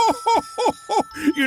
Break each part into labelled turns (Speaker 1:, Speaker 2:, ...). Speaker 1: You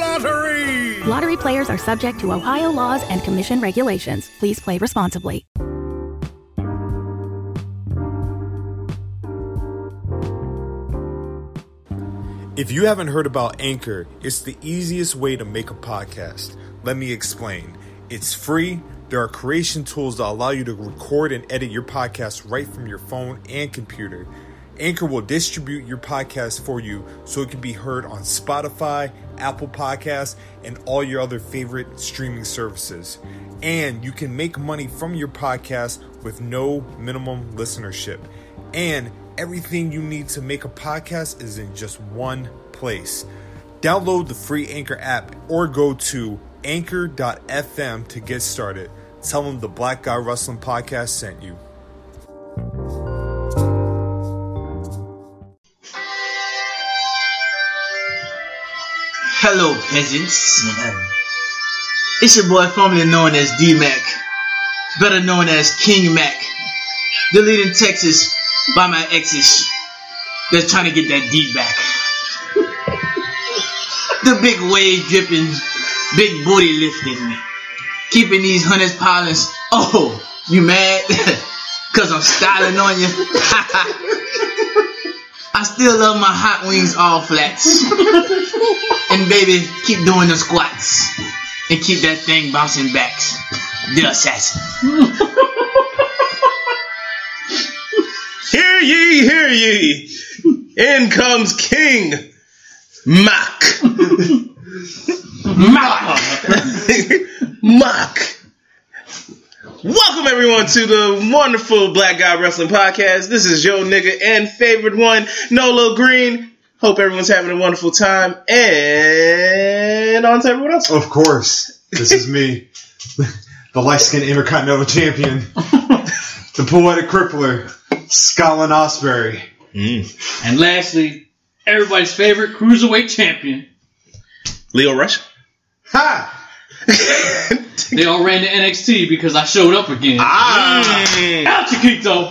Speaker 1: Lottery.
Speaker 2: Lottery players are subject to Ohio laws and commission regulations. Please play responsibly.
Speaker 3: If you haven't heard about Anchor, it's the easiest way to make a podcast. Let me explain. It's free. There are creation tools that allow you to record and edit your podcast right from your phone and computer. Anchor will distribute your podcast for you so it can be heard on Spotify, Apple Podcasts, and all your other favorite streaming services. And you can make money from your podcast with no minimum listenership. And everything you need to make a podcast is in just one place. Download the free Anchor app or go to anchor.fm to get started. Tell them the Black Guy Wrestling Podcast sent you.
Speaker 4: Hello, peasants. It's your boy, formerly known as D Mac, better known as King Mac, the lead in Texas by my exes. They're trying to get that D back. the big wave dripping, big booty lifting, keeping these hundreds piling. Oh, you mad? Cause I'm styling on you. I still love my hot wings all flats. And baby, keep doing the squats. And keep that thing bouncing back. The assassin.
Speaker 5: Hear ye, hear ye. In comes King Mac. Mac. Mac. Welcome everyone to the wonderful Black Guy Wrestling Podcast. This is your nigga and favorite one, Nolo Green. Hope everyone's having a wonderful time. And on to everyone else.
Speaker 3: Of course, this is me, the light skinned Intercontinental Champion, the poetic crippler, Scotland Osbury.
Speaker 6: And lastly, everybody's favorite cruiserweight champion.
Speaker 5: Leo Rush.
Speaker 3: Ha!
Speaker 6: They all ran to NXT because I showed up again. Mm.
Speaker 5: Ah.
Speaker 6: Out Chiquito!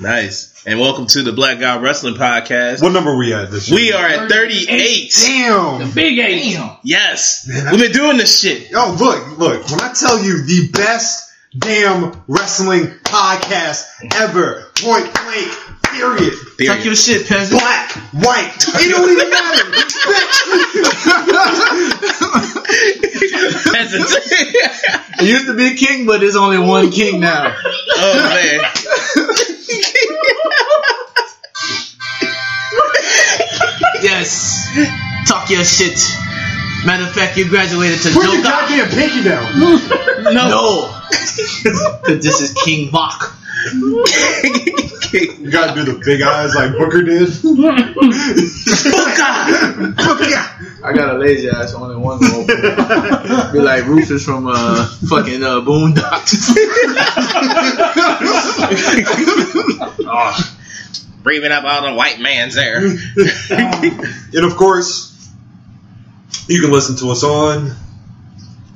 Speaker 5: nice. And welcome to the Black Guy Wrestling Podcast.
Speaker 3: What number we at this year?
Speaker 5: We are at 38.
Speaker 3: Damn!
Speaker 6: Big A.
Speaker 5: Yes. We've been doing this shit.
Speaker 3: Yo, look, look. When I tell you the best damn wrestling podcast ever, point blank, period.
Speaker 4: Talk your shit, peasant.
Speaker 3: Black, white, it don't even matter.
Speaker 4: I used to be king, but there's only one king now.
Speaker 5: oh, man.
Speaker 4: Yes. Talk your shit. Matter of fact, you graduated to
Speaker 3: Put your
Speaker 4: Joker.
Speaker 3: goddamn pinky down.
Speaker 4: No. Because this is King Mach.
Speaker 3: You gotta do the big eyes like Booker did.
Speaker 4: I got a lazy ass only one more. Be like Rufus from uh, fucking uh, Boondocks.
Speaker 5: Oh, Breathing up all the white man's air.
Speaker 3: Um, And of course, you can listen to us on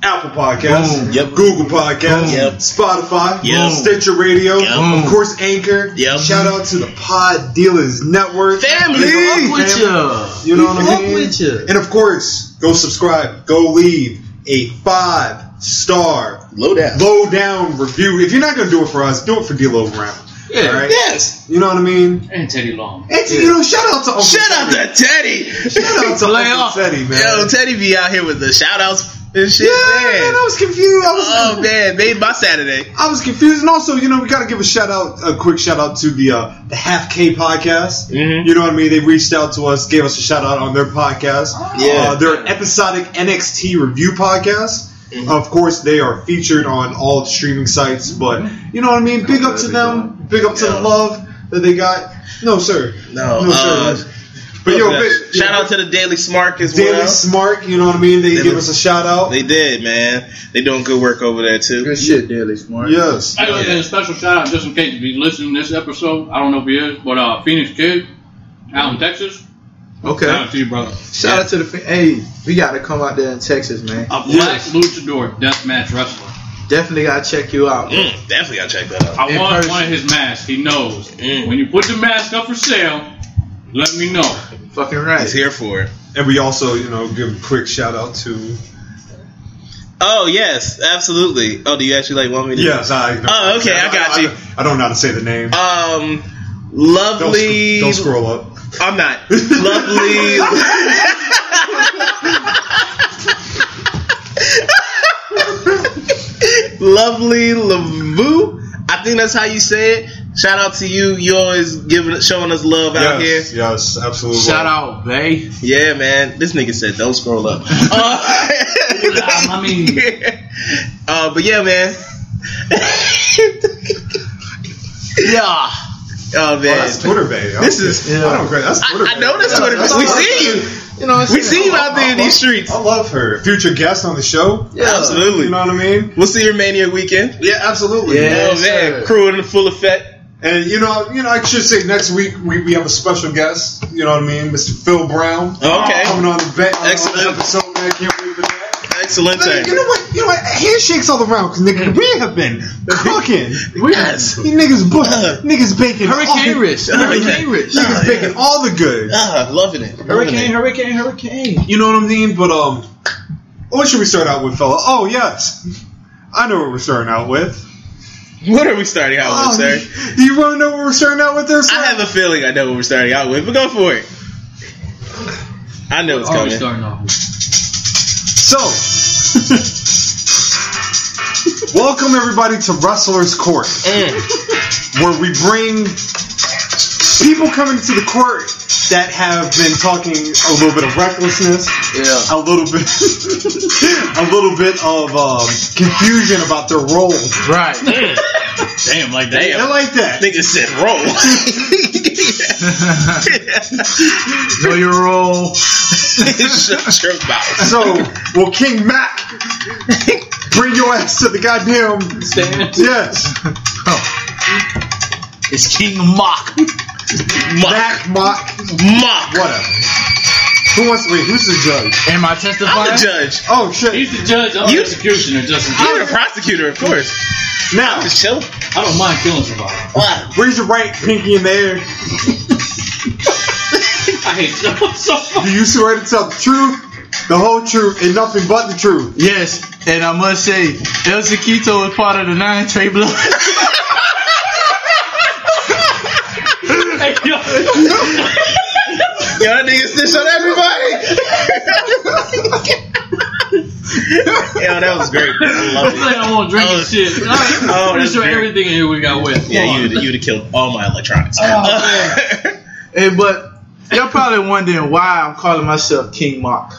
Speaker 3: Apple Podcasts,
Speaker 4: Boom. Yep.
Speaker 3: Google Podcasts,
Speaker 5: Boom. Yep.
Speaker 3: Spotify,
Speaker 5: Yep.
Speaker 3: Stitcher Radio,
Speaker 5: Yep.
Speaker 3: of course Anchor.
Speaker 5: Yep.
Speaker 3: Shout out to the Pod Dealers Network.
Speaker 4: Fuck
Speaker 5: Family!
Speaker 4: with ya.
Speaker 3: You know what I
Speaker 4: Fuck
Speaker 3: mean?
Speaker 4: with ya.
Speaker 3: And of course, go subscribe, go leave a five star
Speaker 5: Low down.
Speaker 3: low down review. If you're not gonna do it for us, do it for D-Lo Brown.
Speaker 4: Yeah.
Speaker 3: All right?
Speaker 5: Yes.
Speaker 3: You know what I mean?
Speaker 6: And Teddy Long.
Speaker 3: And you know, shout out to Uncle
Speaker 5: Shout out
Speaker 3: Teddy.
Speaker 5: to Teddy.
Speaker 3: Shout out to
Speaker 4: Play
Speaker 3: Uncle
Speaker 4: off.
Speaker 3: Teddy, man.
Speaker 5: Yo, Teddy be out here with the shout outs This shit
Speaker 3: Yeah,
Speaker 5: bad.
Speaker 3: man, I was confused. I was,
Speaker 5: oh man, made my Saturday.
Speaker 3: I was confused, and also, you know, we gotta give a shout out, a quick shout out to the uh, the Half K podcast.
Speaker 4: Mm-hmm.
Speaker 5: Mhm.
Speaker 3: You know what I mean? They reached out to us, gave us a shout out on their podcast.
Speaker 5: Oh. Yeah.
Speaker 3: uh, their episodic NXT review podcast.
Speaker 5: Mm-hmm.
Speaker 3: Of course, they are featured on all streaming sites, but you know what I mean. Big up to them. Big up to the
Speaker 5: Mm-hmm. Yeah.
Speaker 3: love that they got. No, sir.
Speaker 5: No, uh,
Speaker 3: sir. But yo, big,
Speaker 5: shout out to the Daily Smart as
Speaker 3: Daily
Speaker 5: well.
Speaker 3: Smart. You know what I mean? They
Speaker 5: Daily-
Speaker 3: give us a shout out.
Speaker 5: They did, man. They doing good work over there too.
Speaker 4: Good shit, Daily Smart.
Speaker 3: yes.
Speaker 6: I got a special shout out just in case if he's listening to this episode. I don't know if he is, but uh, Phoenix Kid out in Texas.
Speaker 4: Okay.
Speaker 6: Shout out to you, brother.
Speaker 4: Shout out to the fa- hey, we gotta come out there in Texas, man.
Speaker 6: A black
Speaker 3: Yes.
Speaker 6: luchador deathmatch wrestler.
Speaker 4: Definitely gotta check you out.
Speaker 5: Mm, definitely gotta check that out.
Speaker 6: I
Speaker 4: In
Speaker 6: want
Speaker 4: person.
Speaker 6: one of his masks. He knows.
Speaker 5: Mm.
Speaker 6: When you put the mask up for sale, let me know.
Speaker 4: Fucking right.
Speaker 5: He's here for it.
Speaker 3: And we also, you know, give a quick shout out to.
Speaker 5: Oh yes, absolutely. Oh, do you actually like want me to?
Speaker 3: Yes, I.
Speaker 5: Oh, okay, I got you.
Speaker 3: I, don't know how to say the name.
Speaker 5: Um,
Speaker 3: don't,
Speaker 5: lovely.
Speaker 3: sc- don't scroll up.
Speaker 5: I'm not lovely. lovely Lavu. I think that's how you say it. Shout out to you. You always giving, showing us love out
Speaker 3: yes, yes, absolutely.
Speaker 4: Shout out, Bay.
Speaker 5: here. Yeah, man. This nigga said, "Don't scroll up." Uh,
Speaker 6: I mean,
Speaker 5: uh, but yeah, man.
Speaker 4: Yeah.
Speaker 5: Oh man.
Speaker 3: Oh, that's Twitter bait.
Speaker 5: This is-
Speaker 3: I don't cra- That's Twitter.
Speaker 5: I
Speaker 3: bait.
Speaker 5: know that's Twitter.
Speaker 3: that's
Speaker 5: We
Speaker 3: not-
Speaker 5: see you.
Speaker 4: You know what I'm
Speaker 5: We
Speaker 4: saying?
Speaker 5: see you out there in these streets.
Speaker 3: I love her. Future guest on the show.
Speaker 4: Yeah.
Speaker 3: You
Speaker 5: Absolutely.
Speaker 3: know what I mean?
Speaker 5: We'll see your mania weekend.
Speaker 3: Yeah, absolutely.
Speaker 4: Yeah.
Speaker 5: oh man,
Speaker 4: sir.
Speaker 5: crew in full effect.
Speaker 3: And you know, you know, I should say next week we, we have a special guest. You know what I mean, Mr. Phil Brown.
Speaker 5: Oh, Okay.
Speaker 3: Coming on the bet.
Speaker 5: Excellent.
Speaker 3: episode. Man, can't wait for that.
Speaker 5: Excellent
Speaker 3: Man,
Speaker 5: time.
Speaker 3: you know what? You know what? Handshakes all around, 'cause nigga, we have been cooking.
Speaker 5: Yes. Uh.
Speaker 3: These niggas, bu- niggas baking. all
Speaker 4: Hurricane
Speaker 3: the-
Speaker 4: Rich. Hurricane Rich.
Speaker 3: Niggas baking all the good.
Speaker 5: Ah, loving it. Loving
Speaker 4: Hurricane,
Speaker 5: it.
Speaker 4: hurricane, hurricane.
Speaker 3: You know what I mean? But um, what should we start out with, fella? Oh yes, I know what we're starting out with.
Speaker 5: What are we starting out
Speaker 3: Oh,
Speaker 5: with, sir?
Speaker 3: do you want to know what we're starting out with, there, sir?
Speaker 5: I have a feeling I know what we're starting out with, but go for it. I know what's
Speaker 6: are we
Speaker 5: coming.
Speaker 6: starting off with?
Speaker 3: so. Welcome everybody to Wrestler's Court,
Speaker 5: Mm.
Speaker 3: where we bring people coming to the court that have been talking a little bit of recklessness,
Speaker 4: Yeah.
Speaker 3: a little bit, a little bit of um, confusion about their role.
Speaker 4: Right.
Speaker 6: Damn, like that.
Speaker 3: I
Speaker 5: Damn,
Speaker 3: like that.
Speaker 5: nigga said roll.
Speaker 4: know your role.
Speaker 5: Shut your mouth.
Speaker 3: So, well, King Mac, bring your ass to the goddamn.
Speaker 6: Stand.
Speaker 3: Yes,
Speaker 4: It's King Mock.
Speaker 5: Mock,
Speaker 3: Mac, Mock,
Speaker 5: mock.
Speaker 3: whatever. Who wants? Wait, who's the judge?
Speaker 4: Am I testifying?
Speaker 5: I'm the judge.
Speaker 3: Oh shit!
Speaker 6: He's the judge. I'm
Speaker 5: You-
Speaker 6: the executioner. Just in
Speaker 5: You're
Speaker 6: case.
Speaker 5: the prosecutor, of course.
Speaker 3: Now,
Speaker 5: Just chill.
Speaker 6: I don't mind killing somebody.
Speaker 5: Why?
Speaker 3: raise your right pinky in the air.
Speaker 6: I hate you so much.
Speaker 3: Do you swear to tell the truth, the whole truth, and nothing but the truth?
Speaker 4: Yes, and I must say, El Chiquito is part of the nine Trey Blood.
Speaker 6: Hey, yo.
Speaker 5: Y'all niggas snitch on everybody. Yo, that was great. I
Speaker 6: I'm
Speaker 5: love it.
Speaker 6: like, I want to drink
Speaker 5: Oh.
Speaker 6: and shit.
Speaker 5: Oh,
Speaker 6: I'm pretty
Speaker 5: that's
Speaker 6: sure
Speaker 5: great.
Speaker 6: everything in here we got wet.
Speaker 5: Yeah, you would have killed all my electronics.
Speaker 4: hey, but y'all probably wondering why I'm calling myself King Mock.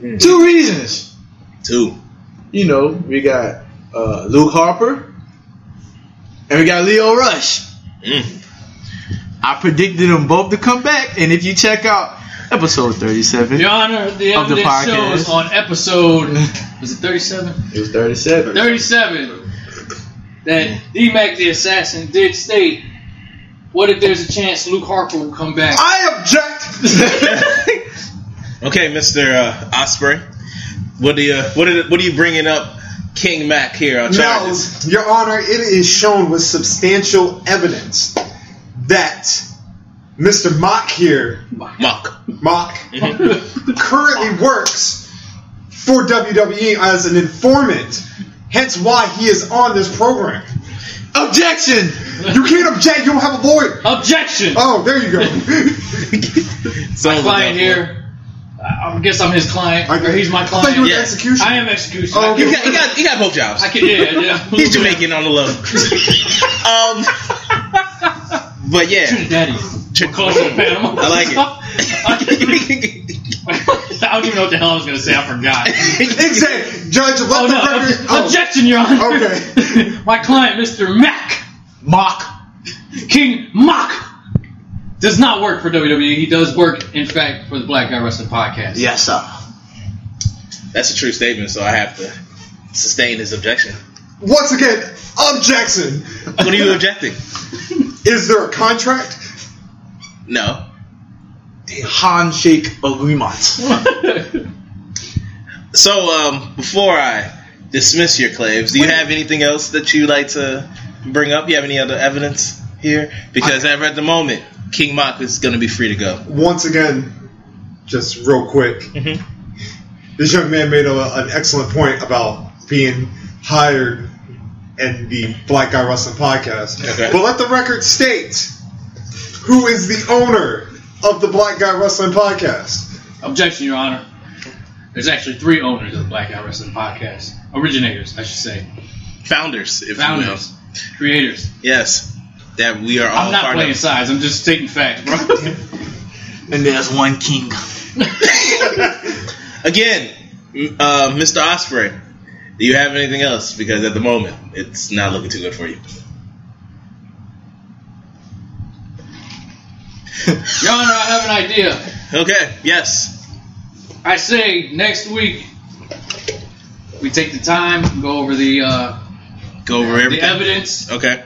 Speaker 4: Two reasons.
Speaker 5: Mm. Two.
Speaker 4: You know, we got uh, Luke Harper, and we got Leo Rush.
Speaker 5: Mm.
Speaker 4: I predicted them both to come back, and if you check out episode 37,
Speaker 6: Your Honor, the
Speaker 4: Of the
Speaker 6: evidence shows
Speaker 4: podcast.
Speaker 6: on episode was it 37?
Speaker 4: it was 37.
Speaker 6: 37 that D-Mac the assassin did state, "What if there's a chance Luke Harper will come back?"
Speaker 3: I object.
Speaker 5: Okay, Mister uh, Osprey, what do you what are, what are you bringing up, King Mac here on
Speaker 3: Now,
Speaker 5: charges?
Speaker 3: Your Honor, it is shown with substantial evidence that Mr. Mock here
Speaker 5: Mock.
Speaker 3: Mock currently works for WWE as an informant, hence why he is on this program.
Speaker 4: Objection!
Speaker 3: You can't object, you don't have a lawyer.
Speaker 6: Objection.
Speaker 3: Oh, there you go.
Speaker 5: Someone
Speaker 6: Client here I I guess I'm his client.
Speaker 3: I-
Speaker 6: or he's my
Speaker 3: I thought
Speaker 6: client.
Speaker 3: you were
Speaker 5: Yeah.
Speaker 3: execution.
Speaker 6: I am execution.
Speaker 3: Oh,
Speaker 6: I
Speaker 3: okay.
Speaker 5: He
Speaker 6: can-
Speaker 5: got, he got, he got both jobs.
Speaker 6: I can, yeah, yeah.
Speaker 5: He's Jamaican on the low. um, but yeah,
Speaker 6: Daddy.
Speaker 5: Ch-
Speaker 6: Closer to Panama.
Speaker 5: I like it.
Speaker 6: I don't even know what the hell I was going to say. I forgot.
Speaker 3: Exactly. Judge, let
Speaker 6: Oh,
Speaker 3: the
Speaker 6: no.
Speaker 3: record.
Speaker 6: ob-
Speaker 3: Oh,
Speaker 6: Objection, Your Honor.
Speaker 3: Okay.
Speaker 6: My client, Mr. Mack,
Speaker 4: Mock.
Speaker 6: King Mock, does not work for WWE. He does work, in fact, for the Black Guy Wrestling Podcast.
Speaker 4: Yes, sir.
Speaker 5: that's a true statement, so I have to sustain his objection.
Speaker 3: once again, objection.
Speaker 5: What are you objecting?
Speaker 3: Is there a contract?
Speaker 5: No.
Speaker 4: Handshake agreement.
Speaker 5: So um, before I dismiss your claims, do you have anything else that you'd like to bring up? You have any other evidence here? Because ever at the moment, King Mock is going to be free to go.
Speaker 3: Once again, just real quick.
Speaker 4: Mm-hmm.
Speaker 5: Mhm.
Speaker 3: This young man made a, an excellent point about being hired in the Black Guy Wrestling podcast.
Speaker 5: Okay.
Speaker 3: But let the record state who is the owner of the Black Guy Wrestling podcast.
Speaker 6: Objection, Your Honor. There's actually three owners of the Black Guy Wrestling Podcast. Originators, I should say.
Speaker 5: Founders, if
Speaker 6: Founders. Creators.
Speaker 5: you will. Yes. That we are all
Speaker 6: I'm not
Speaker 5: part
Speaker 6: playing
Speaker 5: of.
Speaker 6: sides. I'm just stating facts, bro.
Speaker 4: And there's one king.
Speaker 5: Again, m- uh, Mr. Osprey, do you have anything else? Because at the moment, it's not looking too good for you.
Speaker 6: Your Honor, I have an idea.
Speaker 5: Okay, yes.
Speaker 6: I say next week we take the time, go over the uh,
Speaker 5: Go over
Speaker 6: the
Speaker 5: everything.
Speaker 6: evidence.
Speaker 5: Okay.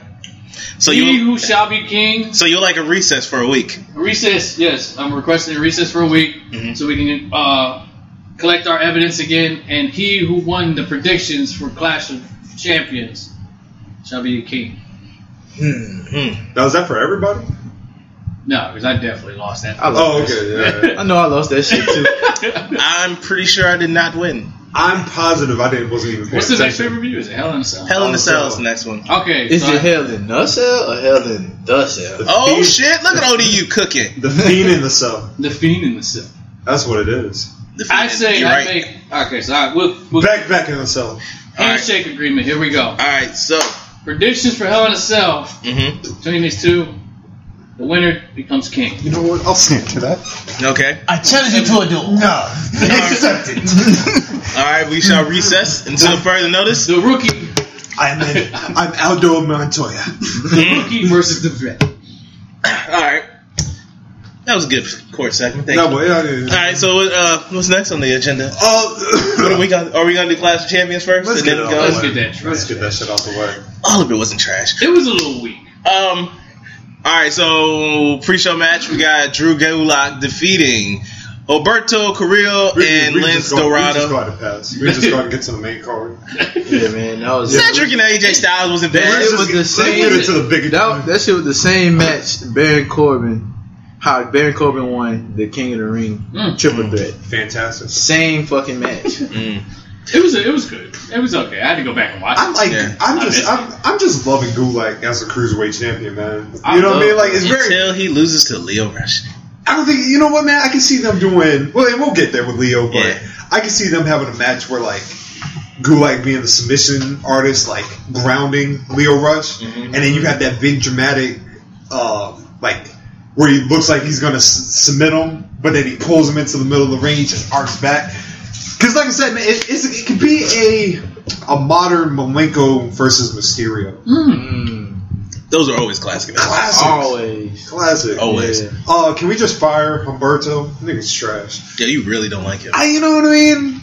Speaker 5: So
Speaker 6: he
Speaker 5: you
Speaker 6: who shall be king.
Speaker 5: so you're like a recess for a week. Mm-hmm.
Speaker 6: Recess. Yes, I'm requesting a recess for a week so we can uh, collect our evidence again. And he who won the predictions for Clash of Champions shall be king.
Speaker 5: Hmm.
Speaker 4: Hmm.
Speaker 3: Now, is that for everybody?
Speaker 6: No, because I definitely lost that.
Speaker 4: I love
Speaker 3: Oh,
Speaker 4: this.
Speaker 3: okay. yeah, yeah.
Speaker 4: I know I lost that shit too.
Speaker 5: I'm pretty sure I did not win.
Speaker 3: I'm positive I didn't wasn't even. paying
Speaker 6: What's the next
Speaker 3: attention.
Speaker 6: pay per view? Is it Hell in a Cell?
Speaker 5: Hell in the
Speaker 3: Also-
Speaker 5: Cell is the next one.
Speaker 6: Okay.
Speaker 4: Is
Speaker 6: so
Speaker 4: it
Speaker 6: I-
Speaker 4: hell in the cell or hell in the cell?
Speaker 5: Oh shit! Look at ODU cooking.
Speaker 3: The fiend in the cell.
Speaker 6: The Fiend in the Cell.
Speaker 3: That's what it is.
Speaker 6: I say,
Speaker 5: You're
Speaker 6: I
Speaker 5: right.
Speaker 6: make. Okay, so all right, we'll, we'll
Speaker 3: Back back in the cell.
Speaker 6: handshake agreement. Here we go.
Speaker 5: All right, so
Speaker 6: Predictions for Hell in a Cell
Speaker 5: mhm.
Speaker 6: between these two. The winner becomes king.
Speaker 3: You know what? I'll stand to that.
Speaker 5: okay.
Speaker 7: I challenge you to a duel.
Speaker 3: No.
Speaker 5: Accept All right, we shall recess until further notice.
Speaker 6: The rookie,
Speaker 3: I'm in. I'm Aldo Montoya.
Speaker 6: rookie versus the vet.
Speaker 5: All right, that was a good court segment. Thank
Speaker 3: no,
Speaker 5: you.
Speaker 3: but yeah, yeah,
Speaker 5: All
Speaker 3: yeah.
Speaker 5: right, so uh, what's next on the agenda? What
Speaker 3: Oh,
Speaker 5: are we gonna Are we gonna do Clash of Champions 1st
Speaker 3: Let's get, it out
Speaker 5: go?
Speaker 3: the
Speaker 6: Let's
Speaker 3: way.
Speaker 6: get that trash.
Speaker 3: Let's get that shit out the way.
Speaker 5: All of it wasn't trash.
Speaker 6: It was a little weak.
Speaker 5: Um. All right, so pre-show match we got Drew Gulak defeating Alberto Carrillo
Speaker 3: We-
Speaker 5: and
Speaker 3: we
Speaker 5: Lance
Speaker 3: just go- We just
Speaker 5: Dorado.
Speaker 3: got to pass. We just got to get to the main card.
Speaker 4: Yeah, man, that was.
Speaker 5: Cedric and AJ Styles wasn't bad.
Speaker 4: Let's
Speaker 3: Let's
Speaker 4: was
Speaker 3: just-
Speaker 4: the
Speaker 3: let's
Speaker 4: same-
Speaker 3: get it to the big.
Speaker 4: That, that shit was the same match Baron Corbin, how Baron Corbin won the King of the Ring
Speaker 6: Mm.
Speaker 4: triple threat.
Speaker 3: Fantastic.
Speaker 4: Same fucking match.
Speaker 5: Mm.
Speaker 6: It was. It was good. It was okay. I had to go back and watch.
Speaker 3: I'm
Speaker 6: it.
Speaker 3: like,
Speaker 5: Yeah.
Speaker 3: I'm
Speaker 6: I
Speaker 3: just,
Speaker 6: miss
Speaker 3: I'm, I'm just loving Gulak as a cruiserweight champion, man. You
Speaker 6: I
Speaker 3: know what I mean?
Speaker 6: love
Speaker 3: Like, it's very.
Speaker 5: Until he loses to Leo Rush.
Speaker 3: I don't think you know what, man. I can see them doing. Well, and we'll get there with Leo, but
Speaker 5: Yeah.
Speaker 3: I can see them having a match where like Gulak being the submission artist, like grounding Leo Rush, and then you have that big dramatic, uh, like where he looks like he's gonna s- submit him, but then he pulls him into the middle of the ring, he just arcs back. Because, like I said, man, it, it's, it could be a a modern Malenko versus Mysterio.
Speaker 5: Those are always classic.
Speaker 3: Classic.
Speaker 4: Always.
Speaker 3: Classic.
Speaker 5: Always.
Speaker 4: Yeah.
Speaker 3: Uh, can we just fire Humberto? Nigga's trash.
Speaker 5: Yeah, you really don't like him.
Speaker 3: I, you know what I mean?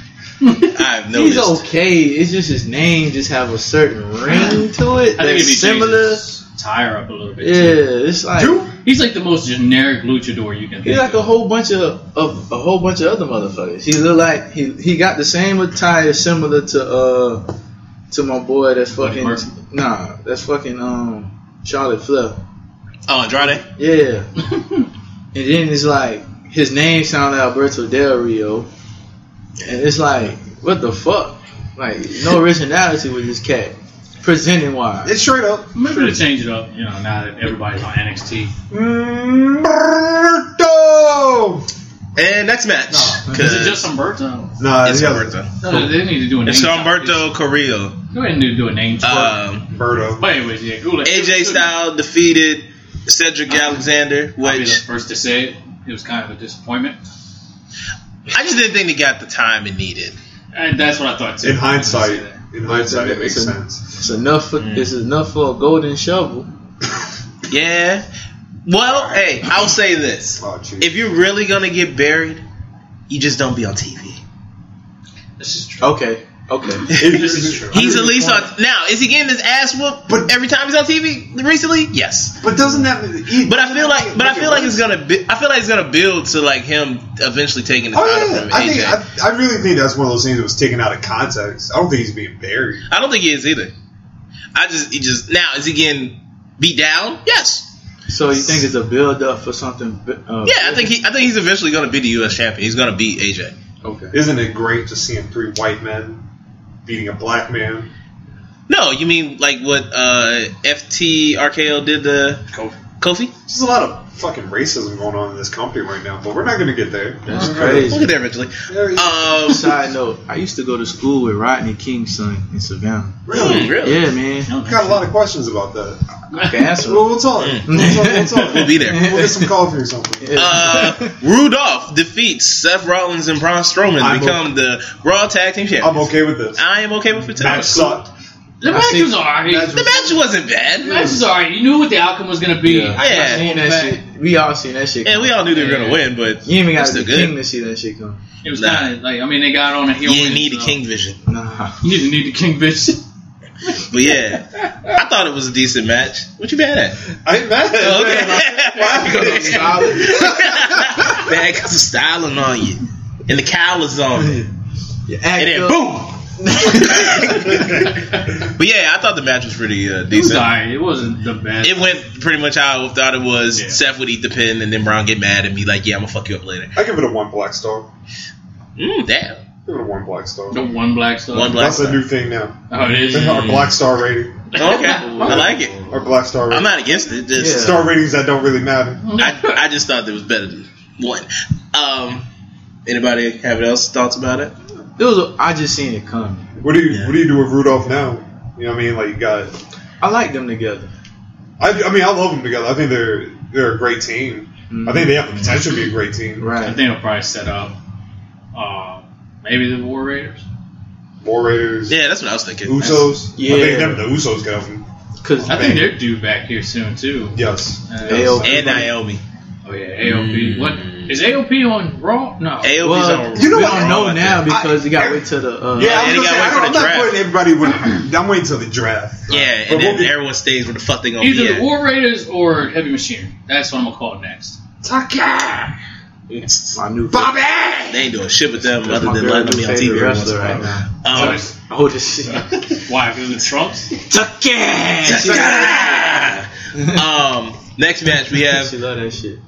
Speaker 5: I've
Speaker 4: He's
Speaker 5: noticed.
Speaker 4: okay. It's just his name just have a certain ring to it
Speaker 6: I think
Speaker 4: that's
Speaker 6: it'd be
Speaker 4: similar.
Speaker 6: Tire up a little bit.
Speaker 4: Yeah, it's like
Speaker 3: Drew?
Speaker 6: He's like the most generic luchador you can think.
Speaker 4: he's like
Speaker 6: of.
Speaker 4: a whole bunch of, of a whole bunch of other motherfuckers. He look like he he got the same attire similar to uh to my boy that's
Speaker 6: Buddy
Speaker 4: fucking
Speaker 6: Murphy?
Speaker 4: nah that's fucking um Charlotte Flair.
Speaker 5: Oh, Andrade.
Speaker 4: Yeah. and then it's like his name sounded Alberto Del Rio, and it's like what the fuck? Like no originality with this cat presenting wise.
Speaker 3: It's straight up.
Speaker 6: Maybe to change it up. You know, now that everybody's on NXT.
Speaker 3: Humberto!
Speaker 5: And next match.
Speaker 3: No.
Speaker 6: Is it
Speaker 5: 'cause
Speaker 6: just Umberto?
Speaker 3: Nah,
Speaker 5: it's
Speaker 3: the other.
Speaker 5: Humberto.
Speaker 6: No, they need to do a name.
Speaker 5: It's
Speaker 6: drop.
Speaker 5: Humberto Carrillo.
Speaker 6: Just Go ahead and do, do a name. drop.
Speaker 5: Um,
Speaker 3: Birdo.
Speaker 6: but anyways, yeah, Gulak.
Speaker 5: AJ Styles defeated Cedric Alexander,
Speaker 6: I'll be the
Speaker 5: which
Speaker 6: first to say it. It was kind of a disappointment,
Speaker 5: I just didn't think they got the time it needed.
Speaker 6: and that's what I thought too.
Speaker 3: In hindsight, in hindsight, it makes sense.
Speaker 4: It's enough. For,
Speaker 6: Mm.
Speaker 4: It's enough for a golden shovel.
Speaker 5: Yeah. Well, hey, I'll say this.
Speaker 3: Oh, jeez.
Speaker 5: If you're really gonna get buried, you just don't be on TV.
Speaker 6: this is true.
Speaker 4: Okay. Okay.
Speaker 6: This is true.
Speaker 5: He's at least on now. Is he getting his ass whooped
Speaker 3: But-
Speaker 5: every time he's on TV recently? Yes.
Speaker 3: But doesn't that? He,
Speaker 5: But I feel like, but I
Speaker 3: Look at
Speaker 5: feel like
Speaker 3: Rhodes.
Speaker 5: it's gonna. Be, I feel like it's gonna build to like him eventually taking the title
Speaker 3: Oh yeah,
Speaker 5: from
Speaker 3: I
Speaker 5: AJ.
Speaker 3: think I, I really think that's one of those things that was taken out of context. I don't think he's being buried.
Speaker 5: I don't think he is either. I just he just now is he getting beat down? Yes.
Speaker 4: so you think it's a build up for something? bi- Uh,
Speaker 5: Yeah, I think he I think he's eventually going to be the U.S. champion. He's going to beat AJ.
Speaker 4: Okay.
Speaker 3: Isn't it great just seeing three white men beating a black man?
Speaker 5: No, you mean like what uh, FT RKO did to
Speaker 6: Kofi.
Speaker 5: Kofi?
Speaker 3: There's a lot of fucking racism going on in this company right now, but we're not going to get there.
Speaker 4: That's
Speaker 3: Okay?
Speaker 5: We'll
Speaker 4: crazy.
Speaker 5: get there eventually.
Speaker 3: There he-
Speaker 5: Um,
Speaker 4: Side note: I used to go to school with Rodney King's son in Savannah.
Speaker 3: really?
Speaker 5: Mm, really?
Speaker 4: Yeah, man.
Speaker 3: I've got a lot of questions about that.
Speaker 4: Cancel.
Speaker 3: Well, we'll talk. We'll, talk, we'll, talk.
Speaker 5: We'll be there.
Speaker 3: We'll get some coffee or something.
Speaker 5: Uh, Rudolph defeats Seth Rollins and Braun Strowman to
Speaker 3: I'm
Speaker 5: become the Raw Tag Team Champions.
Speaker 3: I'm okay with this.
Speaker 5: I am okay with it. too.
Speaker 3: Match sucked.
Speaker 6: The match was alright.
Speaker 3: Match
Speaker 5: The
Speaker 6: The
Speaker 5: match wasn't bad.
Speaker 6: match was alright. You knew what the outcome was gonna be.
Speaker 4: Yeah.
Speaker 6: I-
Speaker 5: Yeah.
Speaker 6: I
Speaker 4: Seen
Speaker 6: seen
Speaker 4: that
Speaker 6: back.
Speaker 4: shit. We all seen that shit.
Speaker 5: Yeah,
Speaker 4: come.
Speaker 5: we all knew they were going to win, but
Speaker 4: You even got
Speaker 5: that's
Speaker 4: to be
Speaker 5: still good.
Speaker 4: king to see that shit come.
Speaker 6: It was
Speaker 5: Nah.
Speaker 6: kind of like I mean they got on a heel.
Speaker 5: You didn't
Speaker 6: win,
Speaker 5: need a
Speaker 6: so-
Speaker 5: King Vision.
Speaker 4: Nah.
Speaker 6: You didn't need the king bitch.
Speaker 5: But yeah, I thought it was a decent match. What you mad at? Oh,
Speaker 3: I ain't mad.
Speaker 5: Okay. Man, got some styling on you. And the cowl is on it.
Speaker 4: You act
Speaker 5: And then
Speaker 4: up.
Speaker 5: boom! but yeah, I thought the match was pretty uh,
Speaker 6: It was
Speaker 5: decent.
Speaker 6: alright. It wasn't the best.
Speaker 5: It went pretty much how I thought it was.
Speaker 6: Yeah.
Speaker 5: Seth would eat the pin, and then Brown get mad and be like, "Yeah, I'm gonna fuck you up later."
Speaker 3: I give it a one black star.
Speaker 5: Mm, damn,
Speaker 3: Give it a one black star.
Speaker 6: the one black star.
Speaker 5: one black
Speaker 3: That's
Speaker 5: star.
Speaker 3: a new thing now.
Speaker 6: Oh, it is.
Speaker 3: Our black star rating.
Speaker 5: Okay, I like it.
Speaker 3: Our black star rating.
Speaker 5: I'm not against it. Just
Speaker 4: Yeah.
Speaker 3: Star ratings that don't really matter.
Speaker 5: I, I just thought it was better than one. Um, anybody have else thoughts about it?
Speaker 4: It was. A, I just seen it coming.
Speaker 3: What do you
Speaker 5: Yeah.
Speaker 3: What do you do with Rudolph now? You know what I mean? Like you got.
Speaker 4: I like them together.
Speaker 3: I, I mean, I love them together. I think they're they're a great team. I think they have the potential to be a great team.
Speaker 6: I
Speaker 4: Right.
Speaker 6: think it'll probably set up. Uh, maybe the War Raiders.
Speaker 3: War Raiders,
Speaker 5: Yeah, that's what I was thinking.
Speaker 3: Usos.
Speaker 4: Yeah.
Speaker 3: I think them, the Usos got them.
Speaker 4: Because
Speaker 6: I think they're due back here soon too.
Speaker 3: Yes.
Speaker 6: Uh,
Speaker 4: Hell.
Speaker 5: and Naomi. Mm.
Speaker 6: Oh yeah, AOP. What is AOP on Raw? No.
Speaker 5: AOP's
Speaker 4: well,
Speaker 5: on.
Speaker 3: You know
Speaker 4: we
Speaker 3: what?
Speaker 4: don't know now because you got to wait till the. Uh,
Speaker 3: Yeah, I
Speaker 5: and
Speaker 3: was gonna
Speaker 5: they gotta
Speaker 3: say,
Speaker 5: wait
Speaker 3: I
Speaker 5: for
Speaker 3: don't, I'm
Speaker 5: the
Speaker 3: not
Speaker 5: draft.
Speaker 3: putting everybody with. I'm waiting till the draft.
Speaker 5: Yeah,
Speaker 3: But
Speaker 5: and
Speaker 3: we'll
Speaker 5: then
Speaker 3: get-
Speaker 5: everyone stays where the fuck they gonna
Speaker 6: Either
Speaker 5: be uh,
Speaker 6: the War Raiders or Heavy Machinery. That's what I'm gonna call it next.
Speaker 3: Taka!
Speaker 5: at.
Speaker 4: my new
Speaker 3: Bobby!
Speaker 5: They ain't doing shit with them
Speaker 4: That's
Speaker 5: other
Speaker 4: my
Speaker 5: than
Speaker 4: girl,
Speaker 5: letting
Speaker 4: new
Speaker 5: me on
Speaker 4: favorite
Speaker 5: TV every once in
Speaker 4: wrestler
Speaker 5: a
Speaker 4: right
Speaker 5: while.
Speaker 4: now.
Speaker 5: Um,
Speaker 4: I would just see.
Speaker 6: Why? Because of the Trumps?
Speaker 5: um, next match we have
Speaker 4: she love that shit.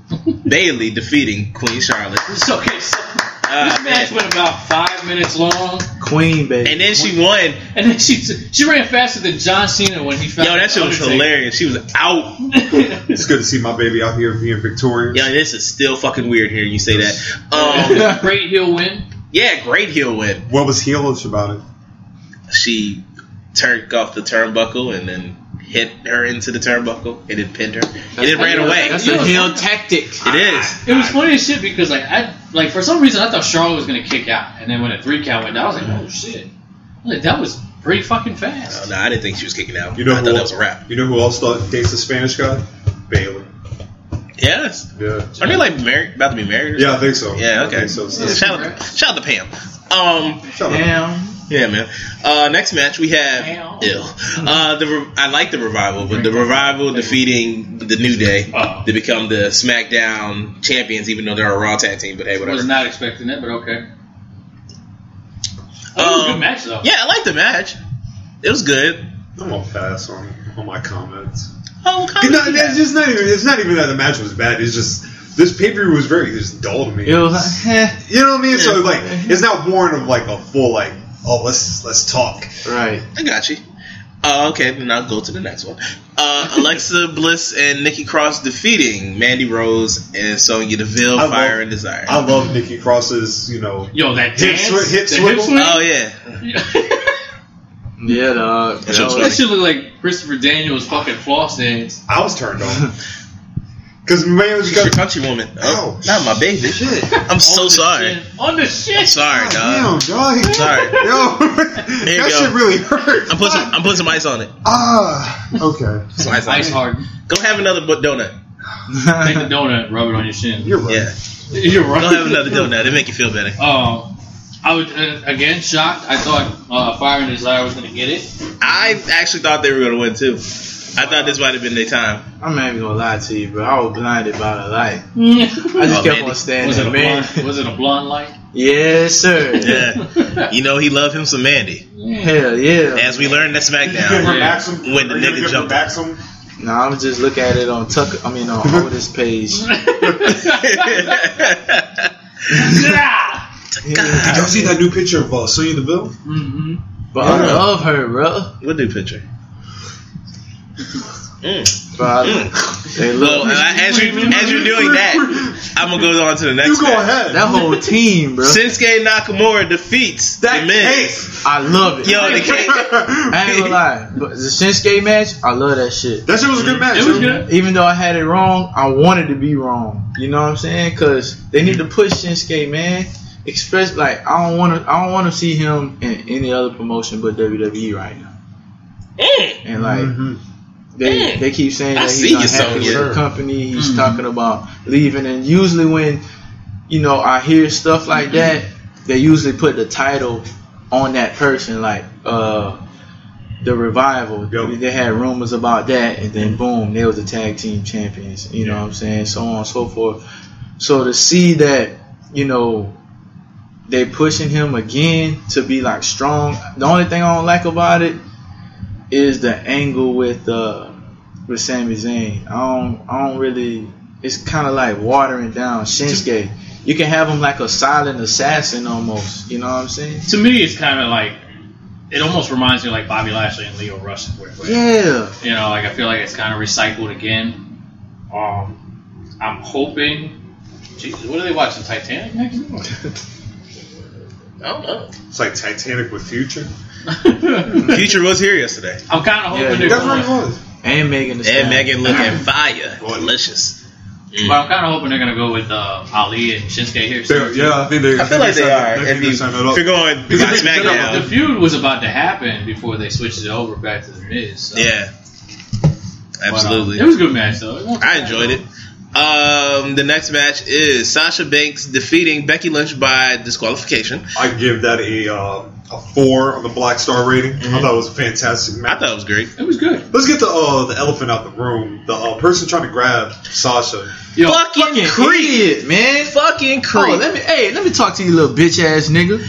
Speaker 5: Bailey defeating Queen Charlotte,
Speaker 6: It's okay. So
Speaker 5: Uh,
Speaker 6: this match went about five minutes long,
Speaker 4: Queen, baby.
Speaker 5: and then she won.
Speaker 6: and then she she ran faster than John Cena when he
Speaker 5: Yo,
Speaker 6: found.
Speaker 5: that shit was hilarious. She was out.
Speaker 3: It's good to see my baby out here being victorious.
Speaker 5: Yo, this is still fucking weird hearing you say that. Um,
Speaker 6: Great heel win.
Speaker 5: yeah, great heel win.
Speaker 3: What was heelish about it?
Speaker 5: She turned off the turnbuckle and then hit her into the turnbuckle and it pinned her. And it ran away.
Speaker 4: That's
Speaker 5: It
Speaker 4: a heel tactic.
Speaker 5: is.
Speaker 6: It was funny as shit because like I like for some reason I thought Charlotte was gonna kick out, and then when a three count went down, I was like, oh shit, like, that was pretty fucking
Speaker 5: Oh,
Speaker 6: fast.
Speaker 5: no, I didn't think she was kicking out.
Speaker 3: You know
Speaker 5: I
Speaker 3: who
Speaker 5: thought that
Speaker 3: else-
Speaker 5: was a wrap.
Speaker 3: You know who else thought dates the Spanish guy? Bailey.
Speaker 5: Yes.
Speaker 3: Yeah.
Speaker 5: Are they like married, about to be married? or
Speaker 3: Yeah, I think so.
Speaker 5: Yeah,
Speaker 3: I
Speaker 5: okay.
Speaker 3: think so. So-
Speaker 5: Yeah, shout, out, shout out to Pam. Um,
Speaker 3: Shut up.
Speaker 4: Damn.
Speaker 5: yeah, man. Uh, next match we
Speaker 6: Pam.
Speaker 5: have Ew. Uh, the re- I like the revival, but the revival defeating the New Day
Speaker 6: Oh.
Speaker 5: to become the SmackDown champions, even though they're a Raw tag team. But hey,
Speaker 6: I was
Speaker 5: whatever.
Speaker 6: not expecting that, but okay. I thought it was a
Speaker 5: Um,
Speaker 6: good match though.
Speaker 5: Yeah, I like the match. It was good.
Speaker 3: I'm gonna pass on, on my comments.
Speaker 5: Oh,
Speaker 3: You
Speaker 5: come
Speaker 3: know,
Speaker 5: on.
Speaker 3: it's just not even. It's not even that the match was bad. It's just this pay per view was very just dull to me.
Speaker 4: It was like, eh.
Speaker 3: you know what I mean? So like, it's not born of like a full like. Oh, let's let's talk.
Speaker 4: Right.
Speaker 5: I got you. Uh, okay, then I'll go to the next one. Uh, Alexa Bliss and Nikki Cross defeating Mandy Rose and Sonya Deville,
Speaker 3: I love-
Speaker 5: Fire and Desire.
Speaker 3: I love Nikki Cross's, you know,
Speaker 6: Yo, that
Speaker 3: Hip
Speaker 6: dance,
Speaker 3: swi- hip
Speaker 6: the
Speaker 3: swivel?
Speaker 5: oh yeah,
Speaker 4: Yeah, dog.
Speaker 5: That's what's
Speaker 6: that shit look like Christopher Daniels fucking floss dance.
Speaker 3: I was turned on. Because man was
Speaker 5: she's a
Speaker 3: got
Speaker 5: country woman. Oh,
Speaker 3: Ouch.
Speaker 5: not my baby.
Speaker 3: shit.
Speaker 5: I'm so
Speaker 6: On the
Speaker 5: sorry.
Speaker 6: shit. On the shit.
Speaker 5: Sorry, dog.
Speaker 3: Damn, dog.
Speaker 5: Sorry.
Speaker 3: Yo,
Speaker 5: you
Speaker 3: that
Speaker 5: go.
Speaker 3: shit really hurt.
Speaker 5: I'm putting some, I'm putting some ice on it.
Speaker 3: ah, okay.
Speaker 5: Some ice on
Speaker 6: Ice
Speaker 5: it.
Speaker 6: hard.
Speaker 5: Go have another bu- donut.
Speaker 6: Take the donut, rub it on your shin.
Speaker 3: You're right.
Speaker 5: Yeah,
Speaker 6: You're right.
Speaker 5: go have another donut. It make you feel better.
Speaker 6: Uh, I was uh, again shocked. I thought uh, Fire and Desire was gonna get it.
Speaker 5: I actually thought they were gonna win too. I thought this might have been their time.
Speaker 4: I'm not even gonna lie to you, bro. I was blinded by the light. I
Speaker 6: was
Speaker 4: just
Speaker 5: Oh,
Speaker 4: kept
Speaker 5: man.
Speaker 4: on standing,
Speaker 6: it a
Speaker 4: man.
Speaker 6: blonde? Was it a blonde light?
Speaker 4: Yes, sir.
Speaker 5: Yeah, you know he loved him some Mandy,
Speaker 4: Hell yeah.
Speaker 5: as we learned at
Speaker 3: Did you give
Speaker 5: SmackDown.
Speaker 3: her
Speaker 6: Yeah.
Speaker 3: back some?
Speaker 5: When the
Speaker 3: Are you gonna
Speaker 5: nigga
Speaker 3: give her
Speaker 5: jumped.
Speaker 3: back some?
Speaker 4: No, I'm just looking at it on Tucker. I mean, on Otis page.
Speaker 3: Did y'all see that new picture of uh, Sonya Deville?
Speaker 6: hmm
Speaker 4: But I
Speaker 3: Yeah.
Speaker 4: love her, bro.
Speaker 5: What new picture?
Speaker 4: Bro, I- they
Speaker 5: Hmm. Well,
Speaker 4: love
Speaker 5: and I- as, you, as you're doing that, I'm gonna go on to the next.
Speaker 3: You go
Speaker 5: match.
Speaker 3: ahead.
Speaker 4: that whole team, bro.
Speaker 5: Shinsuke Nakamura defeats
Speaker 3: That
Speaker 5: the men.
Speaker 3: cake.
Speaker 4: I love it.
Speaker 5: Yo, the cake.
Speaker 4: I ain't gonna lie, but the Shinsuke match, I love that shit.
Speaker 3: that shit was a good match.
Speaker 6: It
Speaker 3: yo.
Speaker 6: was good.
Speaker 4: Even though I had it wrong, I wanted to be wrong. You know what I'm saying? Cause they need to push Shinsuke, man. Express like I don't want to. I don't want to see him in any other promotion but WWE right now. And like
Speaker 3: Mhm.
Speaker 4: they they keep saying
Speaker 5: I
Speaker 4: that he's
Speaker 5: see
Speaker 4: not
Speaker 5: you,
Speaker 4: happy
Speaker 5: Sonya.
Speaker 4: with the company. He's talking about leaving. And usually when you know I hear stuff like that, they usually put the title on that person, like uh the revival.
Speaker 3: Yo.
Speaker 4: They had rumors about that, and then boom, they was the tag team champions. You know what I'm saying? So on and so forth. So to see that, you know, they pushing him again to be like strong. The only thing I don't like about it is the angle with uh with Sami Zayn. I don't I don't really. It's kind of like watering down Shinsuke. You can have him like a silent assassin almost. You know what I'm saying?
Speaker 6: To me, it's kind of like it almost reminds me like Bobby Lashley and Leo Rush. Where, where,
Speaker 4: Yeah.
Speaker 6: You know, like I feel like it's kind of recycled again. Um, I'm hoping. Jesus, what are they watching? Titanic next?
Speaker 5: I don't know.
Speaker 3: It's like Titanic with Future.
Speaker 5: Future was here yesterday,
Speaker 6: I'm kind of
Speaker 4: Yeah,
Speaker 6: hoping
Speaker 4: you
Speaker 6: they're
Speaker 3: That's what
Speaker 6: going.
Speaker 3: it was.
Speaker 4: And Megan Thee
Speaker 5: and
Speaker 4: Stallion.
Speaker 5: Megan looking fire, delicious.
Speaker 6: But I'm kind of hoping they're gonna go with uh, Ali and Shinsuke here.
Speaker 3: They're-
Speaker 6: soon, too.
Speaker 3: Yeah, I think they.
Speaker 5: I feel like they are. If, you, if you're going on
Speaker 3: Because they set up
Speaker 6: The
Speaker 5: SmackDown,
Speaker 6: feud was about to happen before they switched it over back to the Miz. so-
Speaker 5: yeah,
Speaker 6: But, uh,
Speaker 5: absolutely.
Speaker 6: it was a good match though. wasn't
Speaker 5: I
Speaker 6: bad,
Speaker 5: enjoyed
Speaker 6: though.
Speaker 5: it. Um, the next match is Sasha Banks defeating Becky Lynch by disqualification.
Speaker 3: I give that a uh, a four on the Black Star rating. I thought it was a fantastic
Speaker 5: I
Speaker 3: match.
Speaker 5: thought it was great.
Speaker 6: It was good.
Speaker 3: Let's get the uh, the elephant out the room. The uh, person trying to grab Sasha.
Speaker 6: Yo,
Speaker 5: fucking,
Speaker 4: Fucking
Speaker 5: creep.
Speaker 4: idiot, man.
Speaker 5: Fucking creep.
Speaker 4: Oh, let me hey, let me talk to you little bitch ass nigga.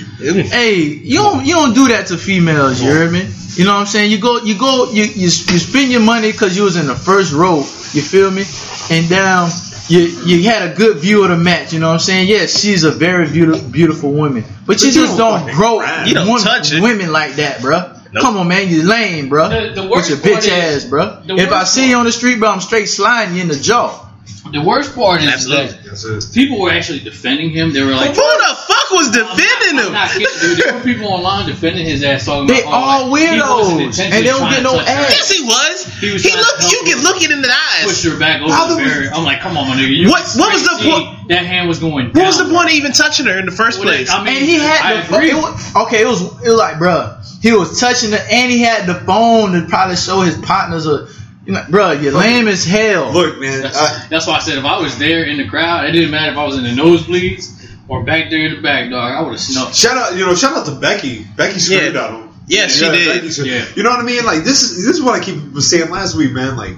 Speaker 4: Hey, you don't you don't do that to females, you hear me? You know what I'm saying? You go you go you you, you spend your money because you was in the first row, you feel me? And down you you had a good view of the match, you know what I'm saying? Yes, she's a very beautiful beautiful woman. But, you,
Speaker 3: you
Speaker 4: just
Speaker 3: don't
Speaker 4: don't,
Speaker 3: fucking
Speaker 4: grow
Speaker 3: grab.
Speaker 5: You don't
Speaker 4: women-
Speaker 5: touch it.
Speaker 4: women like that, bruh.
Speaker 5: Nope.
Speaker 4: Come on, man, you lame, bruh.
Speaker 6: The- the
Speaker 4: With
Speaker 6: worst
Speaker 4: your bitch
Speaker 6: part is-
Speaker 4: ass, bruh.
Speaker 6: the
Speaker 4: If I
Speaker 6: worst
Speaker 4: see you on the street, bro, I'm straight sliding you in the jaw.
Speaker 6: the worst part is
Speaker 5: Absolutely.
Speaker 6: that
Speaker 3: That's it.
Speaker 6: people were actually defending him. They were
Speaker 5: Who
Speaker 6: like,
Speaker 5: the fuck was defending
Speaker 6: I'm not
Speaker 5: him?
Speaker 6: kidding, dude. There were people online defending his ass talking
Speaker 4: They
Speaker 6: about,
Speaker 4: all
Speaker 6: oh, like, he wasn't
Speaker 4: weirdos,
Speaker 6: intentionally
Speaker 4: and they don't
Speaker 6: trying
Speaker 4: get
Speaker 6: to
Speaker 4: no
Speaker 6: touch her.
Speaker 4: ass.
Speaker 5: Yes, he was.
Speaker 6: He
Speaker 5: He,
Speaker 6: was trying
Speaker 5: looked.
Speaker 6: to
Speaker 5: You
Speaker 6: help
Speaker 5: can
Speaker 6: him.
Speaker 5: look it in the
Speaker 6: Push
Speaker 5: eyes.
Speaker 6: her back over
Speaker 3: How
Speaker 6: the
Speaker 3: the-
Speaker 6: barrier. I'm like, come on, my nigga. You
Speaker 5: What- what was the
Speaker 6: straight
Speaker 5: point-
Speaker 6: see That hand was going.
Speaker 5: What was the
Speaker 6: down.
Speaker 5: point of even touching her in the first
Speaker 6: Well, that-
Speaker 5: place?
Speaker 6: I mean,
Speaker 4: And he
Speaker 6: I
Speaker 4: had the
Speaker 6: agree.
Speaker 4: it was, okay. It was it was like, bruh, he was touching the and he had the phone to probably show his partners a, you know, bruh, you're lame as hell.
Speaker 3: Look, man. I,
Speaker 6: That's why I said if I was there in the crowd, it didn't matter if I was in the nosebleeds or back there in the back, dog. I would have snuck.
Speaker 3: shout out, you know, shout out to Becky. Becky screwed
Speaker 5: Yeah.
Speaker 3: on him.
Speaker 5: Yes, she did.
Speaker 3: Becky screwed-
Speaker 6: Yeah.
Speaker 3: You know what I mean? Like this is this is what I keep saying last week, man. Like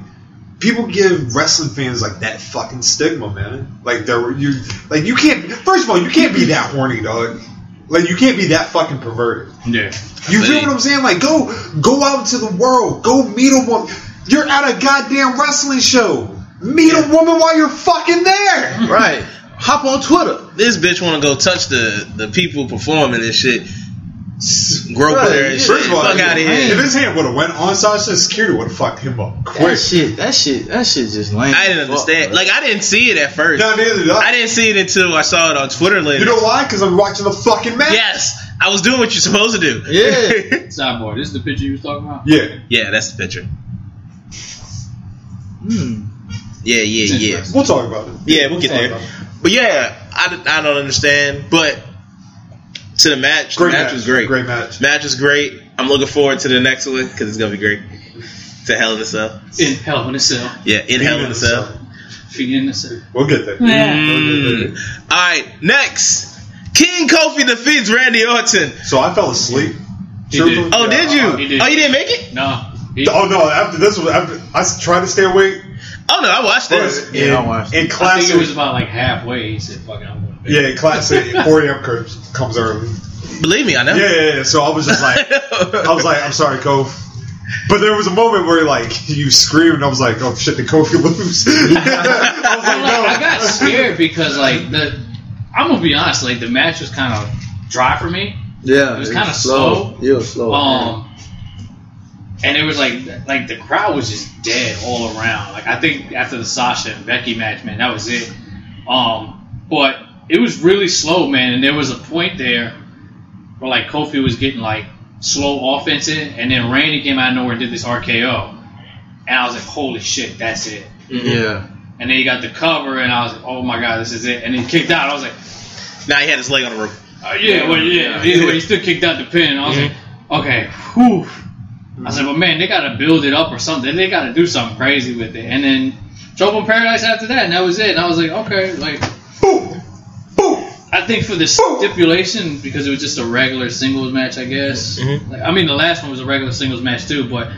Speaker 3: people give wrestling fans like that fucking stigma, man. Like there were you like you can't. First of all, you can't be that horny, dog. Like you can't be that fucking perverted.
Speaker 6: Yeah.
Speaker 3: You feel
Speaker 5: Right.
Speaker 3: what I'm saying? Like, go, go out into the world. Go meet a woman. You're at a goddamn wrestling show. Meet a woman while you're fucking there.
Speaker 4: right. Hop on Twitter.
Speaker 5: this bitch want to go touch the the people performing and shit. Grow
Speaker 4: Bruh,
Speaker 5: there and
Speaker 4: yeah.
Speaker 5: shit.
Speaker 3: First of all,
Speaker 5: Fuck out of
Speaker 3: if
Speaker 5: here.
Speaker 3: his hand would have went on Sasha, security would have fucked him up
Speaker 4: That
Speaker 3: quick.
Speaker 4: shit, that shit, that shit just lame.
Speaker 5: I didn't
Speaker 4: as fuck,
Speaker 5: understand.
Speaker 4: bro.
Speaker 5: Like I didn't see it at first.
Speaker 3: Nah, neither did I.
Speaker 5: I didn't see it until I saw it on Twitter later.
Speaker 3: You know why? Because I'm watching the fucking match.
Speaker 5: yes, I was doing what you're supposed to do.
Speaker 4: Yeah.
Speaker 6: Sidebar. This is the picture you was talking about.
Speaker 3: Yeah.
Speaker 5: yeah, that's the picture.
Speaker 4: Hmm.
Speaker 5: Yeah, yeah, yeah.
Speaker 3: We'll talk about it.
Speaker 5: Yeah, we'll get
Speaker 3: We'll talk
Speaker 5: there.
Speaker 3: about it.
Speaker 5: But yeah, I, I don't understand. But to the match,
Speaker 3: Great
Speaker 5: the match,
Speaker 3: match.
Speaker 5: was great.
Speaker 3: Great match.
Speaker 5: Match was great. I'm looking forward to the next one because it's gonna be great. To hell in a cell.
Speaker 6: In hell in a cell.
Speaker 5: Yeah, in hell in a cell.
Speaker 6: Feet in a cell.
Speaker 3: We'll get there.
Speaker 5: Mm. All right, next. King Kofi defeats Randy Orton.
Speaker 3: So I fell asleep.
Speaker 6: He did.
Speaker 5: Oh, did you?
Speaker 6: He did.
Speaker 5: Oh, you didn't make it?
Speaker 6: Nah. He-
Speaker 3: Oh no! After this was after I s- tried to stay awake.
Speaker 5: Oh no, I watched this.
Speaker 3: But
Speaker 4: Yeah, I watched
Speaker 3: in, in
Speaker 6: I think it was
Speaker 3: classic,
Speaker 6: about like halfway. He said, "Fuck it, I'm going to bed."
Speaker 3: yeah, in classic, Corey Upkirk comes early.
Speaker 5: Believe me, I know.
Speaker 3: Yeah, yeah, yeah. So I was just like, I was like, I'm sorry, Kof. But there was a moment where like you screamed, and I was like, oh shit, the Kofi lose. I was
Speaker 6: I'm
Speaker 3: like,
Speaker 6: like,
Speaker 3: no.
Speaker 6: I got scared because like the. I'm gonna be honest. Like the match was kind of dry for me.
Speaker 4: Yeah,
Speaker 6: It was
Speaker 4: you
Speaker 6: kinda slow.
Speaker 4: You was slow.
Speaker 6: Um, and it was like like the crowd was just dead all around. Like I think after the Sasha and Becky match, man, that was it. Um, but it was really slow, man. And there was a point there where like Kofi was getting like slow offense in, and then Randy came out of nowhere and did this RKO, and I was like, holy shit, that's it.
Speaker 5: Mm-hmm.
Speaker 4: man. yeah.
Speaker 6: And then he got the cover, and I was like, oh my god, this is it. And he kicked out. I was like,
Speaker 5: Now he had his leg on the rope.
Speaker 6: uh, yeah, well, yeah. Either way, he still kicked out the pin. And I was like, okay, whew. I said, but man, they got to build it up or something. They got to do something crazy with it. And then Trouble in Paradise after that, and that was it. And I was like, okay, like, I think for the stipulation, because it was just a regular singles match, I guess. Like, I mean, the last one was a regular singles match too, but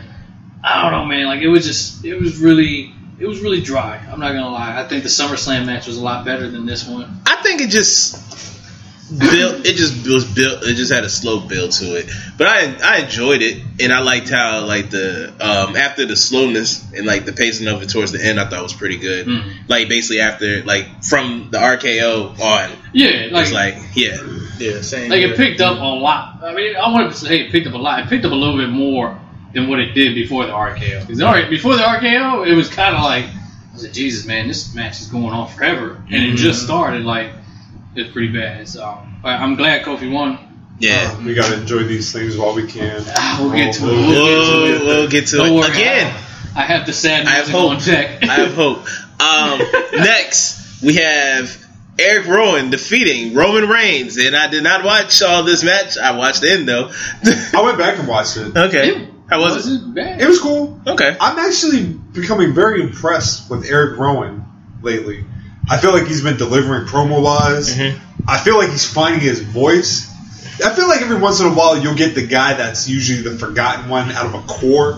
Speaker 6: I don't know, man. Like, it was just, it was really, it was really dry. I'm not gonna lie. I think the SummerSlam match was a lot better than this one.
Speaker 5: I think it just built. It just was built. It just had a slow build to it. But I I enjoyed it, and I liked how like the um after the slowness and like the pacing of it towards the end, I thought was pretty good.
Speaker 6: Mhm.
Speaker 5: Like basically after like from the RKO on,
Speaker 6: Yeah,
Speaker 5: it's like yeah,
Speaker 4: Yeah, same.
Speaker 6: Like
Speaker 4: here.
Speaker 6: it picked up a lot. I mean, I want to say it picked up a lot. It picked up a little bit more than what it did before the RKO. Because before the RKO, it was kind of like, I was like, Jesus, man, this match is going on forever, and it
Speaker 5: Mm-hmm.
Speaker 6: just started. Like it's pretty bad. So I- I'm glad Kofi won.
Speaker 5: yeah.
Speaker 3: We gotta enjoy these things while we can.
Speaker 6: Ah, we'll get to it.
Speaker 3: We'll-
Speaker 5: We'll, we'll get to
Speaker 6: Don't
Speaker 5: it
Speaker 6: worry,
Speaker 5: again.
Speaker 6: I, I have the sad
Speaker 5: I have
Speaker 6: music on
Speaker 5: hope.
Speaker 6: deck.
Speaker 5: I have hope. Um, next, we have Eric Rowan defeating Roman Reigns, and I did not watch all this match. I watched the end though.
Speaker 3: I went back and watched it.
Speaker 5: okay, how was it?
Speaker 6: Wasn't bad.
Speaker 3: It was cool.
Speaker 5: Okay,
Speaker 3: I'm actually becoming very impressed with Eric Rowan lately. I feel like he's been delivering promo wise.
Speaker 6: Mm-hmm.
Speaker 3: I feel like he's finding his voice. I feel like every once in a while you'll get the guy that's usually the forgotten one out of a core.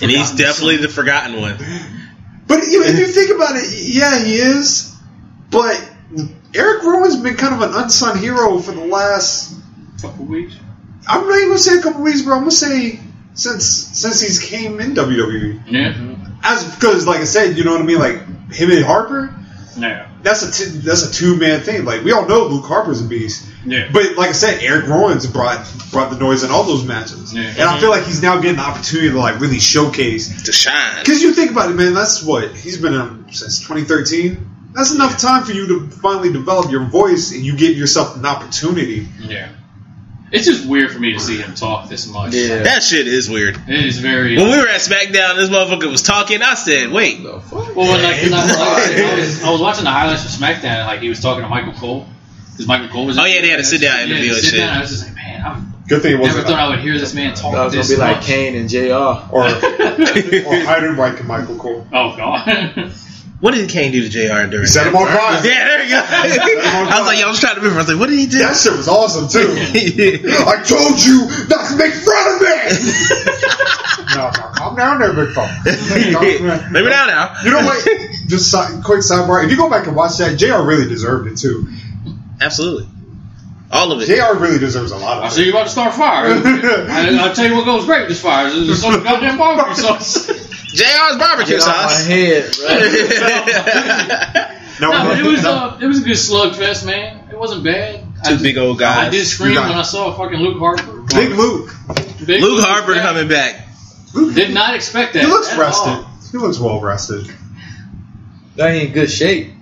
Speaker 5: and he's definitely the forgotten one.
Speaker 3: But you know, if
Speaker 6: Mm-hmm.
Speaker 3: you think about it, yeah, he is. But Eric Rowan's been kind of an unsung hero for the last.
Speaker 6: Couple weeks.
Speaker 3: I'm not even gonna say a couple weeks, but I'm gonna say since since he's came in WWE.
Speaker 6: Yeah.
Speaker 3: E. As because, like I said, you know what I mean. Like him and Harper,
Speaker 6: Yeah.
Speaker 3: that's a t- that's a two man thing. Like we all know Luke Harper's a beast,
Speaker 6: Yeah.
Speaker 3: but like I said, Eric Rowan's brought brought the noise in all those matches,
Speaker 6: Yeah.
Speaker 3: and I feel like he's now getting the opportunity to like really showcase.
Speaker 5: To shine.
Speaker 3: Because you think about it, man, that's what he's been um, since 2013. That's enough time for you to finally develop your voice, and you give yourself an opportunity.
Speaker 6: Yeah. It's just weird for me to see him talk this much.
Speaker 4: Yeah.
Speaker 5: That shit is weird.
Speaker 6: It is very.
Speaker 5: When we were at SmackDown, this motherfucker was talking. I said, "Wait,
Speaker 4: The fuck?
Speaker 6: Well, when, like, 'cause I, I, I, was, I was watching the highlights of SmackDown, and like he was talking to Michael Cole, because Michael Cole was.
Speaker 5: Oh, yeah, they had a sit-down
Speaker 6: Yeah,
Speaker 5: interview and
Speaker 6: sit
Speaker 5: shit.
Speaker 6: down, I was just like, man, I
Speaker 3: Good thing it
Speaker 6: never
Speaker 3: wasn't
Speaker 6: thought I would hear this man talk
Speaker 4: I was gonna
Speaker 6: this
Speaker 4: be like
Speaker 6: much.
Speaker 4: Kane and Jr.
Speaker 3: or or Hyden White and Michael Cole.
Speaker 6: Oh god.
Speaker 5: what did Kane do to Jr. during?"
Speaker 3: He set
Speaker 5: that?
Speaker 3: him on fire.
Speaker 5: Yeah, there you go. I was like, "Yo, I was trying to remember." I was like, "What did he do?"
Speaker 3: That shit was awesome too. I told you not to make fun of me. no, no, calm down there, big fella. Calm
Speaker 5: Maybe
Speaker 3: down.
Speaker 5: now, now.
Speaker 3: You know what? Just si- quick sidebar. If you go back and watch that, Jr. really deserved it too.
Speaker 5: Absolutely, all of it.
Speaker 3: Jr. really deserves a lot
Speaker 6: I
Speaker 3: of.
Speaker 6: see
Speaker 3: it.
Speaker 6: you about to start a fire. I, I'll tell you what goes great with this fire. It's some goddamn barbecue sauce.
Speaker 5: Jr's barbecue
Speaker 4: Get out my
Speaker 5: sauce.
Speaker 4: head, bro.
Speaker 5: yeah,
Speaker 6: No, but it was
Speaker 3: no.
Speaker 6: uh, it was a good slugfest, man. It wasn't bad.
Speaker 5: Two big old
Speaker 6: I
Speaker 5: guys.
Speaker 6: did scream
Speaker 3: Nah.
Speaker 6: when I saw fucking Luke Harper.
Speaker 3: Big Luke.
Speaker 6: Big
Speaker 5: Luke Harper
Speaker 6: yeah.
Speaker 5: coming back.
Speaker 6: Did not expect that.
Speaker 3: He looks
Speaker 6: at
Speaker 3: rested.
Speaker 6: all.
Speaker 3: He looks well rested.
Speaker 4: That ain't good shape.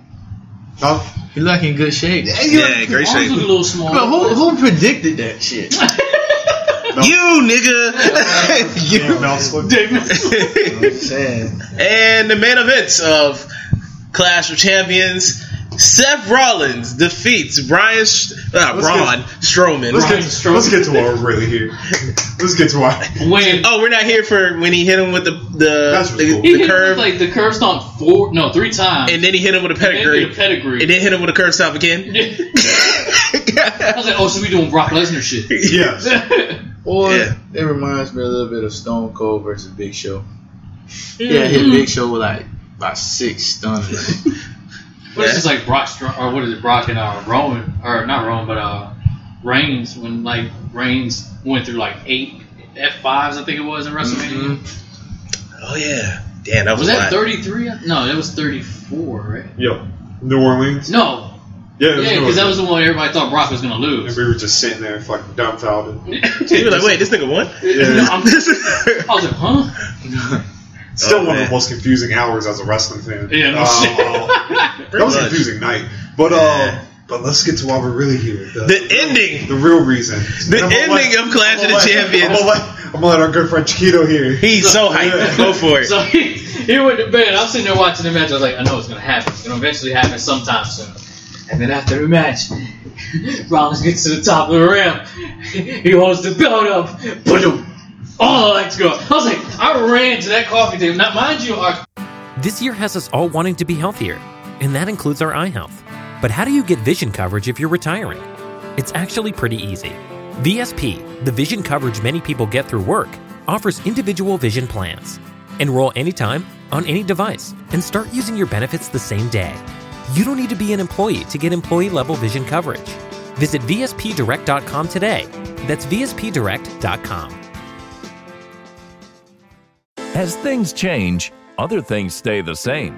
Speaker 3: Huh?
Speaker 4: He look in good shape.
Speaker 5: Yeah, great
Speaker 6: Arms
Speaker 5: shape.
Speaker 6: look a little small.
Speaker 4: But who who predicted that shit?
Speaker 5: You nigga. You.
Speaker 3: Your mouth's look-
Speaker 4: Saying
Speaker 5: And the main events of Clash of Champions. Seth Rollins defeats Brian, Sh- uh,
Speaker 3: Let's
Speaker 5: Braun Strowman.
Speaker 3: Let's
Speaker 6: Brian
Speaker 3: get,
Speaker 6: Strowman.
Speaker 3: let's get to what we're really here. Let's get to why.
Speaker 6: When
Speaker 5: Oh, we're not here for when he hit him with the
Speaker 3: That's what's
Speaker 5: the, the,
Speaker 3: cool.
Speaker 5: the
Speaker 6: he hit
Speaker 5: curve,
Speaker 6: curve, like the curve stomp four, no, three times.
Speaker 5: and then he hit him with a
Speaker 6: then
Speaker 5: pedigree,
Speaker 6: did a pedigree.
Speaker 5: and then hit him with a curve stop again.
Speaker 6: I was like, oh, so we doing Brock Lesnar shit.
Speaker 3: Yes.
Speaker 4: Or
Speaker 5: Yeah.
Speaker 4: it reminds me a little bit of Stone Cold versus Big Show. Yeah, hit Big Show with like about six stunners.
Speaker 6: But it's just like Brock, Str- or what is it, Brock and uh, Roman, or not Roman, but uh, Reigns, when like Reigns went through like eight F5s, I think it was, in WrestleMania.
Speaker 5: oh yeah, damn, that was,
Speaker 6: Was
Speaker 5: a
Speaker 6: that
Speaker 5: lot.
Speaker 6: 33? No, that was 34, right?
Speaker 3: Yo, New Orleans.
Speaker 6: No.
Speaker 3: Yeah, it was
Speaker 6: Yeah,
Speaker 3: New
Speaker 6: because that
Speaker 3: Orleans.
Speaker 6: was the one everybody thought Brock was going to
Speaker 3: And
Speaker 6: lose.
Speaker 3: we were just sitting there, fucking dumbfounded.
Speaker 5: You were like, wait, this nigga won.
Speaker 3: Yeah.
Speaker 6: I'm- I was like, huh?
Speaker 3: Still
Speaker 5: Oh,
Speaker 3: one of
Speaker 5: man.
Speaker 3: the most confusing hours as a wrestling fan.
Speaker 6: Yeah, no
Speaker 3: Uh,
Speaker 6: shit.
Speaker 3: that was a
Speaker 5: much.
Speaker 3: confusing night. But
Speaker 5: Yeah.
Speaker 3: uh, but let's get to why we're really here.
Speaker 5: the ending,
Speaker 3: the real reason.
Speaker 5: the
Speaker 3: And I'm gonna
Speaker 5: ending
Speaker 3: let-
Speaker 5: of Clash of
Speaker 3: I'm
Speaker 5: the
Speaker 3: gonna let- I'm
Speaker 5: Champions.
Speaker 3: gonna, let, I'm gonna let our good friend Chiquito here.
Speaker 5: He's so hyped. Go for it.
Speaker 6: So he, he went to bed. I'm sitting there watching the match. I was like, I know it's going to happen. It's going to eventually happen sometime soon. And then after the match, Rollins gets to the top of the ramp. He holds the belt up. Boom. Oh, let's go. I was like, I ran to that coffee table. Now, mind you, our
Speaker 7: This year has us all wanting to be healthier, and that includes our eye health. But how do you get vision coverage if you're retiring? It's actually pretty easy. VSP, the vision coverage many people get through work, offers individual vision plans. Enroll anytime, on any device, and start using your benefits the same day. You don't need to be an employee to get employee level vision coverage. Visit VSPDirect.com today. That's VSPDirect.com.
Speaker 8: As things change, other things stay the same,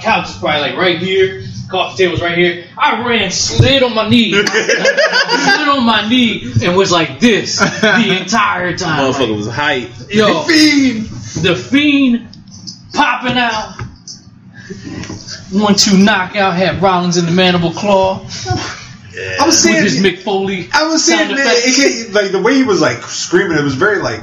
Speaker 6: couch is probably like right here, coffee table's right here. I ran, slid on my knee, slid on my knee, and was like this the entire time.
Speaker 5: Motherfucker was hyped.
Speaker 6: Like, yo,
Speaker 3: Fiend.
Speaker 6: the fiend popping out. One two knockout had Rollins in the mandible claw
Speaker 3: I was
Speaker 6: with
Speaker 3: saying,
Speaker 6: his McFoley.
Speaker 3: I was saying,
Speaker 6: sound
Speaker 3: man,
Speaker 6: effect.
Speaker 3: it can't- like the way he was like screaming, it was very like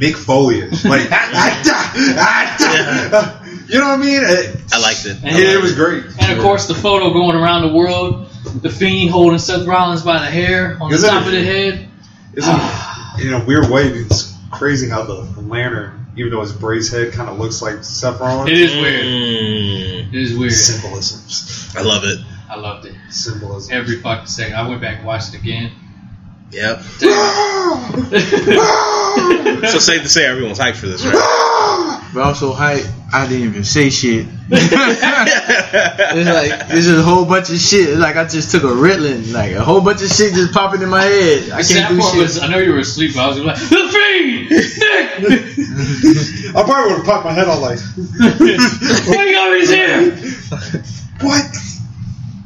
Speaker 3: Mick Foley, like "Ah, ah, ah, ah, ah." you know what I mean? It,
Speaker 5: I liked it.
Speaker 3: yeah, it was great.
Speaker 6: And of course, the photo going around the world, the fiend holding Seth Rollins by the hair on the
Speaker 3: Isn't
Speaker 6: top
Speaker 3: it-
Speaker 6: of the head.
Speaker 3: Isn't it- in a weird way, it's crazy how the lantern, even though his braised head kind of looks like Seth Rollins.
Speaker 6: It is weird.
Speaker 5: Mm,
Speaker 6: It is weird.
Speaker 3: Symbolism.
Speaker 5: I love it.
Speaker 6: I loved it.
Speaker 3: Symbolism.
Speaker 6: Every fucking second. I went back and watched it again.
Speaker 5: Yep. so safe to say everyone's hyped for this, right?
Speaker 4: but I'm so hyped, I didn't even say shit. it's like this is a whole bunch of shit. It's like I just took a Ritalin, like a whole bunch of shit just popping in my head. I
Speaker 6: I
Speaker 4: can't do
Speaker 6: part
Speaker 4: shit.
Speaker 6: was, I know you were asleep, but I was like, The Fiend! Nick!
Speaker 3: I probably would have popped my head on like,
Speaker 6: Wake up, he's here!
Speaker 3: what?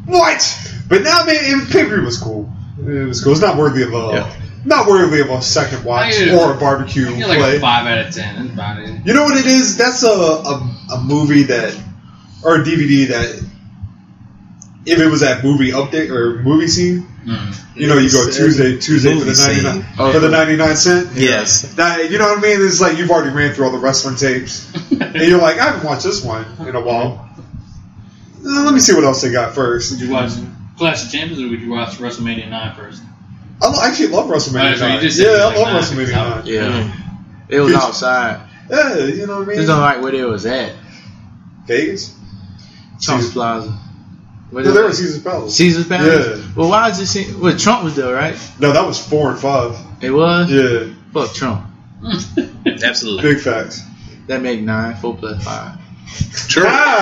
Speaker 3: What? But now, man, it, pay per was cool. It was cool. It's not worthy of a
Speaker 5: Yeah.
Speaker 3: not worthy of a second watch
Speaker 6: I get it.
Speaker 3: or a barbecue
Speaker 6: I get like
Speaker 3: play.
Speaker 6: a 5 out of 10. That's about it.
Speaker 3: You know what it is? That's a, a, a movie that, or a DVD that, if it was that movie update or movie scene,
Speaker 6: Mm.
Speaker 3: you know, you go
Speaker 5: It's, uh,
Speaker 3: Tuesday, Tuesday for the
Speaker 5: movie scene.
Speaker 3: 99, for the 99 cent.
Speaker 5: Oh. Yes.
Speaker 3: That, you know what I mean? It's like you've already ran through all the wrestling tapes, and you're like, I haven't watched this one in a while. Uh, let me see what else they got first.
Speaker 6: Would you watch Clash of Champions or would you watch WrestleMania 9 first?
Speaker 3: I lo- actually love WrestleMania
Speaker 6: Alright, so you
Speaker 3: 9.
Speaker 6: just said
Speaker 3: yeah, I
Speaker 6: like
Speaker 3: love
Speaker 6: 9,
Speaker 3: WrestleMania 9.
Speaker 4: yeah, it was
Speaker 3: Did-
Speaker 4: outside.
Speaker 3: Yeah, you know what I mean?
Speaker 4: Just don't like where they was at.
Speaker 3: Vegas?
Speaker 4: Trump
Speaker 3: Caesar-
Speaker 4: Plaza. Where
Speaker 3: No,
Speaker 4: they
Speaker 3: there was
Speaker 4: was-
Speaker 3: Caesar's Palace.
Speaker 4: Caesar's Palace.
Speaker 3: Yeah.
Speaker 4: Well, why is this? Well, Trump was there, right?
Speaker 3: No, that was 4 and 5.
Speaker 4: It was.
Speaker 3: Yeah.
Speaker 4: Fuck Trump.
Speaker 5: Hmm. Absolutely.
Speaker 3: Big facts.
Speaker 4: That make nine, four plus five.
Speaker 5: True.
Speaker 3: Ah!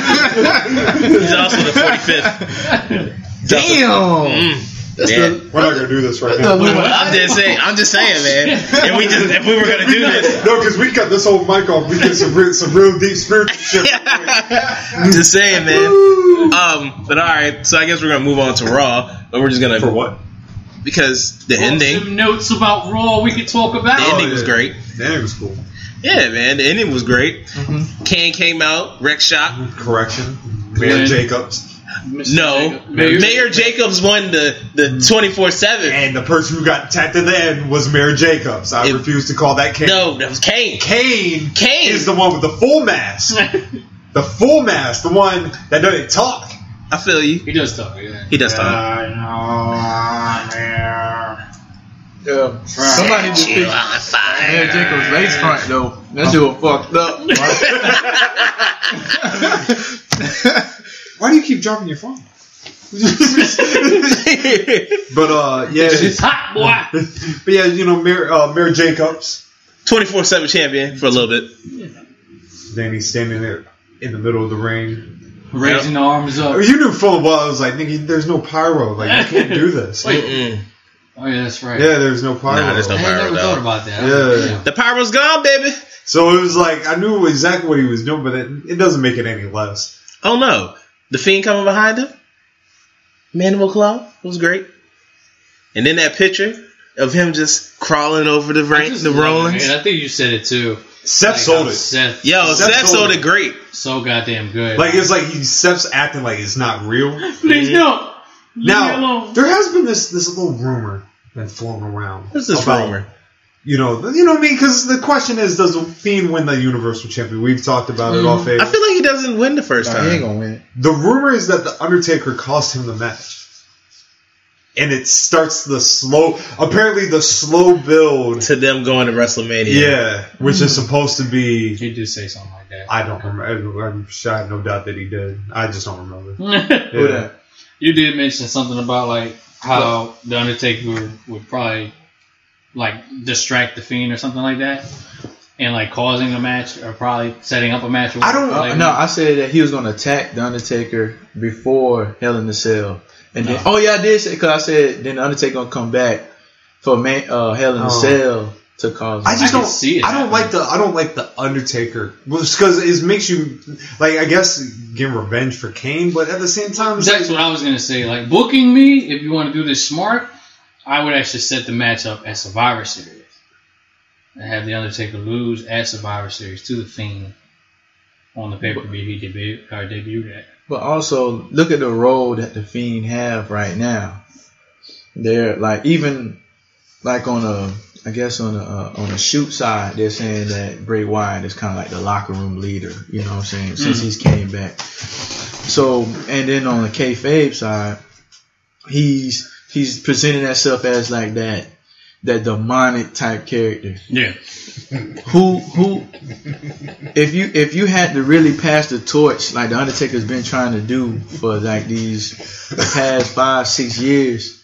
Speaker 5: He's also the 45th.
Speaker 4: Damn.
Speaker 5: Mm,
Speaker 4: That's
Speaker 5: man.
Speaker 4: the-
Speaker 3: We're not gonna do this right
Speaker 4: that's the
Speaker 3: now.
Speaker 5: But
Speaker 4: Illuminati.
Speaker 5: I'm just saying. I'm just saying, man. If we just if we were gonna do this,
Speaker 3: No, because we cut this whole mic off. We get some real, some real deep spiritual shit.
Speaker 5: I'm just saying, man. Um, but all right. So I guess we're gonna move on to Raw. But we're just gonna
Speaker 3: For what?
Speaker 5: because the ending,
Speaker 6: Some notes about Raw we could talk about.
Speaker 5: the ending
Speaker 3: Oh,
Speaker 5: was great.
Speaker 3: That was cool.
Speaker 5: Yeah, man. The ending was great.
Speaker 6: Mm-hmm.
Speaker 5: Kane came out, wreck shop.
Speaker 3: Correction. Man
Speaker 6: Glenn.
Speaker 3: Jacobs.
Speaker 6: Mr.
Speaker 5: No,
Speaker 6: Jacob.
Speaker 5: Mayor, Jacobs won the the twenty four seven.
Speaker 3: Mm. And the person who got tapped at the end was Mayor Jacobs. I
Speaker 5: It-
Speaker 3: refuse to call that Kane.
Speaker 5: No, that was Kane.
Speaker 3: Kane,
Speaker 5: Kane.
Speaker 3: is the one with the full mask. the full mask, the one that doesn't talk.
Speaker 5: I feel you.
Speaker 6: He does talk. Yeah.
Speaker 5: He does talk.
Speaker 4: Yeah. Somebody just
Speaker 5: You
Speaker 4: fixed
Speaker 5: are fire.
Speaker 4: Mayor Jacobs' lace front though. That shit was fucked up.
Speaker 3: Why do you keep dropping your phone? but uh, yeah,
Speaker 6: It's hot, boy.
Speaker 3: but yeah, you know, Mayor, uh, Mayor Jacobs.
Speaker 5: Twenty four seven champion for a little bit.
Speaker 3: Then he's standing there in the middle of the rain.
Speaker 6: Raising the arms up.
Speaker 3: You knew full well. I was like, nigga, there's no pyro. Like you can't do this.
Speaker 6: Wait.
Speaker 5: Mm.
Speaker 6: Oh yeah, that's right.
Speaker 3: Yeah, there's no pyro.
Speaker 5: Nah, there's no
Speaker 6: I ain't never
Speaker 5: pyro
Speaker 6: thought
Speaker 5: though.
Speaker 6: about that.
Speaker 3: Yeah.
Speaker 5: The pyro's gone, baby.
Speaker 3: So it was like I knew exactly what he was doing, but it, it doesn't make it any less.
Speaker 5: Oh no, the fiend coming behind him. Mandible claw It was great. And then that picture of him just crawling over the
Speaker 6: I
Speaker 5: rain,
Speaker 6: just
Speaker 5: the
Speaker 6: love it,
Speaker 5: Rollins.
Speaker 6: man. I think you said it too.
Speaker 3: Seth
Speaker 6: Like
Speaker 3: sold
Speaker 6: how
Speaker 3: it.
Speaker 6: Seth,
Speaker 5: Yo,
Speaker 3: Seth
Speaker 5: Seth
Speaker 3: Golden.
Speaker 5: sold it great.
Speaker 6: so goddamn good.
Speaker 3: Like it's like he steps acting like it's not real.
Speaker 6: please no. Leave me
Speaker 3: Now
Speaker 6: alone.
Speaker 3: there has been this this little rumor that's flown around.
Speaker 5: What's this
Speaker 3: about,
Speaker 5: rumor?
Speaker 3: You know, you know what I mean? Because the question is, does the Fiend win the Universal Champion? We've talked about it off
Speaker 5: Mm-hmm. I
Speaker 3: air.
Speaker 5: feel like he doesn't win the first
Speaker 4: Nah, he ain't
Speaker 5: time.
Speaker 4: gonna win.
Speaker 3: the rumor is that the Undertaker cost him the match, and it starts the slow. Apparently, the slow build.
Speaker 5: To them going to WrestleMania.
Speaker 3: Yeah, which is supposed to be
Speaker 6: He did say something like that.
Speaker 3: I don't remember. I'm sure I have no doubt that he did. I just don't remember.
Speaker 4: Who
Speaker 3: Yeah.
Speaker 4: that?
Speaker 6: you did mention something about like how the Undertaker would, would probably like distract the Fiend or something like that, and like causing a match or probably setting up a match. or
Speaker 3: I don't-
Speaker 6: whatever.
Speaker 4: Uh, no, I said that he was gonna attack the Undertaker before Hell in the Cell, and then oh yeah, I did say because I said then the Undertaker gonna come back for man, uh, Hell in the
Speaker 3: Oh.
Speaker 4: Cell to cause.
Speaker 3: I just
Speaker 6: I can
Speaker 3: don't
Speaker 6: see it
Speaker 3: I don't
Speaker 6: happening.
Speaker 3: like the I don't like the Undertaker because it makes you like I guess getting revenge for Kane, but at the same time, it's
Speaker 6: That's
Speaker 3: like,
Speaker 6: what I was gonna say. Like booking me, if you want to do this smart, I would actually set the match up at Survivor Series and have the Undertaker lose at Survivor Series to the Fiend on the pay per view he debuted or debuted at.
Speaker 4: But also look at the role that the Fiend have right now. They're like even like on a I guess on a uh, on the shoot side they're saying that Bray Wyatt is kind of like the locker room leader. You know what I'm saying? Since he's came back. So and then on the kayfabe side, he's he's presenting himself as like that that demonic type character
Speaker 6: Yeah,
Speaker 4: who who if you if you had to really pass the torch like the Undertaker's been trying to do for like these past five six years,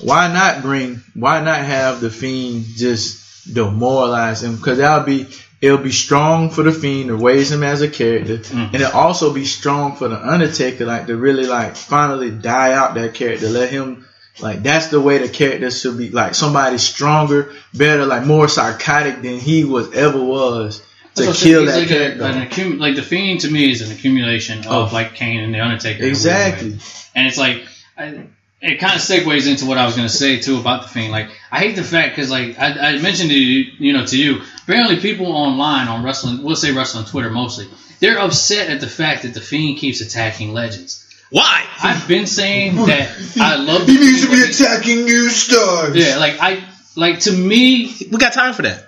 Speaker 4: why not bring why not have the Fiend just demoralize him? Because that'll be it'll be strong for the Fiend to raise him as a character, and
Speaker 6: Mm-hmm.
Speaker 4: it'll also be strong for the Undertaker like to really like finally die out that character, let him. Like that's the way the character should be. Like somebody stronger, better, like more psychotic than he was ever was to kill that
Speaker 6: like
Speaker 4: character.
Speaker 6: A, an accum- like the Fiend to me is an accumulation of
Speaker 4: Oh.
Speaker 6: like Kane and the Undertaker. in a weird
Speaker 4: Exactly.
Speaker 6: way. and it's like I, it kind of segues into what I was gonna say too about the Fiend. Like I hate the fact because like I, I mentioned to you, you know, to you. Apparently, people online on wrestling, we'll say wrestling Twitter mostly, they're upset at the fact that the Fiend keeps attacking legends.
Speaker 5: Why?
Speaker 6: I've been saying that I love.
Speaker 3: he
Speaker 6: the
Speaker 3: needs to
Speaker 6: Fiend,
Speaker 3: be
Speaker 6: but he-
Speaker 3: attacking you, stars.
Speaker 6: Yeah, like I like to me
Speaker 5: We got time for that.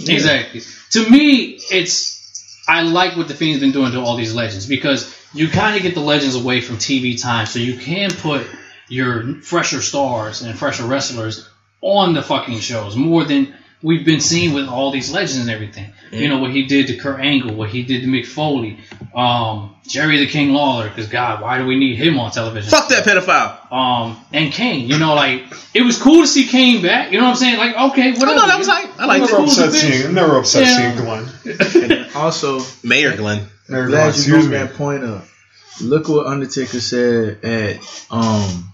Speaker 6: Exactly. To me, it's I like what the Fiend's been doing to all these legends because you kind of get the legends away from TV time, so you can put your fresher stars and fresher wrestlers on the fucking shows more than we've been seeing with all these legends and everything. You know what he did to Kurt Angle, what he did to Mick Foley, um, Jerry the King Lawler. Because God, why do we need him on television?
Speaker 5: Fuck that pedophile.
Speaker 6: Um, and Kane, you know, like it was cool to see Kane back. You know what I'm saying? Like, okay, whatever.
Speaker 5: no, that was hype. I liked
Speaker 6: It
Speaker 5: it.
Speaker 3: Never
Speaker 6: was cool
Speaker 3: upset
Speaker 6: to see.
Speaker 3: seeing. Never upset
Speaker 6: Yeah.
Speaker 3: seeing Glenn.
Speaker 4: Also,
Speaker 5: Mayor Glenn.
Speaker 3: Never
Speaker 4: glad you
Speaker 3: excuse
Speaker 4: brought
Speaker 3: me.
Speaker 4: that point up. Look what Undertaker said at um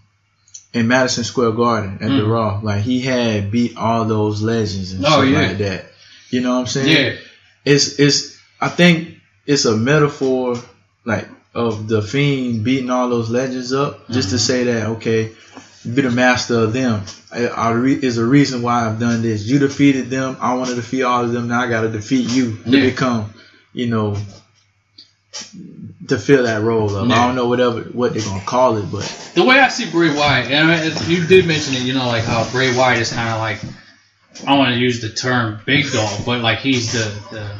Speaker 4: in Madison Square Garden at the Raw. Like he had beat all those legends and
Speaker 6: Mm. Oh,
Speaker 4: shit
Speaker 6: yeah.
Speaker 4: like that. You know what I'm saying?
Speaker 6: Yeah,
Speaker 4: It's it's I think it's a metaphor like of the fiend beating all those legends up just to
Speaker 6: Mm-hmm.
Speaker 4: say that okay you be the master of them I, I re, is a reason why I've done this you defeated them I want to defeat all of them now I got to defeat you to
Speaker 6: Yeah.
Speaker 4: become you know to fill that role up I
Speaker 6: Yeah.
Speaker 4: don't know whatever what they're gonna call it but
Speaker 6: the way I see Bray Wyatt, and I mean, you did mention it, you know, like how Bray Wyatt is kind of like I want to use the term big dog, but like he's the, the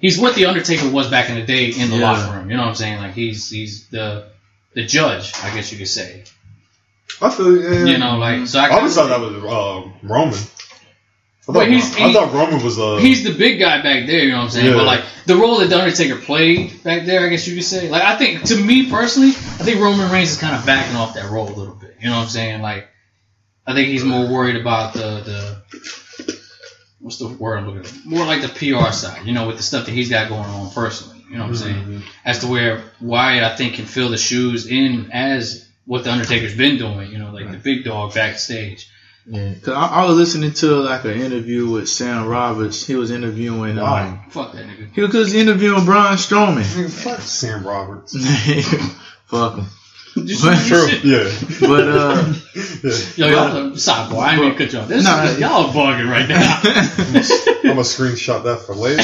Speaker 6: he's what the Undertaker was back in the day in the
Speaker 4: Yeah.
Speaker 6: locker room. You know what I'm saying? Like he's he's the the judge, I guess you could say.
Speaker 3: I feel yeah.
Speaker 6: You know, like so I,
Speaker 3: I always thought that was uh, Roman. I thought,
Speaker 6: Well, he's-
Speaker 3: I
Speaker 6: he-
Speaker 3: thought Roman was uh,
Speaker 6: he's the big guy back there. You know what I'm saying?
Speaker 3: Yeah.
Speaker 6: But like the role that the Undertaker played back there, I guess you could say. Like I think to me personally, I think Roman Reigns is kind of backing off that role a little bit. You know what I'm saying? Like I think he's more worried about the the what's the word I'm looking at? More like the PR side. You know, with the stuff that he's got going on personally. You know what I'm saying? As to where Wyatt, I think, can fill the shoes in as what the Undertaker's been doing. You know, like the big dog backstage.
Speaker 4: cause I, I was listening to like an interview with Sam Roberts he was interviewing um,
Speaker 6: Fuck that nigga.
Speaker 4: he was interviewing Braun Strowman
Speaker 3: Nigga, fuck Sam Roberts.
Speaker 4: Fuck 'em.
Speaker 3: True. Yeah.
Speaker 4: But uh,
Speaker 6: Yo, y'all, sidebar. I ain't gonna cut y'all. This
Speaker 4: Nah,
Speaker 6: is, y'all are bugging right now.
Speaker 3: I'm gonna screenshot that for later.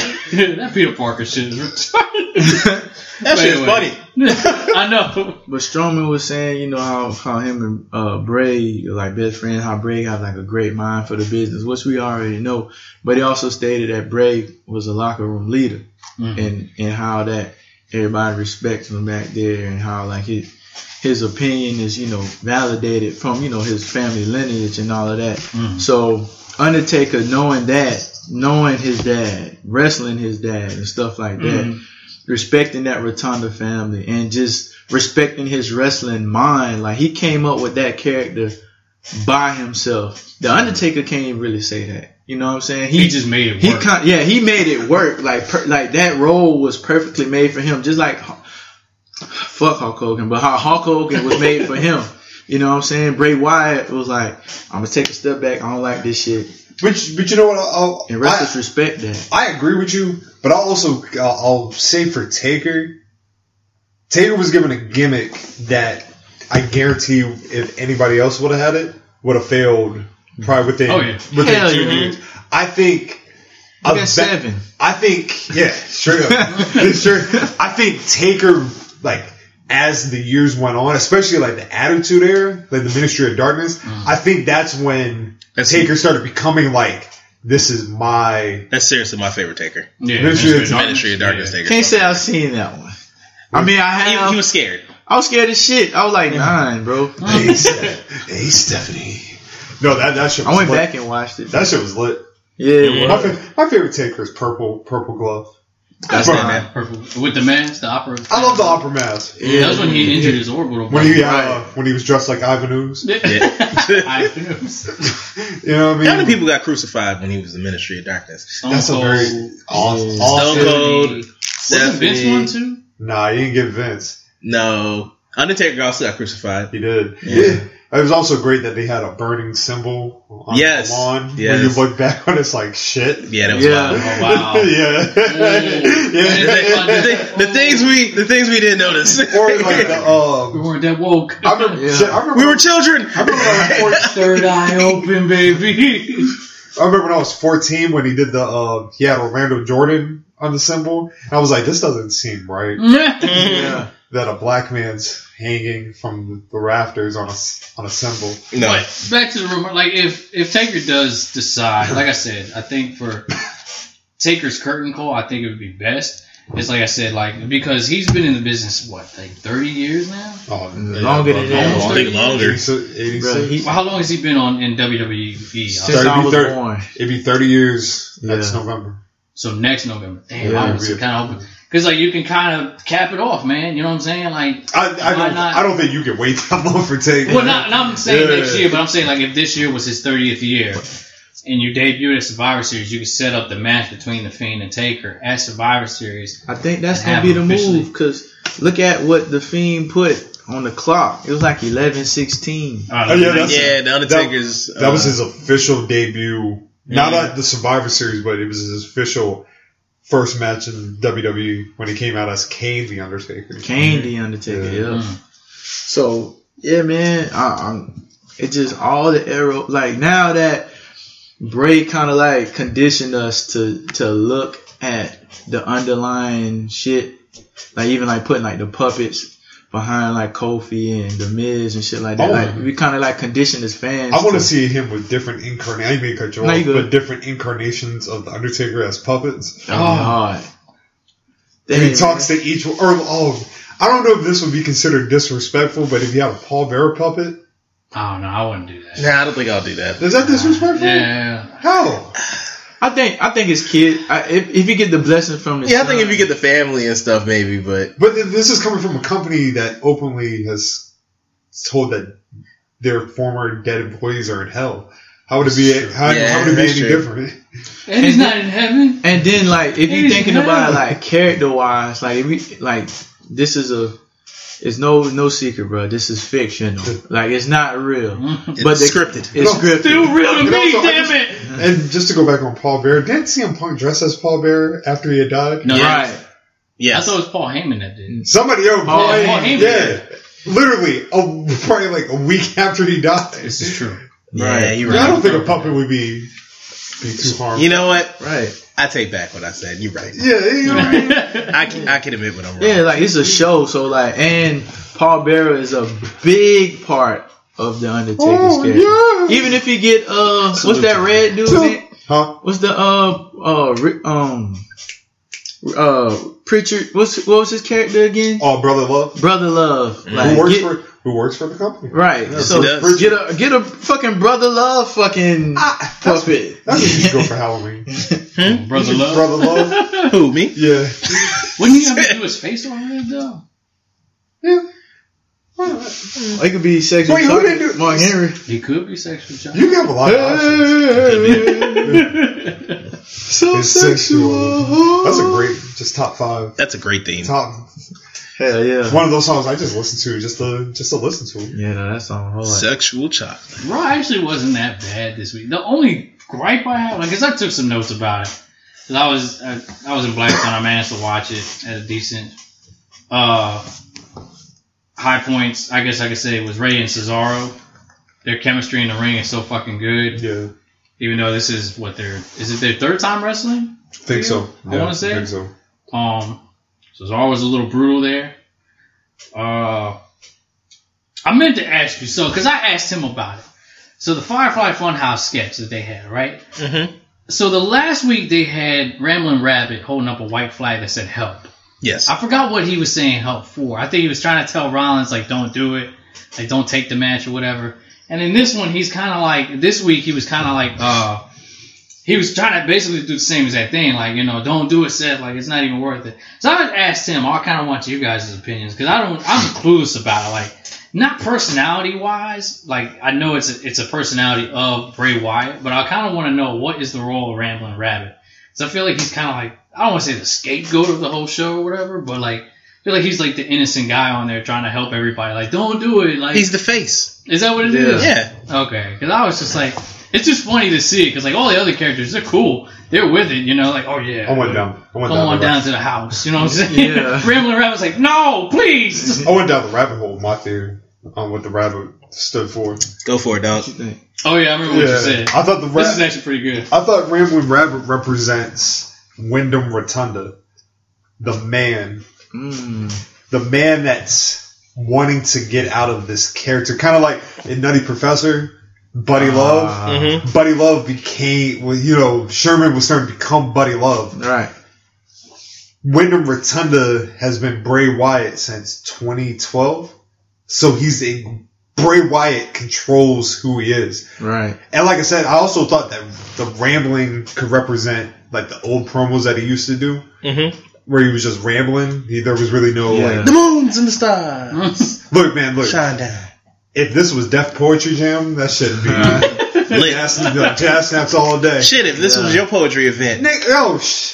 Speaker 6: that Peter Parker shit is retarded.
Speaker 5: That shit is
Speaker 6: Anyway.
Speaker 5: funny.
Speaker 6: I know.
Speaker 4: but Strowman was saying, you know how how him and uh, Bray are like best friends, how Bray has like a great mind for the business, which we already know. But he also stated that Bray was a locker room leader,
Speaker 6: Mm-hmm.
Speaker 4: and and how that everybody respects him back there, and how like his his opinion is you know validated from you know his family lineage and all of that.
Speaker 6: Mm-hmm.
Speaker 4: So Undertaker knowing that, knowing his dad, wrestling his dad and stuff like that
Speaker 6: Mm-hmm.
Speaker 4: respecting that Rotunda family and just respecting his wrestling mind. Like he came up with that character by himself. The Undertaker can't really say that. You know what I'm saying?
Speaker 6: He just made it
Speaker 4: He
Speaker 6: work.
Speaker 4: kind yeah, he made it work. Like per, like that role was perfectly made for him. Just like fuck Hulk Hogan, but how Hulk Hogan was made for him. You know what I'm saying? Bray Wyatt was like, I'm gonna take a step back. I don't like this shit.
Speaker 3: But you- but you know what? I'll,
Speaker 4: And
Speaker 3: I'll,
Speaker 4: wrestlers
Speaker 3: I,
Speaker 4: respect that.
Speaker 3: I agree with you, but I'll also I'll, I'll say for Taker, Taker was given a gimmick that I guarantee you, if anybody else would have had it, would have failed probably within
Speaker 6: Oh, yeah.
Speaker 3: within
Speaker 4: Hell
Speaker 3: two
Speaker 4: yeah.
Speaker 3: years. I think. I
Speaker 4: You got
Speaker 3: bet-
Speaker 4: seven.
Speaker 3: I think, yeah, sure, sure. I think Taker, like as the years went on, especially like the Attitude Era, like the Ministry of Darkness.
Speaker 6: Mm.
Speaker 3: I think that's when
Speaker 5: That's-
Speaker 3: Taker started becoming like, this is my.
Speaker 5: That's seriously my favorite taker.
Speaker 6: Yeah,
Speaker 3: Ministry of
Speaker 6: Darkness.
Speaker 5: Ministry of Darkness taker.
Speaker 4: Can't say I've seen that one. I mean, I have.
Speaker 5: He, he was scared.
Speaker 4: I was scared as shit. I was like nine, bro.
Speaker 3: Hey, Steph- hey, Stephanie. No, that that shit. Was
Speaker 4: I went
Speaker 3: lit.
Speaker 4: back and watched it.
Speaker 3: That shit was lit.
Speaker 4: yeah, it
Speaker 3: My,
Speaker 4: was.
Speaker 3: fa- my favorite Taker is Purple Purple Glove.
Speaker 4: That's
Speaker 3: Bro,
Speaker 4: mine.
Speaker 6: Purple. With the mask, the opera.
Speaker 3: I love the opera mask
Speaker 4: Yeah.
Speaker 6: That was when he injured his orbital.
Speaker 3: when he uh,
Speaker 4: Right.
Speaker 3: when he was dressed like Ivan Ooze.
Speaker 6: I
Speaker 3: You know what
Speaker 5: How
Speaker 3: I
Speaker 5: many
Speaker 3: mean?
Speaker 5: people got crucified when he was the Ministry of Darkness?
Speaker 3: That's a very awesome.
Speaker 5: Stone Cold.
Speaker 6: Wasn't Vince
Speaker 5: Stephanie.
Speaker 6: one too?
Speaker 3: Nah, you didn't get Vince.
Speaker 5: No. Undertaker also got crucified.
Speaker 3: He did.
Speaker 5: Yeah.
Speaker 3: Yeah. It was also great that they had a burning symbol on
Speaker 5: Yes.
Speaker 3: the lawn.
Speaker 5: Yes.
Speaker 3: When you look back on it, it's like shit.
Speaker 5: Yeah, that was
Speaker 4: Yeah.
Speaker 5: wild.
Speaker 6: Oh wow. Mm.
Speaker 3: yeah.
Speaker 5: The,
Speaker 3: yeah.
Speaker 5: thi- the things we the things we didn't notice.
Speaker 3: Or like the
Speaker 6: We
Speaker 3: um
Speaker 6: weren't that woke.
Speaker 3: I remember,
Speaker 4: Yeah.
Speaker 3: shit, I remember,
Speaker 5: we were children.
Speaker 3: I remember when I was 14
Speaker 6: Third eye open, baby.
Speaker 3: I remember when I was 14 when he did the uh he had Orlando Jordan on the symbol. And I was like, this doesn't seem right
Speaker 4: Yeah.
Speaker 3: that a black man's hanging from the rafters on a s- on a symbol.
Speaker 5: No.
Speaker 6: back to the rumor. Like if if Taker does decide, like I said, I think for Taker's curtain call, I think it would be best. It's like I said, like because he's been in the business what like thirty years now.
Speaker 3: Oh,
Speaker 4: Longer than that.
Speaker 5: I think longer.
Speaker 3: 86,
Speaker 4: Bro, he,
Speaker 6: How long has he been on in WWE?
Speaker 4: since
Speaker 6: Uh,
Speaker 3: Thirty,
Speaker 4: I was
Speaker 3: thirty.
Speaker 4: born.
Speaker 3: It'd be 30 years next
Speaker 4: Yeah.
Speaker 3: November.
Speaker 6: So next November, damn,
Speaker 4: Yeah,
Speaker 6: I was
Speaker 3: yeah.
Speaker 6: kind of hoping because like you can kind of cap it off, man. You know what I'm saying? Like
Speaker 3: I, I,
Speaker 6: Why
Speaker 3: don't,
Speaker 6: not?
Speaker 3: I don't think you can wait that long for Tay.
Speaker 6: Well, not, not saying
Speaker 3: Yeah.
Speaker 6: next year, but I'm saying like if this year was his 30th year and you debuted at Survivor Series, you could set up the match between the Fiend and Taker at Survivor Series.
Speaker 4: I think that's
Speaker 6: And
Speaker 4: gonna
Speaker 6: have
Speaker 4: be the
Speaker 6: him officially-
Speaker 4: move because look at what the fiend put on the clock. It was like eleven sixteen.
Speaker 6: Uh,
Speaker 3: Oh, yeah, that's-
Speaker 5: Yeah, the Undertaker's.
Speaker 3: That was
Speaker 5: uh,
Speaker 3: his official debut, not at the Survivor Series, but it was his official first match in WWE when he came out as Kane the Undertaker.
Speaker 4: Kane the Undertaker.
Speaker 3: Yeah.
Speaker 4: Yeah.
Speaker 6: Mm.
Speaker 4: So yeah, man. I, I'm, it just all the arrow. Like now that Bray kind of like conditioned us to to look at the underlying shit. Like even like putting like the puppets behind like Kofi and the Miz and shit like that.
Speaker 3: Oh.
Speaker 4: Like we kind of like conditioned as fans.
Speaker 3: I want to see him with different incarnations. I mean, control,
Speaker 4: No, you good.
Speaker 3: but different incarnations of the Undertaker as puppets.
Speaker 4: Oh. God.
Speaker 3: And he
Speaker 4: Damn,
Speaker 3: talks to each one, or all. Of, I don't know if this would be considered disrespectful, but if you have a Paul Bearer puppet,
Speaker 6: Oh no, I wouldn't do that.
Speaker 5: Nah, I don't think I'll do that.
Speaker 3: is that disrespectful?
Speaker 6: Yeah,
Speaker 3: How?
Speaker 4: I think I think his kid. I, if if you get the blessing from the
Speaker 5: Yeah, I think if
Speaker 4: son-
Speaker 5: you get the family and stuff, maybe, but
Speaker 3: But th- this is coming from a company that openly has told that their former dead employees are in hell. How would it be? How,
Speaker 5: Yeah,
Speaker 3: how would it be
Speaker 5: that's
Speaker 3: any
Speaker 5: true.
Speaker 3: different?
Speaker 6: and he's not in heaven.
Speaker 4: and then like if you
Speaker 6: He's
Speaker 4: thinking
Speaker 6: young.
Speaker 4: about it, like character wise, like if we like this is a it's no no secret, bro. This is fictional. Like it's not real,
Speaker 5: it's
Speaker 4: but the-
Speaker 5: scripted.
Speaker 4: It's
Speaker 3: No,
Speaker 4: scripted.
Speaker 6: Mm-hmm. Still real to
Speaker 3: You know,
Speaker 6: me,
Speaker 3: so I
Speaker 6: damn
Speaker 3: just-
Speaker 6: it.
Speaker 3: And just to go back on Paul Bear, didn't CM Punk dress as Paul Bear after he had died?
Speaker 6: No,
Speaker 4: Right.
Speaker 6: I
Speaker 5: Yes.
Speaker 6: thought it was Paul Heyman that did. it.
Speaker 3: Somebody else,
Speaker 4: Paul
Speaker 3: yeah,
Speaker 6: Heyman.
Speaker 3: yeah, literally, a, probably like a week after he died.
Speaker 6: This is true.
Speaker 5: Yeah, you're
Speaker 3: I don't
Speaker 5: right.
Speaker 3: think a puppet would be be too harmful.
Speaker 5: You know what?
Speaker 4: Right.
Speaker 5: I take back what I said. You're right.
Speaker 3: yeah, you know,
Speaker 5: I can, I can admit when I'm wrong.
Speaker 4: Yeah, like it's a show, so like and Paul Bearer is a big part of the Undertaker's
Speaker 3: Oh,
Speaker 4: character.
Speaker 3: yeah.
Speaker 4: Even if you get uh what's that red dude?
Speaker 3: So-
Speaker 4: in?
Speaker 3: huh?
Speaker 4: What's the uh uh Ri- um uh Pritchard? What's what was his character again?
Speaker 3: Oh, brother love.
Speaker 4: Brother Love. Like,
Speaker 3: Who works
Speaker 4: get-
Speaker 3: for who works for the company?
Speaker 4: right? so
Speaker 5: he does.
Speaker 4: get a get a fucking Brother Love fucking puppet.
Speaker 3: That's what you should go for Halloween.
Speaker 6: Brother Love.
Speaker 3: brother love.
Speaker 5: Who, me?
Speaker 3: Yeah.
Speaker 6: Wouldn't he have to do his face on it though?
Speaker 4: It could be sexual.
Speaker 3: Wait, who did do-
Speaker 4: Mark Henry?
Speaker 6: He could be sexual child.
Speaker 3: You have a lot of options.
Speaker 4: so
Speaker 3: It's
Speaker 4: sexual.
Speaker 3: sexual. That's a great, just top five.
Speaker 5: That's a great theme.
Speaker 3: Top
Speaker 4: Hell yeah.
Speaker 3: one of those songs I just listened to just to just to listen to. it.
Speaker 4: Yeah, no, that song hard.
Speaker 5: Sexual chocolate.
Speaker 6: Raw actually wasn't that bad this week. The only gripe I have, like, is I took some notes about it. 'Cause I was I, I was in Blacktown. I managed to watch it at a decent uh, high points. I guess I could say was Ray and Cesaro. Their chemistry in the ring is so fucking good.
Speaker 3: Yeah,
Speaker 6: Even though this is what their is it their third time wrestling?
Speaker 3: think so.
Speaker 6: I
Speaker 3: Yeah,
Speaker 6: wanna say
Speaker 3: think
Speaker 6: it.
Speaker 3: so.
Speaker 6: Um, Cesaro was a little brutal there. Uh, I meant to ask you so because I asked him about it. So the Firefly Funhouse sketch that they had, right?
Speaker 5: Mm-hmm.
Speaker 6: So the last week they had Ramblin' Rabbit holding up a white flag that said help.
Speaker 5: Yes.
Speaker 6: I forgot what he was saying help for. I think he was trying to tell Rollins like don't do it, like don't take the match or whatever. And in this one, he's kind of like this week he was kind of like uh he was trying to basically do the same exact thing, like you know don't do it, Seth. Like it's not even worth it. So I asked him. I kind of want you guys' opinions because I don't. I'm clueless about it. Like not personality wise. Like I know it's a, it's a personality of Bray Wyatt, but I kind of want to know what is the role of Ramblin' Rabbit. So I feel like he's kind of like I don't want to say the scapegoat of the whole show or whatever, but like I feel like he's like the innocent guy on there trying to help everybody. Like, don't do it. Like,
Speaker 5: He's the face.
Speaker 6: is that what it
Speaker 4: Yeah.
Speaker 6: is?
Speaker 5: Yeah.
Speaker 6: Okay, because I was just like, it's just funny to see because like all the other characters, they're cool, they're with it, you know, like oh yeah,
Speaker 3: I went down. I went
Speaker 6: come
Speaker 3: down.
Speaker 6: on
Speaker 3: the
Speaker 6: down
Speaker 3: rabbit-
Speaker 6: to the house, you know what I'm saying?
Speaker 4: Yeah.
Speaker 6: Rambling around was like, no, please, just-
Speaker 3: I went down the rabbit hole. with My theory on what the rabbit stood for.
Speaker 5: Go for it, dog.
Speaker 6: oh yeah, I remember what you said.
Speaker 3: I thought the
Speaker 6: This is
Speaker 3: rabbit.
Speaker 6: actually pretty good.
Speaker 3: I thought Rambling Rabbit represents Wyndham Rotunda, the man
Speaker 4: Mm.
Speaker 3: the man that's wanting to get out of this character, kind of like in Nutty Professor, Buddy Love. Buddy Love became, well, you know, Sherman was starting to become Buddy Love.
Speaker 4: Right.
Speaker 3: Wyndham Rotunda has been Bray Wyatt since 2012. So he's a Bray Wyatt controls who he is.
Speaker 4: Right.
Speaker 3: And like I said, I also thought that the rambling could represent like the old promos that he used to do,
Speaker 5: Mhm.
Speaker 3: where he was just rambling. He, there was really no
Speaker 4: Yeah.
Speaker 3: like,
Speaker 5: The moon's in the stars.
Speaker 3: look, man, look.
Speaker 5: Shine down.
Speaker 3: If this was Deaf Poetry Jam, that should be
Speaker 5: Lit.
Speaker 3: jazz, like, jazz snaps all day.
Speaker 5: Shit, if this was your poetry event.
Speaker 3: Nick, oh, sh-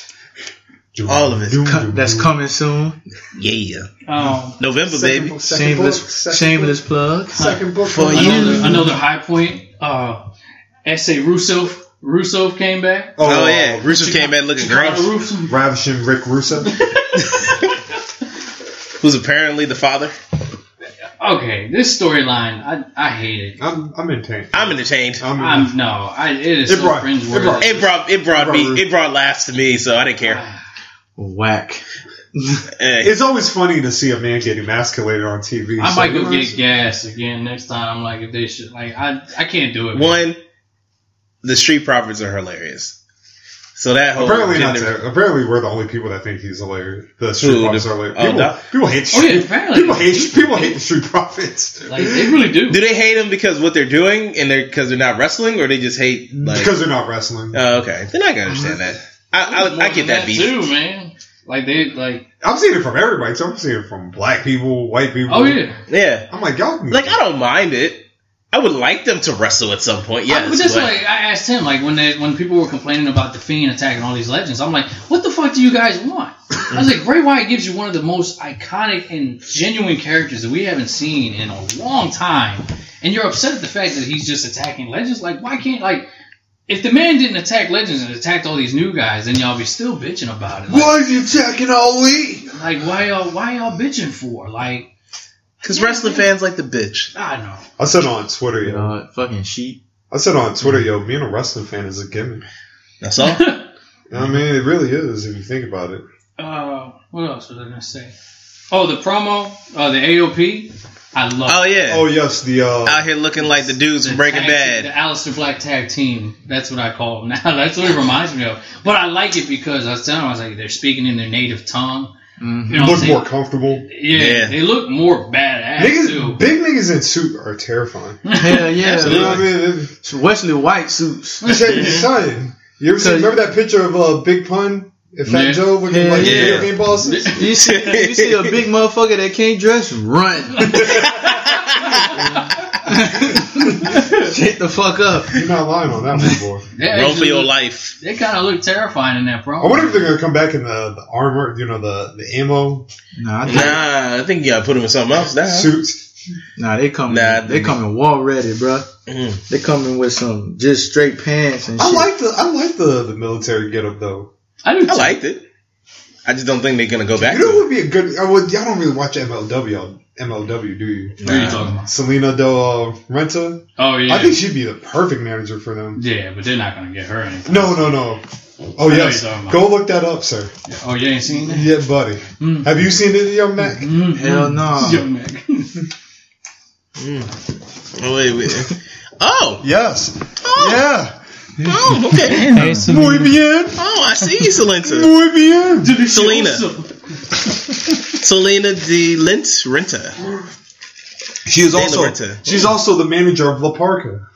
Speaker 5: All of it.
Speaker 4: Co- That's coming soon.
Speaker 5: Yeah.
Speaker 6: Um,
Speaker 5: November,
Speaker 3: Second
Speaker 5: baby.
Speaker 3: book, second
Speaker 4: Shameless,
Speaker 3: book, second
Speaker 4: shameless
Speaker 3: book,
Speaker 4: plug.
Speaker 3: second book
Speaker 5: For you.
Speaker 6: another, another high point. Uh, S.A. Rusev. Rusev came back.
Speaker 5: Oh,
Speaker 3: uh,
Speaker 5: yeah. Rooster came back looking great.
Speaker 6: Rusev.
Speaker 3: Ravishing Rick Russo.
Speaker 5: Who's apparently the father.
Speaker 6: Okay, this storyline, I, I hate it.
Speaker 3: I'm I'm in pain.
Speaker 5: I'm entertained.
Speaker 3: I'm,
Speaker 6: I'm, no, Oh, I, it is
Speaker 3: It
Speaker 6: so
Speaker 3: brought-
Speaker 6: fringe
Speaker 3: it brought-
Speaker 5: It brought it brought me
Speaker 3: Robert.
Speaker 5: it brought laughs to me, so I didn't
Speaker 6: Ah.
Speaker 5: care.
Speaker 4: Whack.
Speaker 5: Eh.
Speaker 3: it's always funny to see a man get emasculated on TV.
Speaker 6: I
Speaker 3: So
Speaker 6: might go
Speaker 3: reminds-
Speaker 6: get gas again next time. I'm like, if they should, like, I, I can't do it. man.
Speaker 5: One, the street profits are hilarious. So that whole
Speaker 3: Apparently not.
Speaker 5: gender-
Speaker 3: To, apparently we're the only people that think he's hilarious. The
Speaker 5: Who,
Speaker 3: street
Speaker 5: the-
Speaker 3: profits are hilarious.
Speaker 5: oh,
Speaker 3: People,
Speaker 5: no.
Speaker 3: people hate.
Speaker 6: Oh, yeah,
Speaker 3: Street,
Speaker 6: apparently.
Speaker 3: people hate. People hate the street profits
Speaker 6: Like, they really do.
Speaker 5: Do they hate him because what they're doing and they're because they're not wrestling, or they just hate like?
Speaker 3: because they're not wrestling.
Speaker 5: oh, okay, then I can understand that. I I, I get that beef.
Speaker 6: too, man. Like they like.
Speaker 3: I'm seeing it from everybody. So I'm seeing it from black people, white people.
Speaker 6: Oh yeah.
Speaker 5: Yeah,
Speaker 3: I'm like y'all.
Speaker 5: like I don't mind it. I would like them to wrestle at some point. Yes,
Speaker 6: I, but that's
Speaker 5: but-
Speaker 6: like I asked him like when they when people were complaining about the Fiend attacking all these legends. I'm like, what the fuck do you guys want? I was like, Bray Wyatt gives you one of the most iconic and genuine characters that we haven't seen in a long time, and you're upset at the fact that he's just attacking legends. Like, why can't like if the man didn't attack legends and attacked all these new guys, then y'all be still bitching about it. Like,
Speaker 3: Why is you attacking Ali?
Speaker 6: like why y'all why y'all bitching for? Like,
Speaker 5: Because wrestling fans like the bitch.
Speaker 6: I don't know.
Speaker 3: I said on Twitter,
Speaker 4: You
Speaker 3: yo.
Speaker 4: know, what? fucking sheep.
Speaker 3: I said on Twitter, yo. Being a wrestling fan is a gimmick.
Speaker 5: That's all.
Speaker 3: I mean, it really is if you think about it.
Speaker 6: Uh, what else was I gonna say? Oh, the promo, uh, the AOP. I love.
Speaker 5: oh
Speaker 6: it.
Speaker 5: yeah.
Speaker 3: Oh yes, the uh,
Speaker 5: Out here looking like the dudes
Speaker 6: The
Speaker 5: from Breaking
Speaker 6: tag-
Speaker 5: Bad.
Speaker 6: the Aleister Black tag team. That's what I call them now. That's what it reminds me of. But I like it because I was telling them, I was like, they're speaking in their native tongue. You know what I'm
Speaker 3: look
Speaker 6: saying?
Speaker 3: more comfortable.
Speaker 6: Yeah,
Speaker 5: Yeah.
Speaker 6: they look more badass too.
Speaker 3: Niggas, big niggas in suit are terrifying.
Speaker 4: Hell yeah.
Speaker 3: You know what I
Speaker 4: look.
Speaker 3: mean?
Speaker 4: Wesley White suits.
Speaker 3: Say, son, you ever see, remember that picture of uh, Big Pun and Fat
Speaker 6: Yeah.
Speaker 3: Joe looking like
Speaker 4: Yeah.
Speaker 3: video game bosses?
Speaker 4: You see, you see a big motherfucker that can't dress, run. Shake the fuck up.
Speaker 3: You're not lying on that one, boy.
Speaker 6: They
Speaker 5: Run for
Speaker 6: actually
Speaker 5: your
Speaker 6: look-
Speaker 5: life.
Speaker 6: They kind of look terrifying in that promo.
Speaker 3: I wonder if they're gonna come back in the, the armor, you know, the, the ammo
Speaker 4: Nah, I think,
Speaker 5: Nah, I think you gotta put him in something else now.
Speaker 3: suits.
Speaker 4: nah, they coming.
Speaker 5: Nah,
Speaker 4: they coming wall ready, bruh.
Speaker 5: Mm.
Speaker 4: They coming with some just straight pants and
Speaker 3: I
Speaker 4: shit.
Speaker 3: like the I like the, the military getup though.
Speaker 6: I do.
Speaker 5: I
Speaker 6: too.
Speaker 5: liked it. I just don't think they're gonna go back
Speaker 3: You know
Speaker 5: to
Speaker 3: what would be a good? I would, y'all don't really watch MLW, on MLW, do you?
Speaker 5: it.
Speaker 6: What are you
Speaker 5: Nah.
Speaker 6: talking about?
Speaker 3: Selena Del uh, Renta.
Speaker 6: Oh yeah.
Speaker 3: I think she'd be the perfect manager for them.
Speaker 6: yeah, but they're not gonna get her anything.
Speaker 3: No, no, no. Oh
Speaker 6: I know
Speaker 3: yes,
Speaker 6: you're talking about-
Speaker 3: go look that up, sir.
Speaker 6: Oh, you ain't seen that?
Speaker 3: Yeah, buddy.
Speaker 6: Mm.
Speaker 3: Have you seen it, young Mac?
Speaker 6: Mm.
Speaker 4: Hell no.
Speaker 6: Young Mac.
Speaker 5: Oh, wait, wait. Oh,
Speaker 3: Yes.
Speaker 5: oh,
Speaker 3: Yeah.
Speaker 5: oh, okay.
Speaker 3: Muy bien.
Speaker 5: Oh, I see you, Salenta.
Speaker 3: Muy bien.
Speaker 5: Selena. Selena de Lint Renta.
Speaker 3: She is
Speaker 5: Dana
Speaker 3: also
Speaker 5: Renta.
Speaker 3: she's also the manager of La Parca,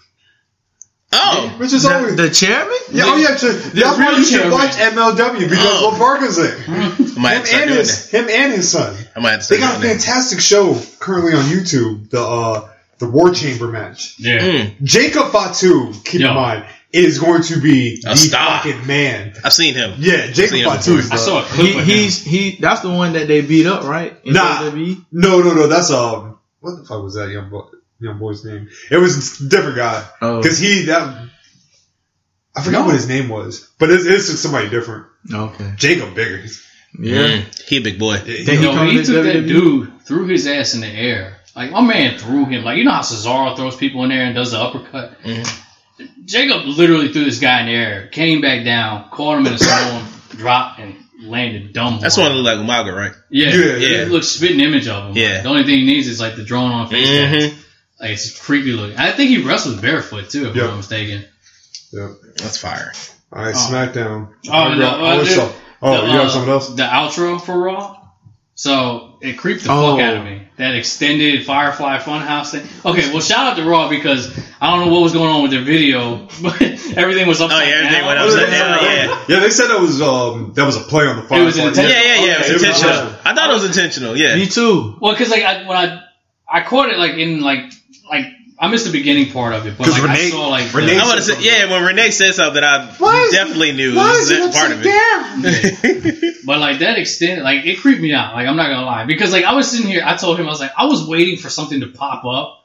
Speaker 5: Oh,
Speaker 3: which is always.
Speaker 4: the chairman.
Speaker 3: yeah, oh yeah, sure. that's why you should
Speaker 6: wheelchair
Speaker 3: watch MLW because
Speaker 5: Oh.
Speaker 3: La Parca's there. Him
Speaker 5: I might have to start
Speaker 3: and
Speaker 5: doing that.
Speaker 3: his him and his son.
Speaker 5: I might have to
Speaker 3: They
Speaker 5: start
Speaker 3: got a
Speaker 5: doing that.
Speaker 3: fantastic show currently on YouTube. The uh the War Chamber match.
Speaker 6: Yeah.
Speaker 5: Mm,
Speaker 3: Jacob Fatu, keep
Speaker 6: Yo.
Speaker 3: in mind, is going to be
Speaker 5: A
Speaker 3: the
Speaker 5: star.
Speaker 3: fucking man.
Speaker 5: I've seen him.
Speaker 3: Yeah, Jacob
Speaker 5: Seen him
Speaker 3: Fatu. is
Speaker 6: I
Speaker 3: the-
Speaker 6: saw a clip
Speaker 4: He,
Speaker 6: of him.
Speaker 4: he's he. That's the one that they beat up, right? In E?
Speaker 3: Nah.
Speaker 4: WWE?
Speaker 3: No, no, no. That's um. What the fuck was that young boy? Young boy's name. It was a different guy.
Speaker 4: Oh.
Speaker 3: Because he that. I forgot what his name was, but it's, it's somebody different.
Speaker 4: Okay.
Speaker 3: Jacob Bigger.
Speaker 4: Yeah.
Speaker 5: Mm, he a big boy.
Speaker 4: Then he
Speaker 6: Yo,
Speaker 4: come
Speaker 6: he
Speaker 4: to
Speaker 6: took that
Speaker 3: E.
Speaker 4: WWE?
Speaker 5: E.
Speaker 6: dude, threw his ass in the air. Like my man threw him. Like you know how Cesaro throws people in there and does the uppercut.
Speaker 5: Mm-hmm.
Speaker 6: Jacob literally threw this guy in the air, came back down, caught him in a stone, dropped, and landed dumb.
Speaker 5: That's
Speaker 6: hard.
Speaker 5: one that look like Umaga, right?
Speaker 6: Yeah,
Speaker 3: Yeah,
Speaker 6: yeah.
Speaker 5: yeah.
Speaker 6: It looks spitting image of him.
Speaker 5: Yeah.
Speaker 6: the only thing he needs is like the drone on face.
Speaker 5: Mhm.
Speaker 6: tats. Like it's creepy looking. I think he wrestled barefoot too, if
Speaker 3: Yeah.
Speaker 6: I'm not mistaken.
Speaker 3: Yep.
Speaker 5: That's fire.
Speaker 3: All right, SmackDown.
Speaker 6: Oh, no,
Speaker 3: I,
Speaker 6: uh,
Speaker 3: wish
Speaker 6: dude.
Speaker 3: I, Oh,
Speaker 6: the,
Speaker 3: you have
Speaker 6: uh,
Speaker 3: something else?
Speaker 6: The outro for Raw. So it creeped the
Speaker 4: Oh.
Speaker 6: fuck out of me. That extended Firefly Funhouse thing. Okay, well, shout out to Raw because I don't know what was going on with their video, but everything was
Speaker 5: Oh,
Speaker 6: upside
Speaker 5: yeah, everything
Speaker 6: down.
Speaker 5: went upside down, yeah.
Speaker 3: Yeah, they said that was um that was a play on the fire.
Speaker 6: It was
Speaker 3: part.
Speaker 6: inten-
Speaker 5: Yeah, yeah,
Speaker 3: it
Speaker 5: yeah. It was
Speaker 3: was
Speaker 5: intentional.
Speaker 3: intentional.
Speaker 5: I thought it was intentional. Yeah.
Speaker 4: Me too.
Speaker 6: Well, because like I, when I I caught it like in like like I missed the beginning part of it, but
Speaker 3: 'Cause
Speaker 6: like I
Speaker 3: Renee-
Speaker 6: saw like the-
Speaker 3: Renee-
Speaker 5: I want to say, yeah, when Renee said something, I definitely knew was that part of it.
Speaker 6: but like that extended like it creeped me out. Like I'm not gonna lie because like I was sitting here, I told him I was like I was waiting for something to pop up.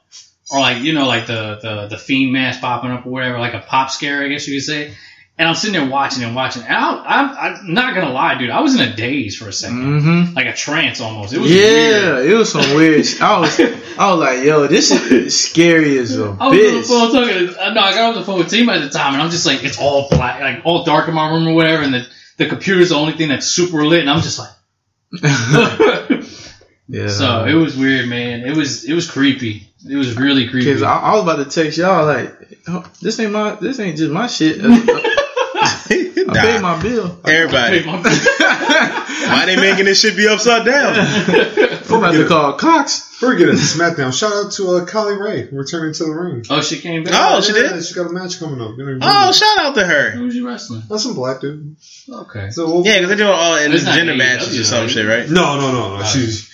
Speaker 6: Or like you know, like the, the the fiend mask popping up or whatever, like a pop scare, I guess you could say. And I'm sitting there watching and watching. And I, I, I'm not gonna lie, dude, I was in a daze for a 2nd
Speaker 4: Mm-hmm.
Speaker 6: like a trance almost. It was weird.
Speaker 4: Yeah, it was some weird. Sh- I was, I was like, yo, this is scary as a
Speaker 6: I was on the
Speaker 4: bitch.
Speaker 6: phone talking. uh, No, I got off the phone with team at the time, and I'm just like, it's all black, like all dark in my room or whatever, and the the computer's the only thing that's super lit, and I'm just like,
Speaker 4: yeah.
Speaker 6: so it was weird, man. It was it was creepy. It was really creepy.
Speaker 4: Cause I, I was about to text y'all like, oh, this ain't my, this ain't just my shit. I paid
Speaker 5: Nah,
Speaker 4: my bill.
Speaker 5: everybody, why they making this shit be upside down?
Speaker 4: I'm about to call Cox.
Speaker 3: We're getting SmackDown. Shout out to uh, Kylie Ray returning to the ring.
Speaker 6: oh, she came back.
Speaker 5: Oh, she
Speaker 3: Yeah,
Speaker 5: did.
Speaker 3: She got a match coming up. You know,
Speaker 5: Oh, shout out to her.
Speaker 6: Who was you wrestling?
Speaker 3: that's some black dude.
Speaker 6: Okay.
Speaker 3: So we'll-
Speaker 5: Yeah, because they're doing all
Speaker 6: It's not
Speaker 5: intergender
Speaker 6: AEW,
Speaker 5: matches or some
Speaker 6: right?
Speaker 5: shit, right?
Speaker 3: No, no, no, no. She's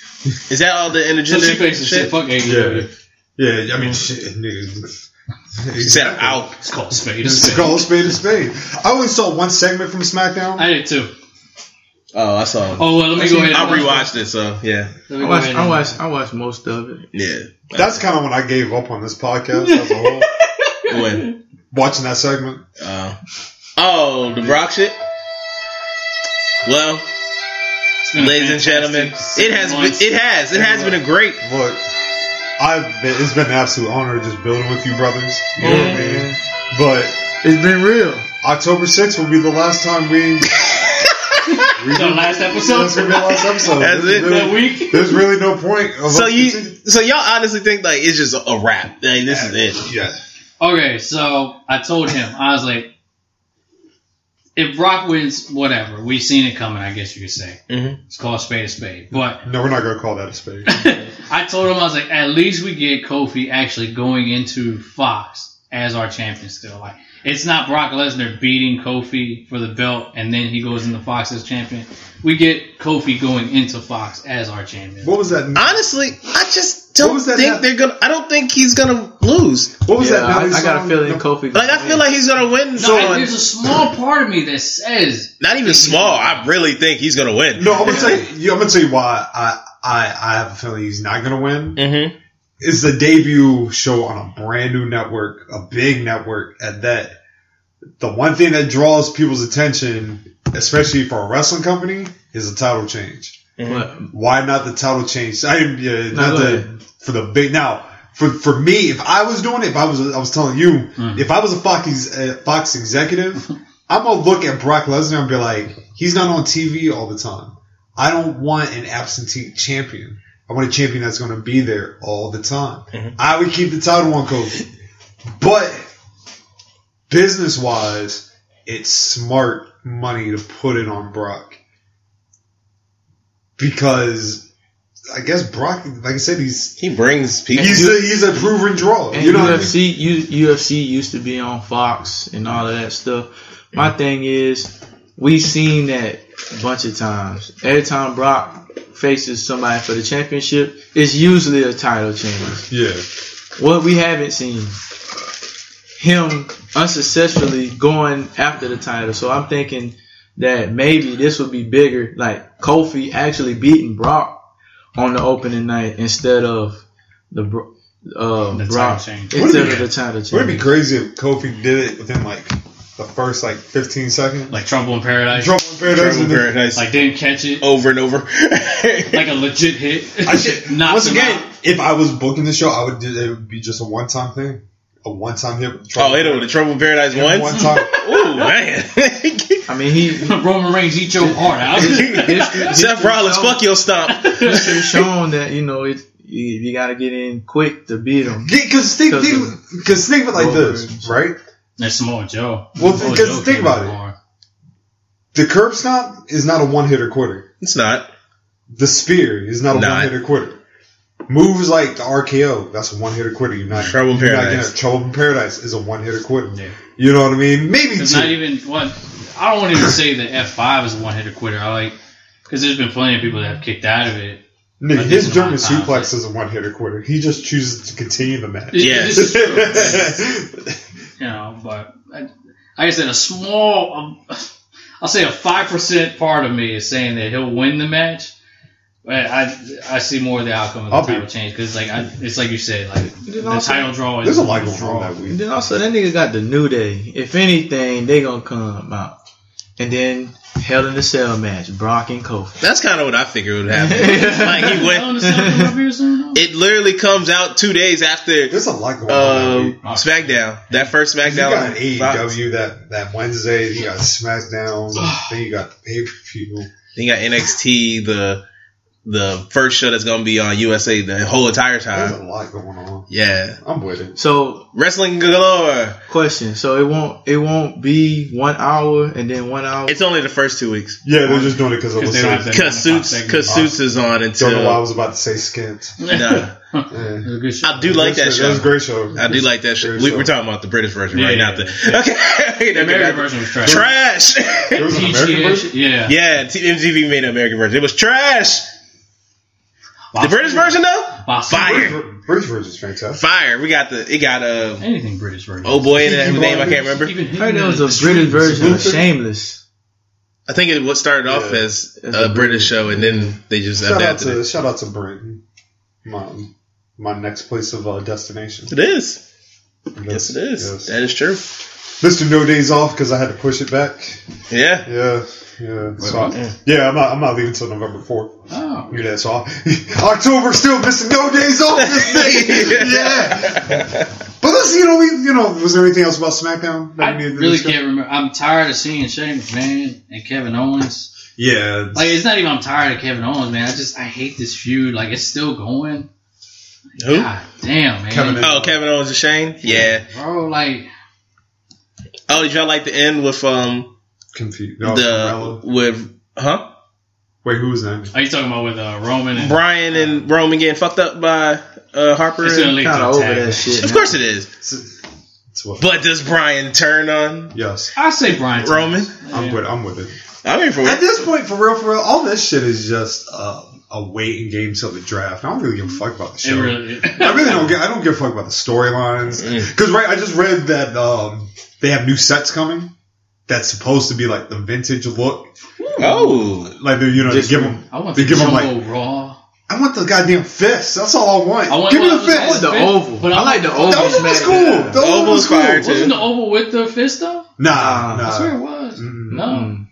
Speaker 5: Is that all the
Speaker 6: So she
Speaker 5: intergender
Speaker 6: facing shit.
Speaker 5: shit?
Speaker 6: Fuck AEW.
Speaker 3: yeah, yeah. I mean, shit, nigga.
Speaker 5: She said I'm out.
Speaker 6: It's called spade. a
Speaker 3: Just
Speaker 6: spade.
Speaker 3: call a spade a spade. I only saw one segment from SmackDown.
Speaker 6: I did too.
Speaker 5: Oh, I saw.
Speaker 6: Oh well, let me go ahead.
Speaker 5: I
Speaker 6: and
Speaker 5: rewatched it, so yeah,
Speaker 6: Let
Speaker 4: I
Speaker 6: me go
Speaker 4: watched,
Speaker 6: ahead.
Speaker 4: I
Speaker 6: and-
Speaker 4: watched, I watched most of it.
Speaker 5: yeah.
Speaker 3: That's kind of when I gave up on this podcast as a whole.
Speaker 5: When?
Speaker 3: Watching that segment,
Speaker 5: Uh, oh, the Brock shit. Well,
Speaker 6: It's been a
Speaker 5: ladies and
Speaker 6: fantastic
Speaker 5: gentlemen,
Speaker 6: six
Speaker 5: it has been,
Speaker 6: months.
Speaker 5: it has it has been a great
Speaker 3: look, I've been, it's been an absolute honor just building with you brothers. You know what I mean?
Speaker 5: Mm.
Speaker 3: But
Speaker 4: It's been real.
Speaker 3: October 6th will be the last time we. we
Speaker 6: The
Speaker 3: do-
Speaker 6: last
Speaker 3: That's gonna be the
Speaker 6: episode.
Speaker 3: last episode.
Speaker 5: That's
Speaker 3: There's
Speaker 5: it,
Speaker 6: that
Speaker 3: really-
Speaker 6: week.
Speaker 3: There's really no point. of
Speaker 5: So
Speaker 3: us
Speaker 5: you,
Speaker 3: continuing.
Speaker 5: so y'all honestly think like it's just a wrap? Like this is it?
Speaker 3: Yeah.
Speaker 6: Okay, so I told him, I was like, if Brock wins, whatever. We've seen it coming, I guess you could say.
Speaker 5: Mhm.
Speaker 6: It's called spade a spade. But
Speaker 3: No, we're not gonna call that a spade.
Speaker 6: I told him, I was like, at least we get Kofi actually going into Fox as our champion still. Like, it's not Brock Lesnar beating Kofi for the belt and then he goes into Fox as champion. We get Kofi going into Fox as our champion.
Speaker 3: What was that?
Speaker 5: Honestly, I just
Speaker 3: What
Speaker 5: don't
Speaker 3: was that
Speaker 5: think
Speaker 3: now?
Speaker 5: they're gonna. I don't think he's gonna lose.
Speaker 3: What was
Speaker 4: yeah,
Speaker 3: that?
Speaker 4: I,
Speaker 3: Nelly
Speaker 4: I got
Speaker 3: song?
Speaker 4: a feeling
Speaker 3: No-
Speaker 4: Kofi.
Speaker 5: Like I feel like he's gonna win.
Speaker 6: No, I-
Speaker 5: on-
Speaker 6: there's a small part of me that says
Speaker 5: not even small. I really think he's gonna win.
Speaker 3: No, I'm gonna tell you. yeah, I'm gonna tell you why I I, I have a feeling he's not gonna win.
Speaker 5: Mm-hmm.
Speaker 3: It's the debut show on a brand new network, a big network at that. The one thing that draws people's attention, especially for a wrestling company, is a title change.
Speaker 4: But-
Speaker 3: Why not the title change? I yeah,
Speaker 4: No,
Speaker 3: not
Speaker 4: go
Speaker 3: the
Speaker 4: ahead.
Speaker 3: for the big now. For, for me, if I was doing it, if I was I was telling you, if I was a Fox uh, Fox executive, I'm gonna look at Brock Lesnar and be like, he's not on TV all the time. I don't want an absentee champion. I want a champion that's going to be there all the time. I would keep the title on Kofi, but business wise, it's smart money to put it on Brock because I guess Brock, like I said, he's
Speaker 5: He brings people.
Speaker 3: he's a, he's a proven draw.
Speaker 4: and
Speaker 3: You know what I mean?
Speaker 4: UFC, U, UFC used to be on Fox and all of that stuff. My thing is, we've seen that a bunch of times. Every time Brock faces somebody for the championship, it's usually a title change.
Speaker 3: Yeah.
Speaker 4: What we haven't seen him unsuccessfully going after the title. So I'm thinking that maybe this would be bigger, like Kofi actually beating Brock on the opening night instead of the Bro- uh,
Speaker 6: The title
Speaker 4: Brock
Speaker 6: change.
Speaker 4: instead
Speaker 3: Wouldn't
Speaker 4: of
Speaker 3: it be-
Speaker 4: the title
Speaker 3: Wouldn't it be
Speaker 4: change.
Speaker 3: crazy if Kofi did it within like the first like 15 seconds?
Speaker 6: like Trouble in Paradise.
Speaker 3: Trouble in Paradise.
Speaker 5: Trouble in
Speaker 3: and then-
Speaker 5: Paradise.
Speaker 6: Like didn't catch it.
Speaker 5: over and over.
Speaker 6: Like a legit hit.
Speaker 3: I should,
Speaker 6: Knocks
Speaker 3: once
Speaker 6: him
Speaker 3: again,
Speaker 6: out.
Speaker 3: if I was booking the show, I would do it would be just a one time thing, a one time hit. with Trouble
Speaker 5: oh, it over the Trouble in Paradise
Speaker 3: in
Speaker 5: once.
Speaker 3: One time.
Speaker 5: Ooh man,
Speaker 4: I mean, he
Speaker 6: Roman Reigns eat your heart out.
Speaker 5: Seth Rollins, fuck your stomp.
Speaker 4: history shown that you know it. You, you got to get in quick to beat him.
Speaker 3: Because think,
Speaker 4: 'Cause
Speaker 3: think, cause think of it like
Speaker 4: Roman Reigns.
Speaker 3: this, right?
Speaker 6: That's Samoa Joe.
Speaker 3: Well,
Speaker 6: Samoa
Speaker 3: because
Speaker 6: Joe
Speaker 3: think
Speaker 6: came
Speaker 3: about
Speaker 6: to
Speaker 3: it.
Speaker 6: Raw.
Speaker 3: The curb stomp is not a one hitter quitter.
Speaker 5: It's not.
Speaker 3: The spear is not a
Speaker 5: Nah.
Speaker 3: one hitter quitter. Moves like the RKO, that's a one hitter quitter. You're not
Speaker 5: Trouble in
Speaker 3: you're not
Speaker 5: Paradise.
Speaker 3: getting it. Trouble in Paradise is a one hitter quitter. You know what I mean? Maybe
Speaker 6: It's
Speaker 3: two.
Speaker 6: not even one. I don't want to even say that F five is a one hitter quitter. I like because there's been plenty of people that have kicked out of it.
Speaker 3: Nigga,
Speaker 6: Like,
Speaker 3: his
Speaker 6: it's not
Speaker 3: German
Speaker 6: time.
Speaker 3: suplex is a one hitter quitter. He just chooses to continue the match.
Speaker 5: Yes.
Speaker 6: This is true. you know, but I, like I said, a small, um, I'll say a five percent part of me is saying that he'll win the match. But I, I see more of the outcome of the
Speaker 3: I'll be-
Speaker 6: title change because like I, it's like you said, like the
Speaker 4: also-
Speaker 6: title draw is
Speaker 3: There's a lot going
Speaker 6: draw.
Speaker 3: on that
Speaker 4: And
Speaker 3: week.
Speaker 4: then also that nigga got the new day. If anything, they gonna come out. And then Hell in the Cell match, Brock and Kofi.
Speaker 5: That's kind of what I figured would happen. like he
Speaker 6: I don't
Speaker 5: went.
Speaker 6: understand what's up here soon, though.
Speaker 5: It literally comes out two days after
Speaker 3: There's a lot going on that
Speaker 5: um,
Speaker 3: week.
Speaker 5: SmackDown. That first
Speaker 3: You
Speaker 5: SmackDown.
Speaker 3: got
Speaker 5: on Fox.
Speaker 3: AEW that, that Wednesday. You got SmackDown. then you got pay per view.
Speaker 5: Then you got NXT. The the first show that's gonna be on USA the whole entire
Speaker 3: There's
Speaker 5: time.
Speaker 3: a lot going on.
Speaker 5: Yeah,
Speaker 3: I'm with it.
Speaker 4: So
Speaker 5: wrestling galore.
Speaker 4: question, so it won't it won't be one hour and then one hour.
Speaker 5: It's only the first two weeks.
Speaker 3: Yeah, they're just doing it because of
Speaker 6: 'Cause they don't have
Speaker 3: the
Speaker 6: to-
Speaker 5: Cause suits, cause
Speaker 3: Uh,
Speaker 5: suits is on
Speaker 3: Don't know why I
Speaker 5: until.
Speaker 3: was about to say skint.
Speaker 5: Nah.
Speaker 3: Yeah.
Speaker 6: It was a good show.
Speaker 5: I do like that
Speaker 3: That was
Speaker 5: show.
Speaker 3: a great show.
Speaker 5: I do like that shit.
Speaker 3: Very
Speaker 5: We,
Speaker 3: so.
Speaker 5: we're talking about the British version,
Speaker 6: Yeah,
Speaker 5: right?
Speaker 6: yeah,
Speaker 5: Not the okay.
Speaker 6: The American version was trash.
Speaker 5: trash.
Speaker 3: There was an
Speaker 6: TGA
Speaker 3: American version.
Speaker 6: Yeah.
Speaker 5: yeah, T- MTV made an American version. It was trash. The
Speaker 6: Boston.
Speaker 5: British version though,
Speaker 6: Boston.
Speaker 5: fire,
Speaker 3: British version is fantastic.
Speaker 5: fire. We got the it got a
Speaker 6: Anything British version.
Speaker 5: oh boy in it, whose name I can't remember.
Speaker 6: Even
Speaker 4: I heard there was
Speaker 6: the
Speaker 4: a British
Speaker 6: streams.
Speaker 4: version of
Speaker 3: Luther?
Speaker 4: Shameless.
Speaker 5: I think it what started off
Speaker 3: Yeah.
Speaker 5: as
Speaker 4: As
Speaker 5: a
Speaker 4: a
Speaker 5: British show and then they just
Speaker 3: Shout out
Speaker 5: adapted
Speaker 3: to
Speaker 5: it.
Speaker 3: shout out to Britain, my my next place of uh, destination.
Speaker 5: It is. Yes, it is.
Speaker 3: Yes.
Speaker 5: That is true.
Speaker 3: Mr. No Days Off because I had to push it back.
Speaker 5: Yeah.
Speaker 3: Yeah, yeah. So
Speaker 6: what?
Speaker 3: I, yeah, I'm not. I'm not leaving until November fourth.
Speaker 6: Oh.
Speaker 3: You know, so I- October still missing no days off. This nigga. yeah. But let's you know we you know was there anything else about SmackDown?
Speaker 6: I
Speaker 3: we needed to
Speaker 6: really
Speaker 3: discuss?
Speaker 6: can't remember. I'm tired of seeing Shane McMahon and Kevin Owens.
Speaker 3: Yeah,
Speaker 6: Like it's not even I'm tired of Kevin Owens, man. I just I hate this feud. Like it's still going.
Speaker 5: Who?
Speaker 6: God damn, man.
Speaker 3: Kevin
Speaker 5: Oh, Kevin Owens and Shane. Yeah.
Speaker 6: Bro, like
Speaker 5: Oh, did y'all like the end with um
Speaker 3: confused. No,
Speaker 5: the
Speaker 3: Cinderella.
Speaker 5: with huh?
Speaker 3: Wait, who was that?
Speaker 6: are you talking about with uh, Roman and Uh,
Speaker 5: Brian and Roman getting fucked up by uh, Harper.
Speaker 6: It's gonna
Speaker 5: and-
Speaker 6: lead to
Speaker 4: Kinda
Speaker 6: a
Speaker 4: over
Speaker 6: tag
Speaker 4: that
Speaker 6: match.
Speaker 4: shit.
Speaker 5: Of
Speaker 4: man.
Speaker 5: course it is.
Speaker 3: It's- it's what-
Speaker 5: But does Brian turn on
Speaker 3: yes,
Speaker 6: I say Brian
Speaker 5: Roman?
Speaker 3: I'm with. I'm with it.
Speaker 5: I'm here for
Speaker 3: At
Speaker 5: it.
Speaker 3: this point, for real, for real, all this shit is just uh, a waiting game till the draft. I don't really give a fuck about the
Speaker 6: It
Speaker 3: show.
Speaker 6: really, Mm.
Speaker 3: I really don't get. I don't give a fuck about the storylines because right. I just read that um, they have new sets coming. That's supposed to be like the vintage look.
Speaker 5: Oh,
Speaker 3: Like they, you know,
Speaker 4: Just-
Speaker 3: they give them.
Speaker 6: I want
Speaker 3: They
Speaker 6: the
Speaker 3: give him,
Speaker 6: Jumbo
Speaker 3: like-
Speaker 6: Raw.
Speaker 3: I want the goddamn fists. That's all I want.
Speaker 6: I want
Speaker 3: give me
Speaker 6: one
Speaker 3: the
Speaker 6: of those
Speaker 3: fists.
Speaker 4: What's the
Speaker 6: Fist,
Speaker 4: oval?
Speaker 6: but
Speaker 4: I
Speaker 6: I
Speaker 4: like the
Speaker 6: like-
Speaker 4: oval.
Speaker 3: That was, was cool.
Speaker 4: smackdown.
Speaker 3: That was,
Speaker 5: Oval's
Speaker 3: cool.
Speaker 5: fire, too.
Speaker 6: Wasn't the oval with the fist though?
Speaker 3: Nah,
Speaker 6: I swear
Speaker 3: nah.
Speaker 6: it was.
Speaker 3: Mm.
Speaker 6: No.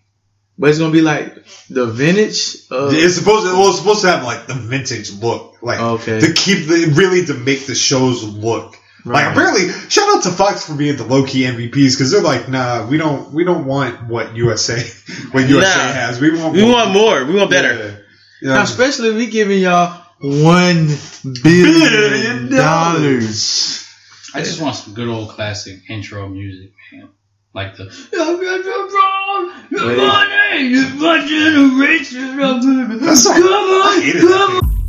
Speaker 4: But it's gonna be like the vintage. Of,
Speaker 3: It's supposed. To, well, it's supposed to have like the vintage look, like
Speaker 4: Okay.
Speaker 3: to keep the really to make the shows look.
Speaker 4: Right.
Speaker 3: Like apparently, shout out to Fox for being the low key MVPs because they're like, nah, we don't we don't want what USA what USA
Speaker 5: Nah.
Speaker 3: has. We want
Speaker 5: we want more. We want better.
Speaker 3: Yeah.
Speaker 4: Now,
Speaker 3: Yeah.
Speaker 4: especially if we giving y'all one billion
Speaker 3: Billion
Speaker 4: dollars.
Speaker 6: I just want some good old classic intro music, man. Like the
Speaker 4: Wait.
Speaker 3: That's all- I hated that thing.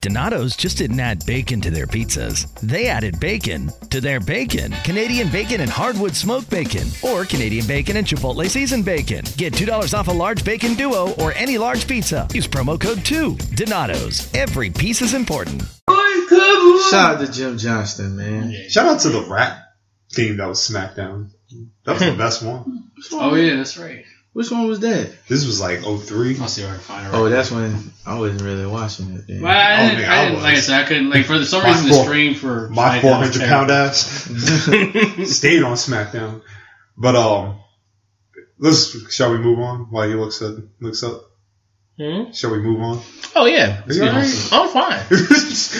Speaker 9: Donato's just didn't add bacon to their pizzas. They added bacon to their bacon. Canadian bacon and hardwood smoked bacon, or Canadian bacon and Chipotle seasoned bacon. Get $2 off a large bacon duo or any large pizza. Use promo code 2. Donato's. Every piece is important.
Speaker 4: Shout out to Jim Johnston, man.
Speaker 3: Shout out to the rap theme that was SmackDown. That was the best one.
Speaker 6: Oh yeah, that's right.
Speaker 4: Which one was that?
Speaker 3: This was like 03.
Speaker 6: I'll see if I can find it.
Speaker 4: Oh, that's when I wasn't really watching it. Then.
Speaker 6: Well, I
Speaker 3: Oh,
Speaker 6: didn't,
Speaker 3: man,
Speaker 6: I
Speaker 3: I
Speaker 6: didn't like I
Speaker 3: was.
Speaker 6: said, I couldn't like for some
Speaker 3: My
Speaker 6: reason the
Speaker 3: four-
Speaker 6: stream for
Speaker 3: My
Speaker 6: Friday
Speaker 3: four
Speaker 6: was
Speaker 3: hundred
Speaker 6: terrible.
Speaker 3: pound ass stayed on SmackDown, but um, Let's. Shall we move on while you looks up? Looks up.
Speaker 5: Hmm?
Speaker 3: Shall we move on?
Speaker 5: Oh yeah,
Speaker 3: Are you all right?
Speaker 5: I'm fine.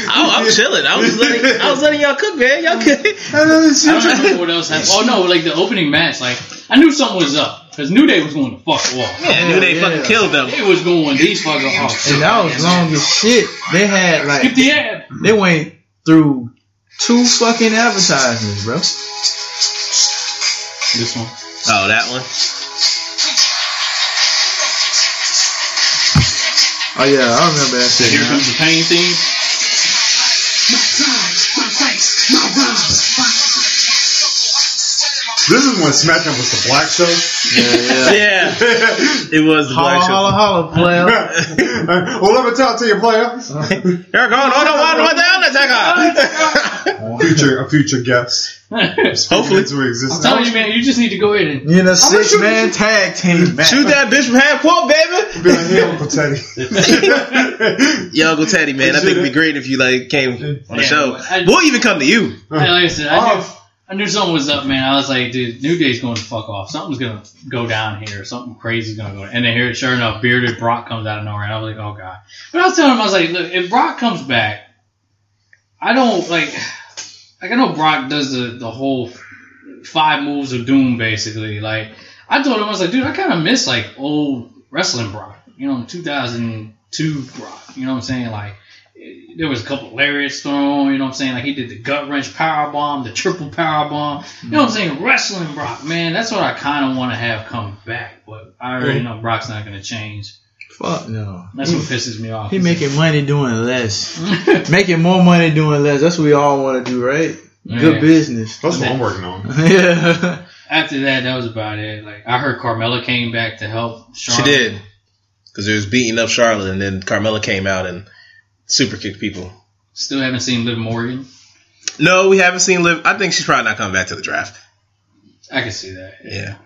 Speaker 5: I, I'm chilling. I was letting I was letting y'all cook, man. Y'all cook.
Speaker 6: I don't remember what else happened. Oh no, like the opening match. Like I knew something was up because New Day was going to fuck the wall.
Speaker 5: Yeah, New Day fucking killed them.
Speaker 6: It was going these fucking off.
Speaker 4: And that was long as shit. They had like
Speaker 6: Skip the ad.
Speaker 4: they went through two fucking advertisements, bro.
Speaker 6: This one.
Speaker 5: Oh, that one.
Speaker 4: Oh yeah, I remember that shit.
Speaker 6: Here
Speaker 4: man.
Speaker 6: comes the pain theme.
Speaker 3: This is when SmackDown was the black show.
Speaker 4: Yeah, yeah.
Speaker 5: Yeah, it was the
Speaker 4: Holla,
Speaker 5: black show.
Speaker 4: holla, holla, player.
Speaker 3: well, let me talk to you, player.
Speaker 5: You're going. Oh no! What, what the Undertaker?
Speaker 3: Future, a future guest.
Speaker 5: Hopefully.
Speaker 3: into
Speaker 6: I'm
Speaker 3: existence.
Speaker 6: telling you, man, you just need to go in and
Speaker 4: You in a six man tag team match.
Speaker 5: Shoot that bitch from half court, baby.
Speaker 3: Been a hell of a teddy.
Speaker 5: Yo, Uncle Teddy, man, I think it'd be great if you like came on the
Speaker 6: Yeah,
Speaker 5: show.
Speaker 6: I-
Speaker 5: we'll even come to you.
Speaker 6: Hey, like I said, I knew,
Speaker 3: Off.
Speaker 6: I knew something was up, man. I was like, dude, New Day's going to fuck off. Something's going to go down here. Something crazy's going to go. And then here, sure enough, bearded Brock comes out of nowhere. And I was like, oh god. But I was telling him, I was like, look, if Brock comes back, I don't like. Like I know Brock does the the whole five moves of doom basically. Like I told him, I was like, dude, I kind of miss like old wrestling Brock. You know, 2002 Brock. You know what I'm saying? Like there was a couple lariats thrown, you know what I'm saying? Like he did the gut wrench power bomb, the triple power bomb. You know what I'm saying? Wrestling Brock, man, that's what I kind of want to have come back, but I already know Brock's not going to change.
Speaker 4: Fuck no.
Speaker 6: That's what pisses me off.
Speaker 4: He making money doing less. making more money doing less. That's what we all want to do, right?
Speaker 6: Yeah.
Speaker 4: Good business.
Speaker 3: That's what I'm working on.
Speaker 4: yeah.
Speaker 6: After that, that was about it. Like I heard Carmella came back to help.
Speaker 5: She
Speaker 6: Charlotte.
Speaker 5: did because it was beating up Charlotte, and then Carmella came out and super kicked people.
Speaker 6: Still haven't seen Liv Morgan.
Speaker 5: No, we haven't seen Liv. I think she's probably not coming back to the draft.
Speaker 6: I can see that.
Speaker 5: Yeah,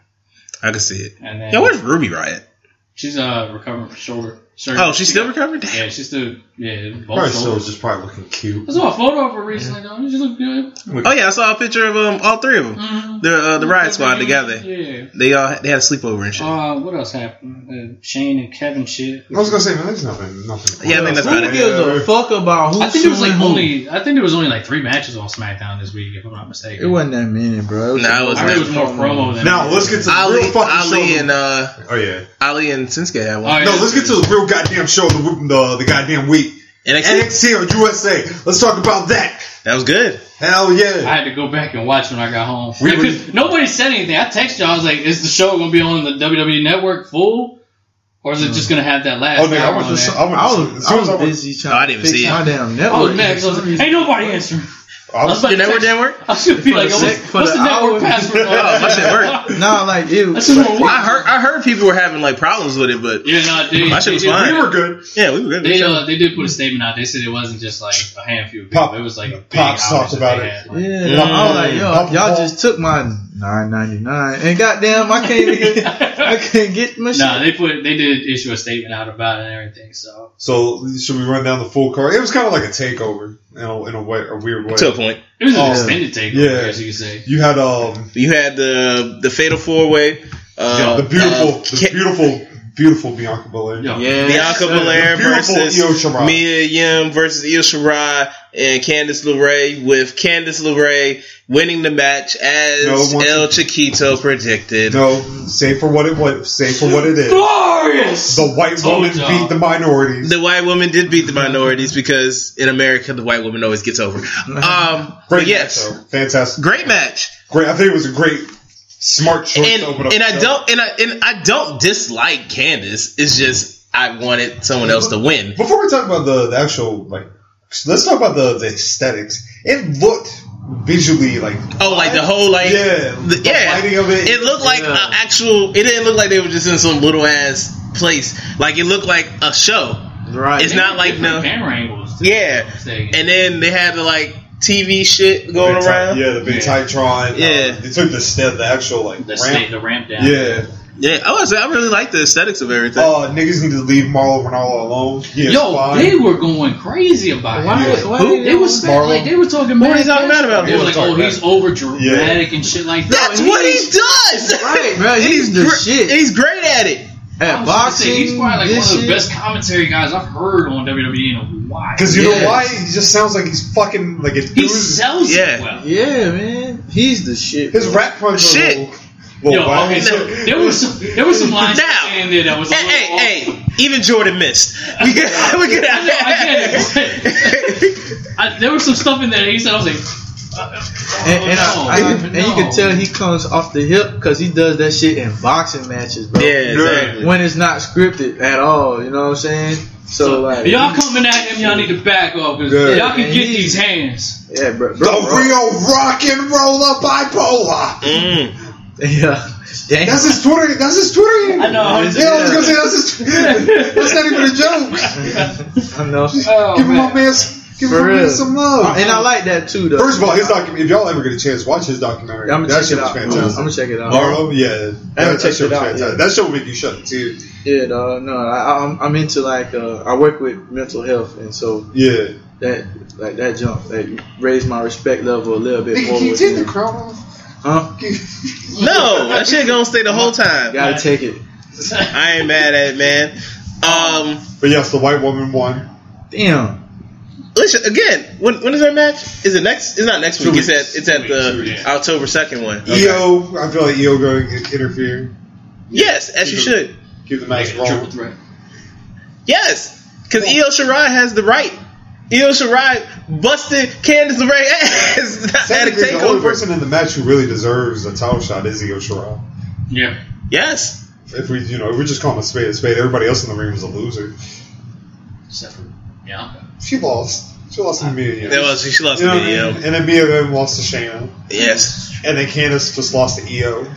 Speaker 5: I can see it.
Speaker 6: And then
Speaker 5: Yo, where's Ruby Riot?
Speaker 6: she's uh recovering from shoulder. surgery.
Speaker 5: Oh, she's still recovering. Damn.
Speaker 6: Yeah, she's still yeah.
Speaker 3: Probably
Speaker 6: Both
Speaker 3: still
Speaker 6: shoulders.
Speaker 3: just probably looking cute.
Speaker 6: I saw a photo of her recently though. She looked good.
Speaker 5: Oh yeah, I saw a picture of um all three of them.
Speaker 6: Mhm.
Speaker 5: The uh, the riot squad together.
Speaker 6: Yeah.
Speaker 5: They all they had a sleepover and shit.
Speaker 6: Uh, what else happened? Uh, Shane and Kevin shit.
Speaker 3: I was gonna say, man, there's nothing, nothing.
Speaker 5: Yeah, I think that's about
Speaker 4: Who
Speaker 5: it.
Speaker 4: gives a fuck about who?
Speaker 6: I think it was like
Speaker 4: suing who?
Speaker 6: only. I think there was only like three matches on SmackDown this week, if I'm not mistaken.
Speaker 4: It wasn't that many, bro. was
Speaker 5: Nah, it
Speaker 6: I think it was more promo than.
Speaker 3: Now let's get to the
Speaker 5: Ali,
Speaker 3: real fucking
Speaker 5: Ali
Speaker 3: show.
Speaker 5: and uh,
Speaker 3: oh yeah.
Speaker 5: Ali and Sinsuke had one.
Speaker 6: All right,
Speaker 3: No, let's get to the real goddamn show. of The the, the goddamn week.
Speaker 5: NXT.
Speaker 3: NXT or USA. Let's talk about that.
Speaker 5: That was good.
Speaker 3: Hell
Speaker 6: I
Speaker 3: yeah.
Speaker 6: had to go back and watch when I got home.
Speaker 3: We
Speaker 6: Like,
Speaker 3: were-
Speaker 6: 'cause nobody said anything. I texted you. I was like, "Is the show going to be on the WWE Network full, or is it just going to have that last?"
Speaker 3: Oh nigga,
Speaker 6: hour
Speaker 3: I was
Speaker 6: on
Speaker 3: just,
Speaker 6: there?
Speaker 3: I was,
Speaker 4: I was,
Speaker 3: as soon as
Speaker 4: I
Speaker 3: I
Speaker 4: was
Speaker 3: was,
Speaker 4: busy
Speaker 5: No, I
Speaker 4: trying to
Speaker 5: didn't
Speaker 4: fix
Speaker 5: see it.
Speaker 4: my damn network.
Speaker 6: I was mad 'cause I was like, "Ain't nobody answering."
Speaker 3: I
Speaker 6: I was
Speaker 3: was,
Speaker 6: about to
Speaker 5: Your network
Speaker 6: text-
Speaker 5: didn't work.
Speaker 6: I was going to be like,
Speaker 4: the
Speaker 6: "What's,
Speaker 4: sec- for
Speaker 6: what's the,
Speaker 4: the
Speaker 6: network
Speaker 4: hour-
Speaker 6: password?"
Speaker 5: Oh, my shit worked.
Speaker 4: Nah, like ew.
Speaker 6: I just want to
Speaker 5: I heard I heard people were having like problems with it, but
Speaker 6: Yeah, no, dude.
Speaker 5: My shit was fine.
Speaker 3: we were good.
Speaker 5: yeah, we were good.
Speaker 6: They uh, they did put a statement out. They said it wasn't just like a handful of people.
Speaker 3: Pop-
Speaker 6: it was like a big
Speaker 3: Pops
Speaker 6: outage
Speaker 3: talked
Speaker 6: that
Speaker 3: about
Speaker 6: they
Speaker 3: it.
Speaker 6: had. Like,
Speaker 4: Yeah, I was like, yo,
Speaker 3: Yeah.
Speaker 4: y'all just took my nine ninety nine, and goddamn, I can't, even get, I can't get my shit.
Speaker 6: No, they put they did issue a statement out about it and everything. So
Speaker 3: So should we run down the full card? It was kind of like a takeover in a, in a, way, a weird way.
Speaker 5: To a point,
Speaker 6: it was an
Speaker 3: Oh,
Speaker 6: extended takeover,
Speaker 3: yeah.
Speaker 6: as you could say.
Speaker 3: You had um
Speaker 5: you had the the fatal four way. Uh,
Speaker 3: the beautiful,
Speaker 5: uh,
Speaker 3: the
Speaker 5: Ke-
Speaker 3: beautiful, beautiful Bianca Belair.
Speaker 6: Yo,
Speaker 4: yeah,
Speaker 5: Bianca Belair
Speaker 3: Beautiful
Speaker 5: versus
Speaker 3: Io Shirai.
Speaker 5: Mia Yim versus Io Shirai and Candice LeRae with Candice LeRae winning the match
Speaker 3: No,
Speaker 5: as
Speaker 3: once-
Speaker 5: El Chiquito predicted.
Speaker 3: No, say for what it was. Say for what it is.
Speaker 6: glorious.
Speaker 3: The white
Speaker 6: Told
Speaker 3: woman
Speaker 6: y'all.
Speaker 3: beat the minorities.
Speaker 5: The white woman did beat the minorities because in America the white woman always gets over. Um, but yes,
Speaker 3: Uh-huh. match, though. fantastic.
Speaker 5: great match.
Speaker 3: Great. I think it was a great, smart choice
Speaker 5: and,
Speaker 3: to open up.
Speaker 5: and
Speaker 3: the
Speaker 5: I
Speaker 3: show.
Speaker 5: don't and I and I don't dislike Candace. It's just I wanted someone else to win.
Speaker 3: Before we talk about the, the actual like, let's talk about the, the aesthetics. It looked visually like
Speaker 5: Oh, like the whole like
Speaker 3: Yeah,
Speaker 5: the-
Speaker 3: the
Speaker 5: yeah.
Speaker 3: lighting of it.
Speaker 5: it looked like
Speaker 4: Yeah.
Speaker 5: an actual. It didn't look like they were just in some little ass place. Like it looked like a show.
Speaker 4: right.
Speaker 5: It's not like
Speaker 6: Different
Speaker 5: no.
Speaker 6: camera angles. too.
Speaker 5: Yeah, and then they had the like TV shit going
Speaker 3: big ti-
Speaker 5: around.
Speaker 3: yeah, the big
Speaker 6: Yeah.
Speaker 3: Titron. uh,
Speaker 5: Yeah.
Speaker 3: they took the step, the actual like
Speaker 6: the,
Speaker 3: ramp.
Speaker 6: state, the ramp down.
Speaker 3: Yeah,
Speaker 5: Yeah, I was. I really like the aesthetics of everything.
Speaker 3: Oh, niggas need to leave Marlon Ronaldo alone. He is
Speaker 6: Yo,
Speaker 3: fine.
Speaker 6: they were going crazy about it.
Speaker 3: Why-
Speaker 6: Yeah.
Speaker 3: why
Speaker 6: Who?
Speaker 3: did
Speaker 6: They
Speaker 3: they
Speaker 6: were
Speaker 3: want
Speaker 6: saying,
Speaker 3: Marlon?
Speaker 6: like they were talking mad.
Speaker 5: What are you talking mad about?
Speaker 6: They were like,
Speaker 5: Talking
Speaker 6: oh,
Speaker 5: mad.
Speaker 6: he's over dramatic and shit like that.
Speaker 5: That's what he does.
Speaker 4: Right, bro. He's the shit.
Speaker 5: He's great at it.
Speaker 4: At
Speaker 6: I was gonna say,
Speaker 4: boxing,
Speaker 6: he's probably like one
Speaker 4: this
Speaker 6: of the
Speaker 4: shit.
Speaker 6: best commentary guys I've heard on WWE in a while.
Speaker 3: Because you know why? He just sounds like he's fucking like if
Speaker 6: He sells it well.
Speaker 4: Yeah, man. He's the shit.
Speaker 3: His rap punch was
Speaker 5: Shit.
Speaker 3: a little- little
Speaker 6: Yo,
Speaker 3: wild.
Speaker 6: okay, so there was some, there was some lines
Speaker 5: Now.
Speaker 6: in there that was a
Speaker 5: Hey,
Speaker 6: little off.
Speaker 5: hey, hey! Even Jordan missed. We could, we could.
Speaker 6: I know, I get it. I- there was some stuff in there that he said. I was like,
Speaker 4: And, and,
Speaker 6: Oh,
Speaker 4: I, I,
Speaker 6: no.
Speaker 4: and you can tell he comes off the hip because he does that shit in boxing matches, bro.
Speaker 5: Yeah, exactly.
Speaker 4: When it's not scripted at all, you know what I'm saying? So, like,
Speaker 6: y'all coming at him, y'all need to back off because
Speaker 4: Yeah.
Speaker 6: y'all can
Speaker 4: And
Speaker 6: get
Speaker 4: he-
Speaker 6: these hands.
Speaker 4: yeah, bro.
Speaker 3: The
Speaker 4: bro, bro.
Speaker 3: real rock and roller bipolar.
Speaker 4: yeah, Damn.
Speaker 3: That's his Twitter. That's his Twitter. handle.
Speaker 6: I know, I was-
Speaker 3: yeah, I was gonna say that's his. that's not even a joke.
Speaker 4: I know.
Speaker 6: Oh,
Speaker 3: give
Speaker 6: man.
Speaker 3: my man. s- Give
Speaker 4: For
Speaker 3: my man
Speaker 4: real.
Speaker 3: some love.
Speaker 4: And I like that too, though.
Speaker 3: First of all, his documentary. If y'all ever get a chance, watch his documentary.
Speaker 4: I'm gonna
Speaker 3: that shit
Speaker 4: check it
Speaker 3: was
Speaker 4: out. I'm
Speaker 3: fantastic.
Speaker 4: gonna check it out.
Speaker 3: Marlo, yeah, that,
Speaker 4: check
Speaker 3: that shit
Speaker 4: it
Speaker 3: was
Speaker 4: out,
Speaker 3: fantastic.
Speaker 4: yeah.
Speaker 3: That shit will make you shut a tear.
Speaker 4: Yeah, dog. No, I, I'm, I'm into like uh, I work with mental health, and so
Speaker 3: Yeah.
Speaker 4: that like that jump that raised my respect level a little bit more.
Speaker 3: Nigga, can you
Speaker 4: with
Speaker 3: take the
Speaker 4: him.
Speaker 3: crown off?
Speaker 4: Huh?
Speaker 5: No, that shit gonna stay the whole time.
Speaker 4: Gotta take it.
Speaker 5: I ain't mad at it, man. Um,
Speaker 3: But yes, the white woman won.
Speaker 4: Damn.
Speaker 5: listen again. When when is our match? Is it next? It's not next week. It's at it's at the October second one.
Speaker 3: EO, E I feel like EO going to interfere.
Speaker 5: Yes, as you should.
Speaker 3: Give the match wrong.
Speaker 6: threat.
Speaker 5: Yes, because Io Shirai has the right. Io Shirai busted Candice LeRae ass at a
Speaker 3: Technically, the only
Speaker 5: takeover.
Speaker 3: person in the match who really deserves a title shot is Io Shirai.
Speaker 6: Yeah.
Speaker 5: Yes,
Speaker 3: If we, you know, if we just call him a spade a spade, everybody else in the ring was a loser.
Speaker 6: Except for Bianca.
Speaker 3: She lost. She lost to Mia. Yim.
Speaker 5: that was she lost
Speaker 3: You
Speaker 5: the
Speaker 3: know what I
Speaker 5: video.
Speaker 3: mean? And then Mia Yim lost to Shayna.
Speaker 5: Yes,
Speaker 3: And then Candice just lost to EO.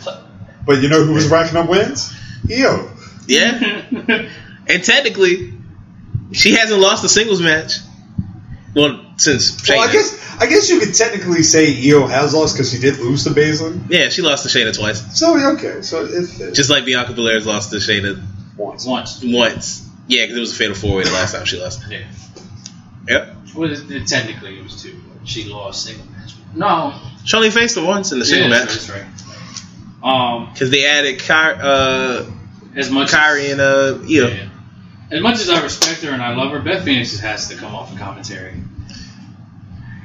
Speaker 3: But you know who was racking up wins? EO.
Speaker 5: yeah. and technically, she hasn't lost a singles match. Well, since Shayna.
Speaker 3: Well, I guess I guess you could technically say EO has lost because she did lose to Baszler.
Speaker 5: yeah, she lost to Shayna twice,
Speaker 3: So okay, so if it
Speaker 5: just like Bianca Belair's lost to Shayna
Speaker 3: once.
Speaker 6: Once.
Speaker 5: once. Yeah, because it was a fatal four way the last time she lost.
Speaker 6: Yeah.
Speaker 5: Yep.
Speaker 6: Well, it- it- technically, it was two. She lost single match. No.
Speaker 5: She only faced her once in the single
Speaker 6: yeah,
Speaker 5: match
Speaker 6: That's right. Um,
Speaker 5: because they added Ky- uh,
Speaker 6: as much
Speaker 5: Kyrie and uh, Io.
Speaker 6: Yeah. As much as I respect her and I love her, Beth Phoenix just has to come off the commentary.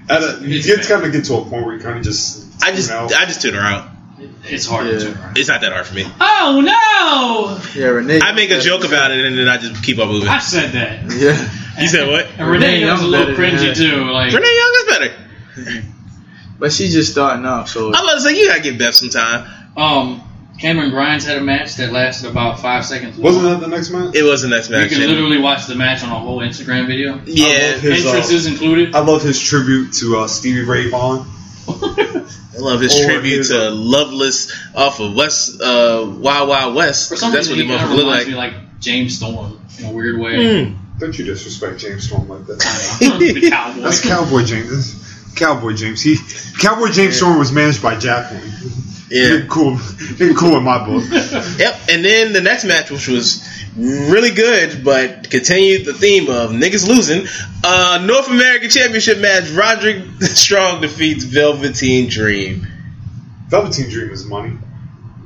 Speaker 3: And, uh, you get kind of get to a point where you kind of just
Speaker 5: I just
Speaker 3: you know,
Speaker 5: I just tune her out.
Speaker 6: It- It's hard
Speaker 4: Yeah.
Speaker 6: to turn around.
Speaker 5: It's not that hard for me.
Speaker 6: Oh no!
Speaker 4: Yeah, Renee.
Speaker 5: I make a joke about it and then I just keep on moving.
Speaker 6: I said that.
Speaker 4: Yeah.
Speaker 5: You said what?
Speaker 6: And Renee
Speaker 4: Renee
Speaker 6: was a
Speaker 4: Young's
Speaker 6: little
Speaker 4: better than
Speaker 6: cringy
Speaker 4: her.
Speaker 6: too. Like
Speaker 5: Renee Young is better.
Speaker 4: But she's just starting off, so
Speaker 5: I'm about to say you gotta give Beth some time.
Speaker 6: um, Cameron Grimes had a match that lasted about five seconds. long.
Speaker 3: wasn't that the next match?
Speaker 5: It was the next
Speaker 6: You
Speaker 5: match.
Speaker 6: can literally watch the match on a whole Instagram video.
Speaker 5: yeah,
Speaker 3: I love His, uh,
Speaker 6: Entrances included.
Speaker 3: I love his tribute to uh, Stevie Ray Vaughan.
Speaker 5: I love his
Speaker 3: Or
Speaker 5: tribute
Speaker 3: his-
Speaker 5: to Loveless off of West uh, Wild Wild West.
Speaker 6: For some
Speaker 5: That's what
Speaker 6: reason,
Speaker 5: the
Speaker 6: he kind
Speaker 5: motherfucker
Speaker 6: of
Speaker 5: look
Speaker 6: reminds
Speaker 5: like. Hmm.
Speaker 6: me like James Storm in a weird way.
Speaker 3: Don't you disrespect James Storm like that?
Speaker 6: the cowboy.
Speaker 3: That's Cowboy James. That's Cowboy James. He Cowboy James Storm was managed by Jacqueline.
Speaker 5: Yeah.
Speaker 3: Nigga cool, nigga cool in my book.
Speaker 5: Yep. And then the next match, which was really good, but continued the theme of niggas losing. Uh, North American Championship match. Roderick Strong defeats Velveteen Dream.
Speaker 3: Velveteen Dream is money.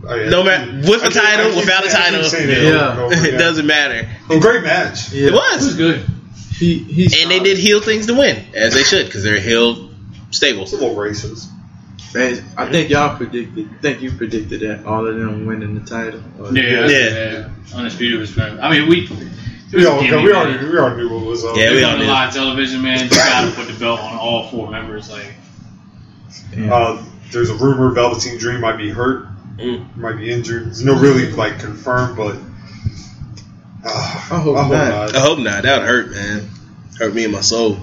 Speaker 3: Oh, yeah.
Speaker 5: No matter with a
Speaker 3: I keep- I
Speaker 5: title,
Speaker 3: keep-
Speaker 5: without a
Speaker 3: I keep
Speaker 5: title,
Speaker 3: saying it over and over
Speaker 5: it
Speaker 3: again.
Speaker 5: doesn't matter.
Speaker 3: A Oh, great match.
Speaker 4: yeah,
Speaker 5: It
Speaker 6: This is
Speaker 5: was,
Speaker 6: good.
Speaker 4: he he's
Speaker 5: and they did heel things to win, as they should, because they're heel stable.
Speaker 3: It's a little racist.
Speaker 4: Man, I think y'all predicted. I think you predicted that all of them winning the title. Or-
Speaker 6: Yeah,
Speaker 5: Yeah.
Speaker 6: yeah. Undisputed was great. I mean, we.
Speaker 3: We, all, we, already, we already knew what was up.
Speaker 5: Yeah,
Speaker 6: It
Speaker 5: we
Speaker 6: was
Speaker 5: all
Speaker 6: on the
Speaker 5: knew.
Speaker 6: live television, man. You gotta put the belt on all four members. Like,
Speaker 3: Uh, there's a rumor Velveteen Dream might be hurt,
Speaker 5: Mm.
Speaker 3: might be injured. It's no really like confirmed, but Ah,
Speaker 4: I hope not.
Speaker 5: I hope not. That would hurt, man. Hurt me in my soul.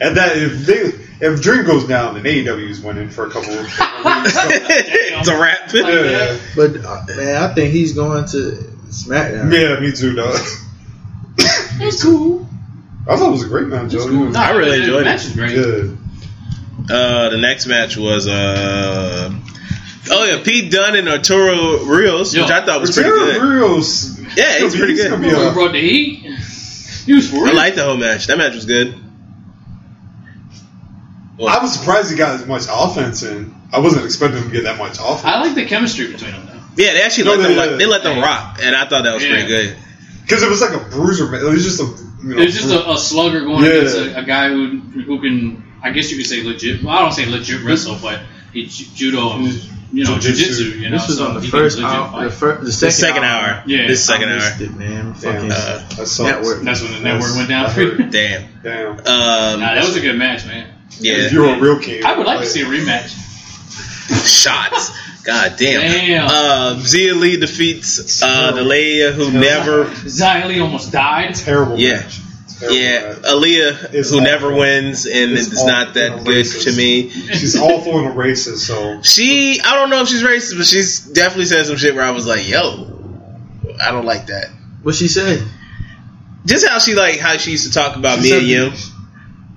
Speaker 3: And that if they if Dream goes down, then AEW's winning for a couple. of
Speaker 5: it's a wrap.
Speaker 3: yeah.
Speaker 4: But uh, man, I think he's going to SmackDown.
Speaker 3: yeah, me too, dog.
Speaker 6: it's cool.
Speaker 3: I thought it was a great match. Joe.
Speaker 5: I really enjoyed it.
Speaker 6: Match is great.
Speaker 3: Yeah.
Speaker 5: Uh, the next match was uh, Oh yeah, Pete Dunn and Arturo Rios, which I thought was pretty
Speaker 3: Arturo
Speaker 5: good. Rios, yeah, he's pretty good.
Speaker 6: be a- Who brought the heat?
Speaker 5: I liked the whole match. That match was good.
Speaker 3: I was surprised he got as much offense in. I wasn't expecting him to get that much offense.
Speaker 6: I like the chemistry between them. Though.
Speaker 5: Yeah, they actually
Speaker 3: No,
Speaker 5: let
Speaker 3: they-
Speaker 5: them
Speaker 3: yeah.
Speaker 5: like, they let them rock, and I thought that was pretty good.
Speaker 3: Because it was like a bruiser. ma- It was just a. You know,
Speaker 6: It's just a, a slugger going
Speaker 3: Yeah.
Speaker 6: against a, a guy who who can, I guess you could say legit. Well, I don't say legit wrestle, but he ju- judo, and, you know,
Speaker 4: Jiu-jitsu.
Speaker 6: jujitsu. You know,
Speaker 4: This was
Speaker 6: so
Speaker 4: on the
Speaker 6: he can
Speaker 4: first
Speaker 6: legit
Speaker 4: hour-
Speaker 6: fight.
Speaker 4: the fir- the The second second hour. hour.
Speaker 6: Yeah,
Speaker 5: This second
Speaker 6: I
Speaker 5: hour.
Speaker 6: missed
Speaker 4: it, man.
Speaker 6: Fucking
Speaker 4: network.
Speaker 6: That's when the network went down.
Speaker 5: Uh, Damn.
Speaker 3: Damn.
Speaker 5: Um,
Speaker 6: Nah, that was a good match, man.
Speaker 5: Yeah. If
Speaker 3: you're a real king,
Speaker 6: I would like to see a rematch.
Speaker 5: shots. God damn. Uh, Zia Lee defeats uh, the Leia who never.
Speaker 6: Zion Lee almost died.
Speaker 3: Terrible.
Speaker 5: Yeah. Yeah, Aaliyah, who never wins, and it's, not that good to me.
Speaker 3: She's awful and a racist, so
Speaker 5: She, I don't know if she's racist, but she's definitely said some shit where I was like, "Yo, I don't like that."
Speaker 4: What she said?
Speaker 5: Just how she like how she used to talk about me
Speaker 3: She
Speaker 5: and you.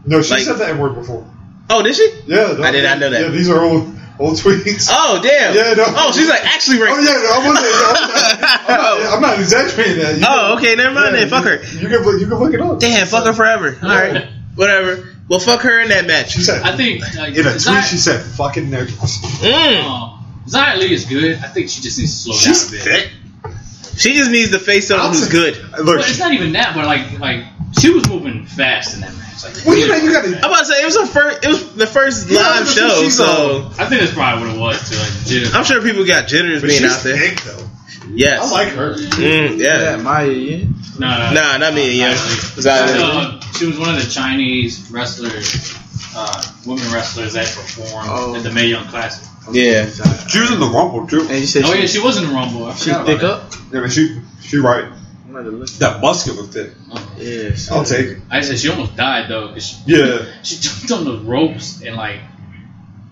Speaker 3: No, she
Speaker 5: Like-
Speaker 3: said that word before.
Speaker 5: Oh, did she?
Speaker 3: Yeah, no,
Speaker 5: I did not know that.
Speaker 3: Yeah, these are old old tweets.
Speaker 5: Oh damn!
Speaker 3: Yeah, no.
Speaker 5: Oh, she's like actually racist.
Speaker 3: Oh yeah, no, I wasn't. I'm not, I'm not, I'm not exaggerating that.
Speaker 5: Oh, okay, never mind
Speaker 3: yeah,
Speaker 5: then. Fuck her.
Speaker 3: You can look- you can look it up.
Speaker 5: Damn, fuck her forever. All right, whatever. Well, fuck her in that match. She
Speaker 3: said,
Speaker 6: I think like,
Speaker 3: In a tweet,
Speaker 6: Zion,
Speaker 3: she said, "Fucking nipples."
Speaker 6: oh, Zion Lee is good. I think she just needs to slow
Speaker 5: She's
Speaker 6: down a bit.
Speaker 5: thick. She just needs to face someone who's good.
Speaker 6: Well, it's not even that, but like like she was moving fast in that match. Like,
Speaker 5: Well,
Speaker 6: really
Speaker 5: you know, you
Speaker 6: fast.
Speaker 5: I'm about to say it was her first. It was the first
Speaker 6: Yeah,
Speaker 5: live
Speaker 6: that's what
Speaker 5: show,
Speaker 6: she's
Speaker 5: so
Speaker 6: I think that's probably what it was. Too, like, jitters.
Speaker 5: I'm sure people got jitters
Speaker 6: But
Speaker 5: being
Speaker 6: she's
Speaker 5: out there.
Speaker 6: thick,
Speaker 5: Yes,
Speaker 6: I like her.
Speaker 5: Mm, yeah,
Speaker 4: yeah, Maya. Yeah.
Speaker 6: Nah,
Speaker 5: nah, not me. Yeah,
Speaker 6: She was,
Speaker 5: Zion Lee.
Speaker 6: uh, she was one of the Chinese wrestlers, uh, women wrestlers that performed
Speaker 5: Oh.
Speaker 6: at the Mae Young Classic.
Speaker 5: yeah.
Speaker 3: She was in the rumble too. And
Speaker 4: you
Speaker 6: oh yeah, she was in the Rumble. I forgot about that.
Speaker 4: up.
Speaker 3: Yeah, but she she right. That musket was thick.
Speaker 6: Oh.
Speaker 4: Yeah,
Speaker 3: I'll take it.
Speaker 6: I said she almost died though. 'cause she,
Speaker 3: Yeah.
Speaker 6: she jumped on the ropes and like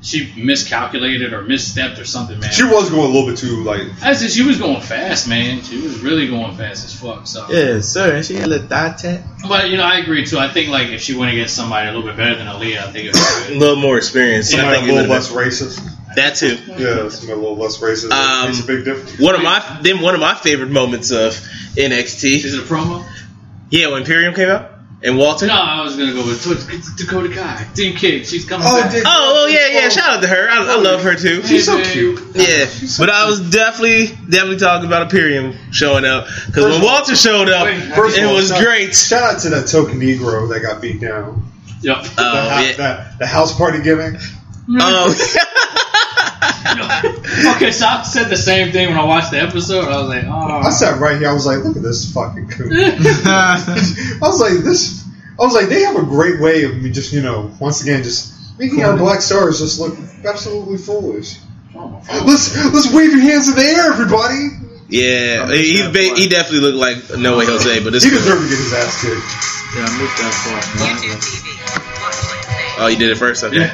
Speaker 6: she miscalculated or misstepped or something, man.
Speaker 3: She was going a little bit too like.
Speaker 6: I said she was going fast, man. She was really going fast as fuck. So
Speaker 4: Yeah, sir. And she had a little thigh tap.
Speaker 6: But you know, I agree too. I think like if she went against somebody a little bit better than Aaliyah, I think it would
Speaker 5: a little more experience. I
Speaker 3: Somebody
Speaker 5: think
Speaker 3: a
Speaker 5: it
Speaker 3: little less
Speaker 5: would've
Speaker 3: racist.
Speaker 5: been- that too.
Speaker 3: Yeah, somebody a little less racist.
Speaker 5: Um,
Speaker 3: Makes a big difference.
Speaker 5: One of my then one of my favorite moments of NXT.
Speaker 6: Is it a promo?
Speaker 5: Yeah, when Imperium came out and Walter.
Speaker 6: No, I was gonna go with Dakota- Dakota Kai, Team Kick. She's coming.
Speaker 5: Oh,
Speaker 6: back.
Speaker 5: oh, well, yeah, yeah. Shout out to her. I, I love her too.
Speaker 6: She's so cute.
Speaker 5: Yeah, but I was definitely, definitely talking about Imperium showing up because when Walter showed up,
Speaker 3: First
Speaker 5: it
Speaker 3: of all,
Speaker 5: was
Speaker 3: shout-
Speaker 5: great.
Speaker 3: Shout out to that token Negro that got beat down.
Speaker 6: Yep.
Speaker 3: The,
Speaker 5: Oh,
Speaker 3: hou- that- the house party gimmick.
Speaker 6: okay, so I said the same thing when I watched the episode. I was like,
Speaker 3: I
Speaker 6: oh,
Speaker 3: sat right here. I was like, look at this fucking coon. I was like, this. I was like, they have a great way of me just, you know, once again, just making our black stars just look absolutely foolish.
Speaker 5: Oh,
Speaker 3: Let's let's wave your hands in the air, everybody.
Speaker 5: Yeah, he ba- he definitely looked like No Way Jose, but this
Speaker 3: he deserved to get his ass kicked.
Speaker 4: Yeah, I missed that
Speaker 5: Oh, you did it first. Okay.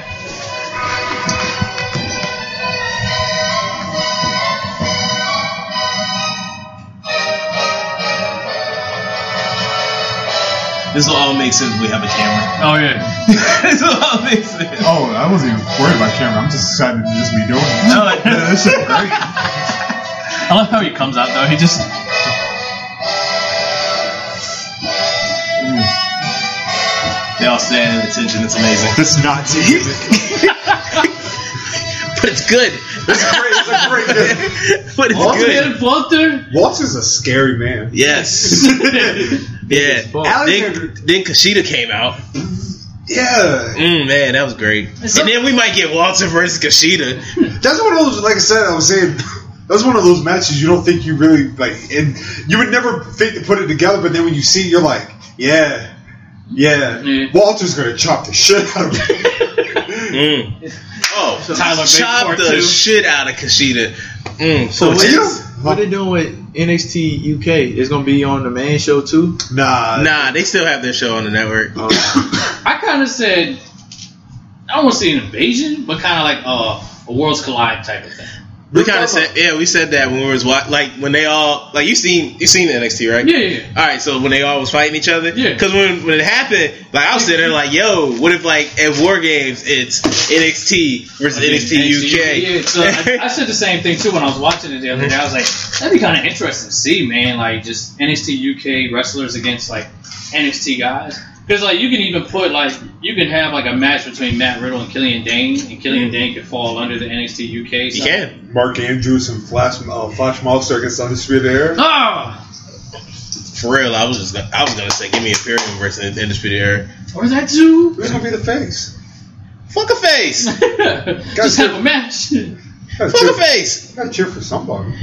Speaker 5: This will all make sense. when We have a camera.
Speaker 6: oh yeah.
Speaker 5: this will all make sense.
Speaker 10: Oh, I wasn't even worried about camera. I'm just excited to just be doing it.
Speaker 5: No, it-
Speaker 10: this is great.
Speaker 6: I love how he comes out though. He just
Speaker 5: They all stand in attention. It's amazing.
Speaker 3: That's not deep.
Speaker 5: but it's good. But it's good.
Speaker 6: Walter.
Speaker 3: Walter's a scary man.
Speaker 5: Yes. yeah. Then, then Kushida came out.
Speaker 3: Yeah.
Speaker 5: Mm, man, that was great. and then we might get Walter versus Kushida.
Speaker 3: That's one of those. Like I said, I was saying. That's one of those matches you don't think you really like, and you would never think to put it together. But then when you see, it, you're like, yeah, yeah,
Speaker 6: Mm-hmm.
Speaker 3: Walter's gonna chop the shit out of me.
Speaker 5: Oh,
Speaker 6: Tyler
Speaker 5: chop
Speaker 6: Bates part
Speaker 5: the
Speaker 6: two.
Speaker 5: shit out of Kushida. Mm,
Speaker 4: So what,
Speaker 5: gorgeous.
Speaker 4: what they doing with NXT UK? It's gonna be on the main show too.
Speaker 3: Nah,
Speaker 5: Nah, they still have their show on the network.
Speaker 6: I kind of said, I don't want to say an invasion, but kind of like uh, a worlds collide type of thing.
Speaker 5: We kind of said, yeah, we said that when we was watch, like when they all, like you seen, you seen NXT, right?
Speaker 6: Yeah, yeah, yeah.
Speaker 5: All right, so when they all was fighting each other, yeah. Because when when it happened, like I was sitting there like, yo, what if like at War Games it's NXT versus NXT, UK?
Speaker 6: Yeah, so I, I said the same thing too when I was watching it the other day. I was like, that'd be kind of interesting to see, man. Like just NXT UK wrestlers against like NXT guys. Because like you can even put like you can have like a match between Matt Riddle and Killian Dane, and Killian Dane could fall under the NXT UK. side.
Speaker 3: Mark Andrews and Flash uh, Flash Mob Circus Undisputed Era.
Speaker 6: Ah,
Speaker 5: For real, I was just gonna, I was gonna say, give me Imperium versus Undisputed Era.
Speaker 6: or that too.
Speaker 3: Who's gonna be the face?
Speaker 5: Fuck a face.
Speaker 6: Just have a match.
Speaker 3: Gotta
Speaker 5: Fuck
Speaker 3: cheer-
Speaker 5: a face.
Speaker 3: Gotta cheer for somebody.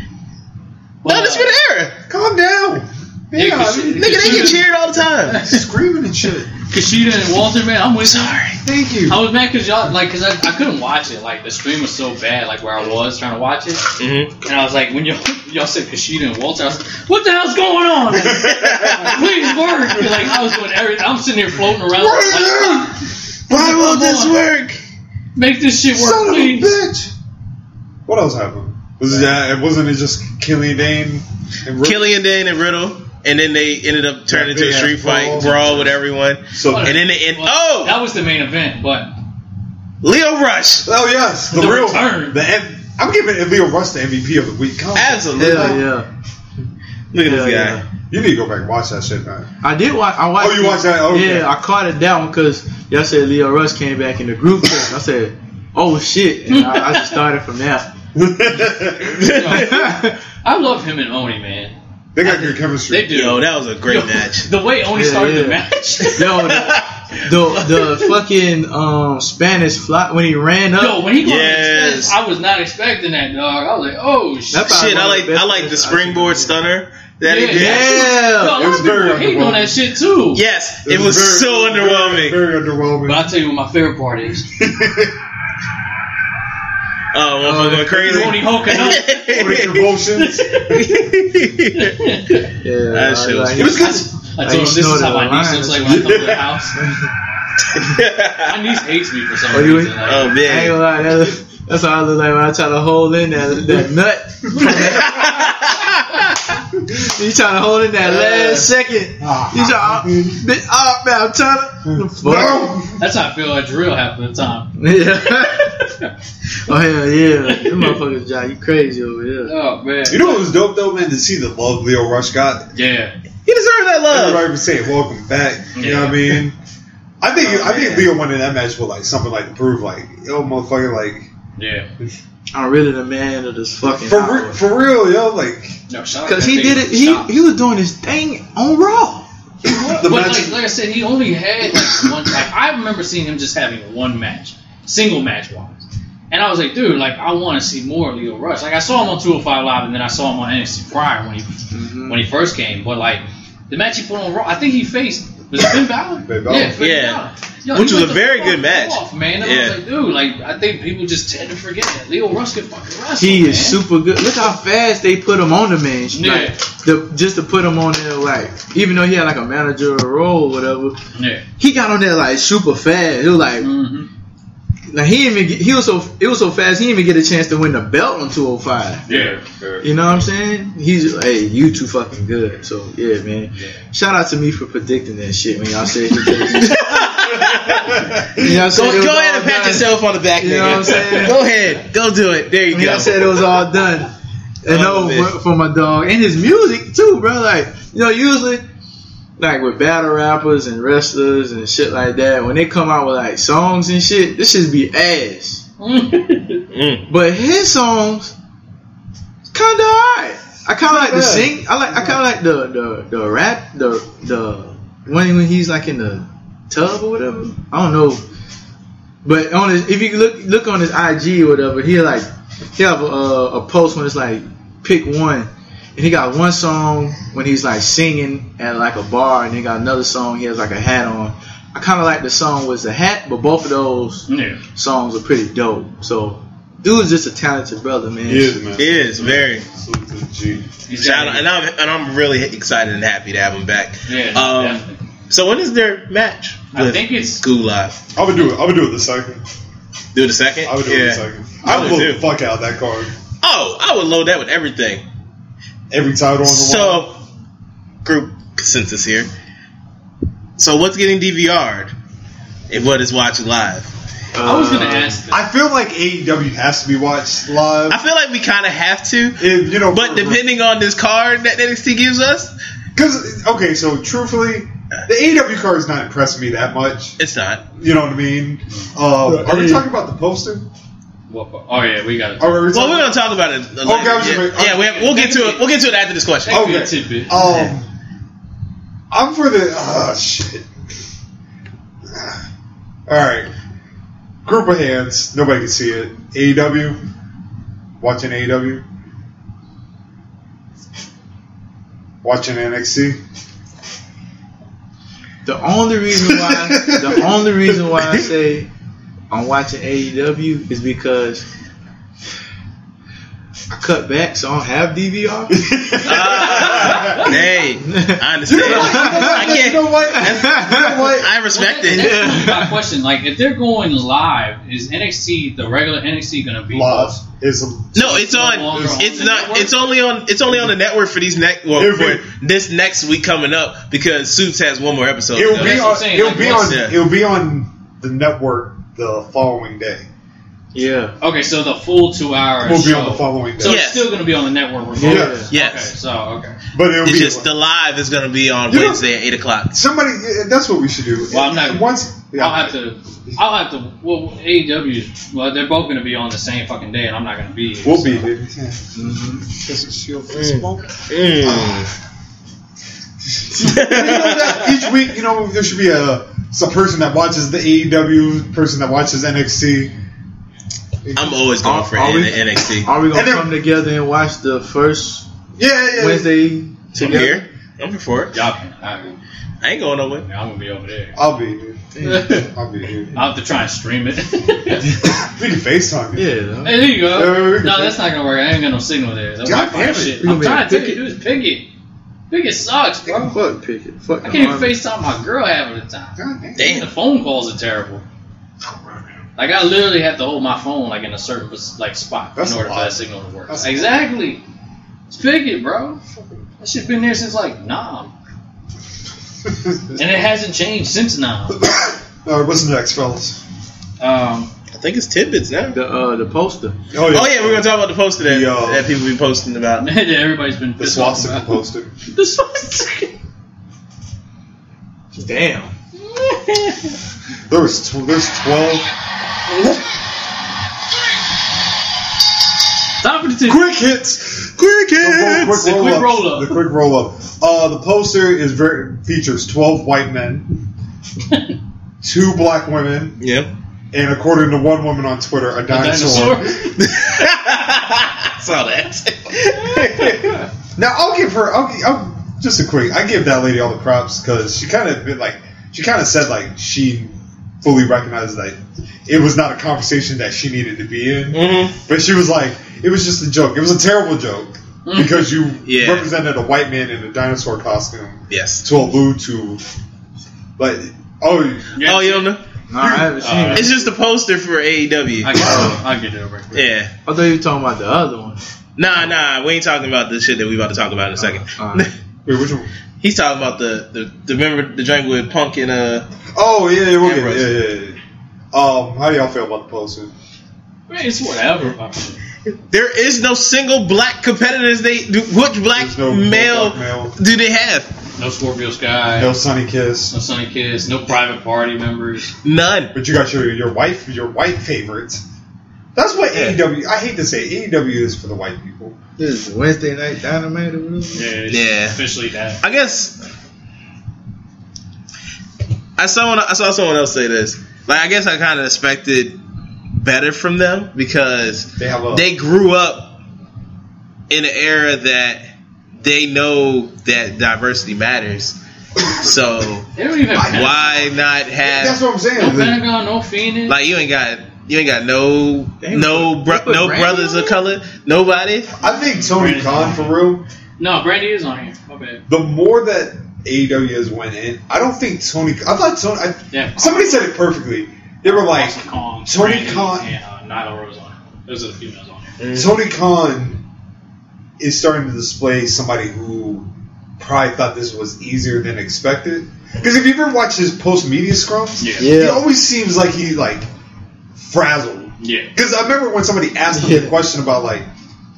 Speaker 5: Not Undisputed Era.
Speaker 3: Calm down.
Speaker 6: Yeah,
Speaker 3: Yeah, I
Speaker 6: 'cause
Speaker 3: mean,
Speaker 6: she-
Speaker 5: Nigga, they get cheered all the time.
Speaker 3: screaming and shit.
Speaker 6: Kushida and Walter, man, I'm with you.
Speaker 3: Thank you.
Speaker 6: I was mad because y'all like because I, I couldn't watch it. Like the stream was so bad, like where I was trying to watch it,
Speaker 5: Mhm.
Speaker 6: and I was like, when y'all y'all said Kushida and Walter, I was like, what the hell's going on? Please work. Like I was doing everything. I'm sitting here floating around. Like,
Speaker 5: Why won't this work?
Speaker 6: make this shit work,
Speaker 3: Son of a
Speaker 6: please.
Speaker 3: bitch. What else happened? Was that? It uh, wasn't it just Killian Dane and Rick?
Speaker 5: Killian Dane and Riddle, and then they ended up turning into a
Speaker 3: Yeah,
Speaker 5: street
Speaker 3: brawl.
Speaker 5: fight brawl with everyone.
Speaker 3: So,
Speaker 5: And then they end.
Speaker 6: Well,
Speaker 5: Oh,
Speaker 6: that was the main event, but
Speaker 5: Leo Rush.
Speaker 3: oh yes, the,
Speaker 6: The
Speaker 3: real
Speaker 6: return.
Speaker 3: The M- I'm giving Leo Rush the MVP of the week. Come on.
Speaker 5: Absolutely.
Speaker 4: Hell yeah.
Speaker 5: Look at this guy.
Speaker 4: Hell yeah.
Speaker 3: You need to go back and watch that shit, man.
Speaker 4: I did watch. I watched.
Speaker 3: Oh, you watched that? Oh, okay.
Speaker 4: Yeah, I caught it down because y'all said Leo Rush came back in the group chat. I said, "Oh shit!" And I, I just started from there.
Speaker 6: I love him and Oni, man.
Speaker 3: They got good chemistry.
Speaker 6: They do.
Speaker 5: Yo, that was a great
Speaker 6: Yo,
Speaker 5: match.
Speaker 6: The way Oni
Speaker 4: Yeah,
Speaker 6: started
Speaker 4: yeah.
Speaker 6: the match.
Speaker 4: Yo, the, the the fucking um Spanish fly when he ran
Speaker 5: uh,
Speaker 4: up.
Speaker 6: Yo, when he got
Speaker 5: Yes.
Speaker 6: yes. I was not expecting that, dog. I was like, oh shit.
Speaker 4: That's probably
Speaker 5: Shit,
Speaker 4: one
Speaker 5: I
Speaker 4: of
Speaker 5: like
Speaker 4: the best
Speaker 5: I like the
Speaker 4: matches I've
Speaker 5: springboard
Speaker 4: seen.
Speaker 5: stunner that he
Speaker 6: Yeah.
Speaker 5: did.
Speaker 6: Yo, a
Speaker 4: yeah,
Speaker 6: lot
Speaker 3: It was
Speaker 6: of people
Speaker 3: very
Speaker 6: were hating on
Speaker 3: underwhelming.
Speaker 6: that shit too.
Speaker 5: Yes, it was
Speaker 3: very-
Speaker 5: so underwhelming.
Speaker 3: Very, very
Speaker 6: But
Speaker 3: underwhelming.
Speaker 6: I'll tell you what my favorite part is.
Speaker 5: Oh, I'm going crazy.
Speaker 6: Tony Hawk and them.
Speaker 3: All the convulsions.
Speaker 4: yeah.
Speaker 5: That
Speaker 4: I
Speaker 5: shit was-
Speaker 4: like-
Speaker 5: It was
Speaker 6: I told him this is how my niece looks like when I come to the house. My niece hates me for some
Speaker 4: What do you
Speaker 6: reason.
Speaker 4: mean?
Speaker 6: Like,
Speaker 4: I
Speaker 5: oh
Speaker 4: ain't
Speaker 5: man,
Speaker 4: gonna lie, that's, that's how I look like when I try to hold in that, that nut. you trying to hold in that last second. You try, bit off, man. I'm trying to.
Speaker 3: No.
Speaker 6: that's how I feel at drill half the time.
Speaker 4: Yeah. oh hell yeah, you motherfuckers, John, you crazy over here.
Speaker 6: Oh man.
Speaker 3: You know what was dope though, man, to see the love Leo Rush got.
Speaker 6: Yeah.
Speaker 5: he deserves that love.
Speaker 3: Everybody was saying "Welcome back." You know what I mean? I think I
Speaker 5: Oh,
Speaker 3: think Leo won in that match with like something like to prove like yo motherfucker like
Speaker 6: Yeah.
Speaker 4: I'm really the man of this fucking.
Speaker 3: for re- for real yo like
Speaker 6: No, shout out
Speaker 4: Because
Speaker 6: that
Speaker 4: he
Speaker 6: nigga
Speaker 4: did it.
Speaker 6: for
Speaker 4: He
Speaker 6: shout.
Speaker 4: he was doing his thing on Raw.
Speaker 3: the
Speaker 6: But
Speaker 3: match.
Speaker 6: like, like I said, he only had like one. Like, I remember seeing him just having one match, single match wise. And I was like, dude, like I want to see more of Leo Rush. Like I saw him on 205 Live, and then I saw him on NXT prior when he
Speaker 4: Mm-hmm.
Speaker 6: when he first came. But like the match he put on Raw, I think he faced was it Finn Balor.
Speaker 3: Finn Balor.
Speaker 6: Yeah, Finn
Speaker 5: Yeah.
Speaker 6: Balor.
Speaker 5: Which
Speaker 6: he
Speaker 5: was a
Speaker 6: went the
Speaker 5: very
Speaker 6: fuck
Speaker 5: good match.
Speaker 6: Off, man. And I
Speaker 5: Yeah.
Speaker 6: was like, dude, like I think people just tend to forget that Leo Rush can fucking wrestle.
Speaker 4: He
Speaker 6: man.
Speaker 4: is super good. Look how fast they put him on the man.
Speaker 6: Yeah.
Speaker 4: Like, the, just to put him on there, like even though he had like a manager role or whatever,
Speaker 6: Yeah.
Speaker 4: he got on there like super fast. It was like
Speaker 6: hmm
Speaker 4: now he didn't even get, he was so it was so fast he didn't even get a chance to win the belt on 205.
Speaker 6: Yeah.
Speaker 4: You know what I'm saying? He's hey, you too fucking good. So yeah, man. Shout out to me for predicting that shit when y'all said. you know
Speaker 5: Go, go ahead and pat yourself on the back,
Speaker 4: You know what I'm
Speaker 5: nigga.
Speaker 4: saying?
Speaker 5: Go ahead, go do it. There you
Speaker 4: When
Speaker 5: go.
Speaker 4: y'all said it was all done and
Speaker 5: Oh,
Speaker 4: over
Speaker 5: man.
Speaker 4: for my dog and his music too, bro. Like you know, usually like with battle rappers and wrestlers and shit like that, when they come out with like songs and shit, this should be ass.
Speaker 5: Mm.
Speaker 4: But his songs kinda alright. I kinda like the
Speaker 3: bad.
Speaker 4: sing I like I kinda like the the, the rap the the when when he's like in the tub or whatever. I don't know. But on his if you look look on his IG or whatever, he like he have a, a post when it's like pick one. And he got one song when he's like singing at like a bar and he got another song he has like a hat on. I kinda like the song was the hat, but both of those
Speaker 6: Yeah.
Speaker 4: songs are pretty dope. So, dude's just a talented brother, man.
Speaker 3: He is, man.
Speaker 5: It is very.
Speaker 3: Salute to the G.
Speaker 5: Shout out, and I'm and I'm really excited and happy to have him back.
Speaker 6: Yeah,
Speaker 5: Um,
Speaker 6: definitely.
Speaker 5: so when is their match?
Speaker 6: I
Speaker 5: with
Speaker 6: think it's-
Speaker 5: School Live.
Speaker 3: I would do it. I would do it the second.
Speaker 5: Do the second.
Speaker 3: I would do it the second. I would blow the fuck out of that card.
Speaker 5: Oh, I would load that with everything.
Speaker 3: Every title on the
Speaker 5: so, group consensus here. So, what's getting DVR'd and what is watching live?
Speaker 6: I was gonna
Speaker 5: Uh,
Speaker 6: ask.
Speaker 3: I feel like AEW has to be watched live.
Speaker 5: I feel like we kind of have to.
Speaker 3: If, you know,
Speaker 5: but depending on this card that NXT gives us,
Speaker 3: because okay, so truthfully, the AEW card is not impressing me that much.
Speaker 5: It's not.
Speaker 3: You know what I mean? Uh, are we talking about the poster?
Speaker 6: What, oh yeah, we got it.
Speaker 3: Are we
Speaker 5: well,
Speaker 3: talking-
Speaker 5: we're gonna talk about it.
Speaker 3: Okay,
Speaker 5: later.
Speaker 3: I was just
Speaker 5: yeah,
Speaker 3: like-
Speaker 5: yeah, we have, we'll get to it. We'll get to it after this question.
Speaker 3: Okay. Um, I'm for the oh shit. All right, group of hands. Nobody can see it. AEW, watching E AEW, watching NXT.
Speaker 4: The only reason why the only reason why I say I'm watching AEW is because I cut back, so I don't have DVR.
Speaker 5: hey, I understand. I can't.
Speaker 3: You know what?
Speaker 5: I respect
Speaker 6: Well,
Speaker 5: it.
Speaker 6: that- that's my question. Like, if they're going live, is NXT the regular NXT gonna be live?
Speaker 3: Is
Speaker 5: No, it's on. It's not. It's only on. It's only on the network for these next. Well, for this next week coming up because Suits has one more episode.
Speaker 3: It'll be on.
Speaker 5: Yeah.
Speaker 3: It'll be on.
Speaker 5: Yeah.
Speaker 3: It'll be on the network the following day.
Speaker 4: Yeah.
Speaker 6: Okay, so the full two hours
Speaker 3: Will be on
Speaker 6: show.
Speaker 3: the following day.
Speaker 6: So
Speaker 3: Yes.
Speaker 6: it's still gonna be on the network.
Speaker 3: Yes.
Speaker 6: regardless.
Speaker 5: Yes.
Speaker 6: Okay, so okay.
Speaker 3: But it'll
Speaker 5: it's
Speaker 3: be
Speaker 5: just the live is going to be on
Speaker 3: You know-
Speaker 5: Wednesday at eight o'clock.
Speaker 3: Somebody. yeah, That's what we should do.
Speaker 6: Well, I'm not.
Speaker 3: Once
Speaker 6: I'll have to. I'll have to. Well, AEW. Well, they're both gonna be on the same fucking day, and I'm not gonna be. Here,
Speaker 3: We'll
Speaker 6: so.
Speaker 3: be here.
Speaker 4: Mm-hmm.
Speaker 6: This is your
Speaker 3: you know that each week, you know, there should be a, it's a person that watches the AEW, person that watches NXT.
Speaker 5: I'm always going for
Speaker 4: Are
Speaker 5: N-
Speaker 4: we-
Speaker 5: NXT.
Speaker 4: Are we gonna come together and watch the first
Speaker 3: yeah, yeah.
Speaker 4: Wednesday
Speaker 5: I'm
Speaker 4: together?
Speaker 5: here. I'm here for it.
Speaker 6: Y'all can. I,
Speaker 5: I ain't going nowhere.
Speaker 6: I'm gonna be over there.
Speaker 3: I'll be here. I'll be here.
Speaker 6: I'll have to try and stream it.
Speaker 3: We can FaceTime.
Speaker 4: Yeah.
Speaker 6: Hey, there you
Speaker 3: Yeah, we
Speaker 6: go.
Speaker 3: can-
Speaker 6: No, that's not gonna work. I ain't got no signal there. That's
Speaker 3: God damn it.
Speaker 6: shit.
Speaker 3: You
Speaker 6: I'm
Speaker 3: gonna
Speaker 6: trying
Speaker 3: be
Speaker 6: to
Speaker 3: a
Speaker 6: tell you, dude, Piggy. Piggy sucks, bro.
Speaker 4: Fuck Pickett. Fuck
Speaker 6: I
Speaker 4: the
Speaker 6: can't even
Speaker 4: Army.
Speaker 6: FaceTime my girl half of the time.
Speaker 5: Damn.
Speaker 6: The phone calls are terrible. Like I literally have to hold my phone like in a certain pos- like spot
Speaker 3: That's a
Speaker 6: in order for
Speaker 3: lot.
Speaker 6: that signal to work.
Speaker 3: That's a lot.
Speaker 6: exactly. It's Piggott, bro. That shit's been there since like nom. and it hasn't changed since nom.
Speaker 3: All right, Uh, what's next, fellas?
Speaker 6: Um,
Speaker 5: I think it's tidbits now.
Speaker 4: The uh the poster.
Speaker 3: Oh
Speaker 5: Oh yeah, we're gonna talk about the poster that,
Speaker 3: The, uh,
Speaker 5: that people been posting about.
Speaker 6: yeah, everybody's been
Speaker 3: The
Speaker 6: pissed off
Speaker 3: swastika
Speaker 6: about-
Speaker 3: poster.
Speaker 6: The swastika.
Speaker 4: Damn.
Speaker 3: There was tw- there's twelve.
Speaker 6: Time for the tidbits.
Speaker 3: Quick hits, quick hits.
Speaker 6: The quick roll-up.
Speaker 3: The quick roll up. Uh, the poster is very features twelve white men, two black women,
Speaker 5: Yeah.
Speaker 3: and according to one woman on Twitter, a
Speaker 6: Dinosaur.
Speaker 3: dinosaur.
Speaker 5: I saw that.
Speaker 3: Now I'll give her. I'll, gi- I'll just a quick. I give that lady all the props because she kind of been like she kind of said like she fully recognized that it was not a conversation that she needed to be in,
Speaker 5: Mm-hmm.
Speaker 3: but she was like it was just a joke. It was a terrible joke because you
Speaker 5: Mm-hmm. Yeah.
Speaker 3: represented a white man in a dinosaur costume
Speaker 5: yes.
Speaker 3: to allude to, but oh
Speaker 5: Oh, you don't know?
Speaker 4: No, I haven't seen it.
Speaker 5: It's just the poster for AEW.
Speaker 6: I get it. I get it over. quick.
Speaker 5: yeah.
Speaker 4: I thought you were talking about the other one.
Speaker 5: Nah, nah. We ain't talking about the shit that we about to talk about in a second.
Speaker 4: alright.
Speaker 3: Uh, wait which one?
Speaker 5: He's talking about the the, the remember the joint with Punk and uh.
Speaker 3: Oh yeah, yeah, we'll get-
Speaker 5: Ambrose.
Speaker 3: yeah, yeah, yeah. Um, how do y'all feel about the poster?
Speaker 6: Man, It's whatever.
Speaker 5: There is no single black competitors. They do, which black,
Speaker 3: There's no- no
Speaker 5: male
Speaker 3: black male.
Speaker 5: do they have?
Speaker 6: No Scorpio Sky.
Speaker 3: No sunny kiss.
Speaker 6: No Sunny Kiss, no private party members.
Speaker 5: None.
Speaker 3: But you got your your wife your white favorites. That's what
Speaker 5: Yeah.
Speaker 3: AEW. I hate to say it, AEW is for the white people.
Speaker 4: This is Wednesday night dynamite or whatever.
Speaker 6: Yeah, it's
Speaker 5: Yeah.
Speaker 6: officially that.
Speaker 5: I guess I saw I saw someone else say this. Like I guess I kind of expected better from them because
Speaker 3: They have a
Speaker 5: they grew up in an era that they know that diversity matters. So
Speaker 6: They don't even have
Speaker 5: why not
Speaker 3: That's
Speaker 5: have
Speaker 3: what I'm saying.
Speaker 6: no Pentagon, no Phoenix.
Speaker 5: like you ain't got you ain't got no
Speaker 4: They-
Speaker 5: no
Speaker 4: they
Speaker 5: bro,
Speaker 4: put
Speaker 5: no
Speaker 4: Randy
Speaker 5: brothers
Speaker 4: on
Speaker 5: of color nobody
Speaker 3: I think Tony Khan for real.
Speaker 6: no, Brandy is on here. My bad.
Speaker 3: The more that AEW has went in, I don't think Tony. I thought Tony. I,
Speaker 6: Yeah.
Speaker 3: Somebody said it perfectly. They were like
Speaker 6: Awesome Kong,
Speaker 3: Tony
Speaker 6: Brandy,
Speaker 3: Khan.
Speaker 6: and uh, Nyla Rose on. Those are the females on there.
Speaker 3: Tony Khan is starting to display somebody who probably thought this was easier than expected. Because if you ever watch his post media scrums,
Speaker 6: Yeah.
Speaker 3: he
Speaker 6: Yeah.
Speaker 3: always seems like he like frazzled.
Speaker 6: Yeah.
Speaker 3: Because I remember when somebody asked him the question about like,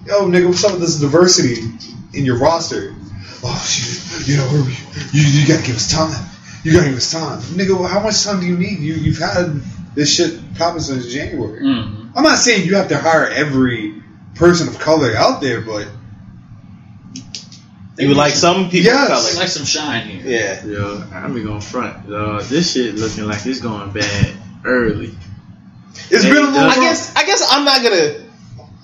Speaker 3: "Yo, nigga, what's up with this diversity in your roster?" Oh, shit, you know, we're- you, you gotta give us time. You gotta give us time, nigga. Well, how much time do you need? You you've had this shit popping since January.
Speaker 6: Mm.
Speaker 3: I'm not saying you have to hire every person of color out there, but
Speaker 5: You would like some people
Speaker 3: Yes.
Speaker 5: of color.
Speaker 6: Like some shine here.
Speaker 5: Yeah.
Speaker 4: Yo, I'm be going front. Yo, this shit looking like it's going bad early.
Speaker 3: It's been a little.
Speaker 5: I guess I guess I'm not gonna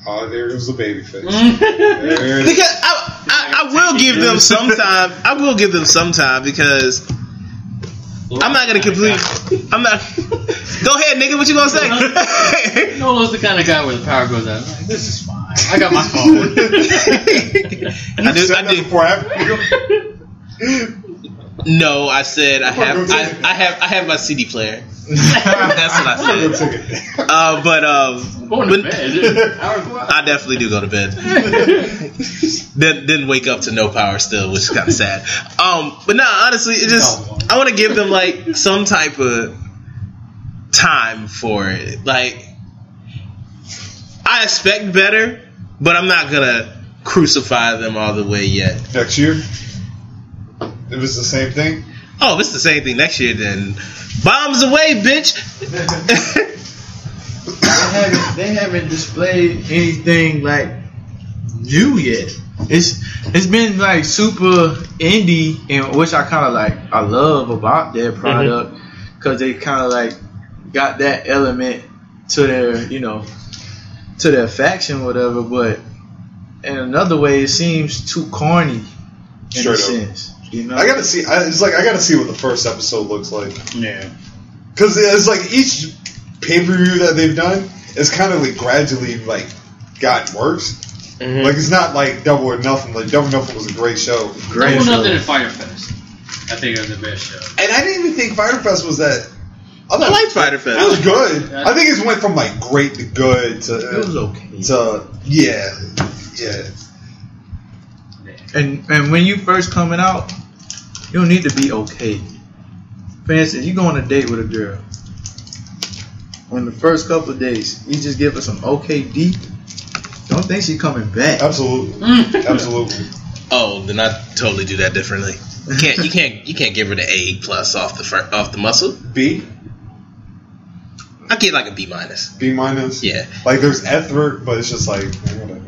Speaker 3: oh, there goes the baby face.
Speaker 4: Mm-hmm.
Speaker 3: There it is.
Speaker 5: because I, I, I will give them some time. I will give them some time because I'm not gonna complete. I'm not. Go ahead, nigga. What you gonna say?
Speaker 6: Nolo's the kind of guy where the power goes out. Like, this is fine. I got my phone.
Speaker 5: I did. I did.
Speaker 3: Before I-
Speaker 5: No, I said I have. I, I have. I have my CD player. That's what I said. Uh, but um,
Speaker 6: Going to
Speaker 5: but-
Speaker 6: bed. Dude. Hour go out.
Speaker 5: I definitely do go to bed. then then wake up to no power still, which is kind of sad. Um, but nah, honestly, it just I want to give them like some type of time for it. Like I expect better, but I'm not gonna crucify them all the way yet.
Speaker 3: Next year, it was the same thing.
Speaker 5: Oh, if it's the same thing next year, then bombs away, bitch.
Speaker 4: They haven't, they haven't displayed anything like new yet. It's it's been like super indie, and which I kind of like. I love about their
Speaker 3: Mm-hmm.
Speaker 4: product because they kind of like got that element to their you know to their faction, whatever. But in another way, it seems too corny in
Speaker 3: Straight
Speaker 4: a
Speaker 3: up.
Speaker 4: sense. You know,
Speaker 3: I gotta see. I, it's like I gotta see what the first episode looks like
Speaker 6: yeah.
Speaker 3: because it's like each pay per view that they've done is kind of like gradually like gotten worse.
Speaker 5: Mm-hmm.
Speaker 3: Like it's not like Double or Nothing. Like Double or Nothing was a great show,
Speaker 4: Great
Speaker 6: Double
Speaker 4: show.
Speaker 6: Nothing and Firefest. I think that's the best show.
Speaker 3: and I didn't even think Firefest was that. I,
Speaker 5: I
Speaker 3: thought
Speaker 5: like Fighter
Speaker 3: it was
Speaker 5: Fest.
Speaker 3: good. I think it's went from like great to good to
Speaker 4: it was okay.
Speaker 3: to yeah, yeah.
Speaker 4: And and when you first coming out, you don't need to be okay. For instance, you go on a date with a girl. On the first couple of days, you just give her some okay D. Don't think she coming back.
Speaker 3: Absolutely,
Speaker 5: Mm.
Speaker 3: absolutely.
Speaker 5: Oh, then I totally do that differently. You can't you can't you can't give her the A plus off the fir- off the muscle.
Speaker 3: B,
Speaker 5: I get like a B minus.
Speaker 3: B minus.
Speaker 5: Yeah,
Speaker 3: Like there's effort, but it's just like whatever.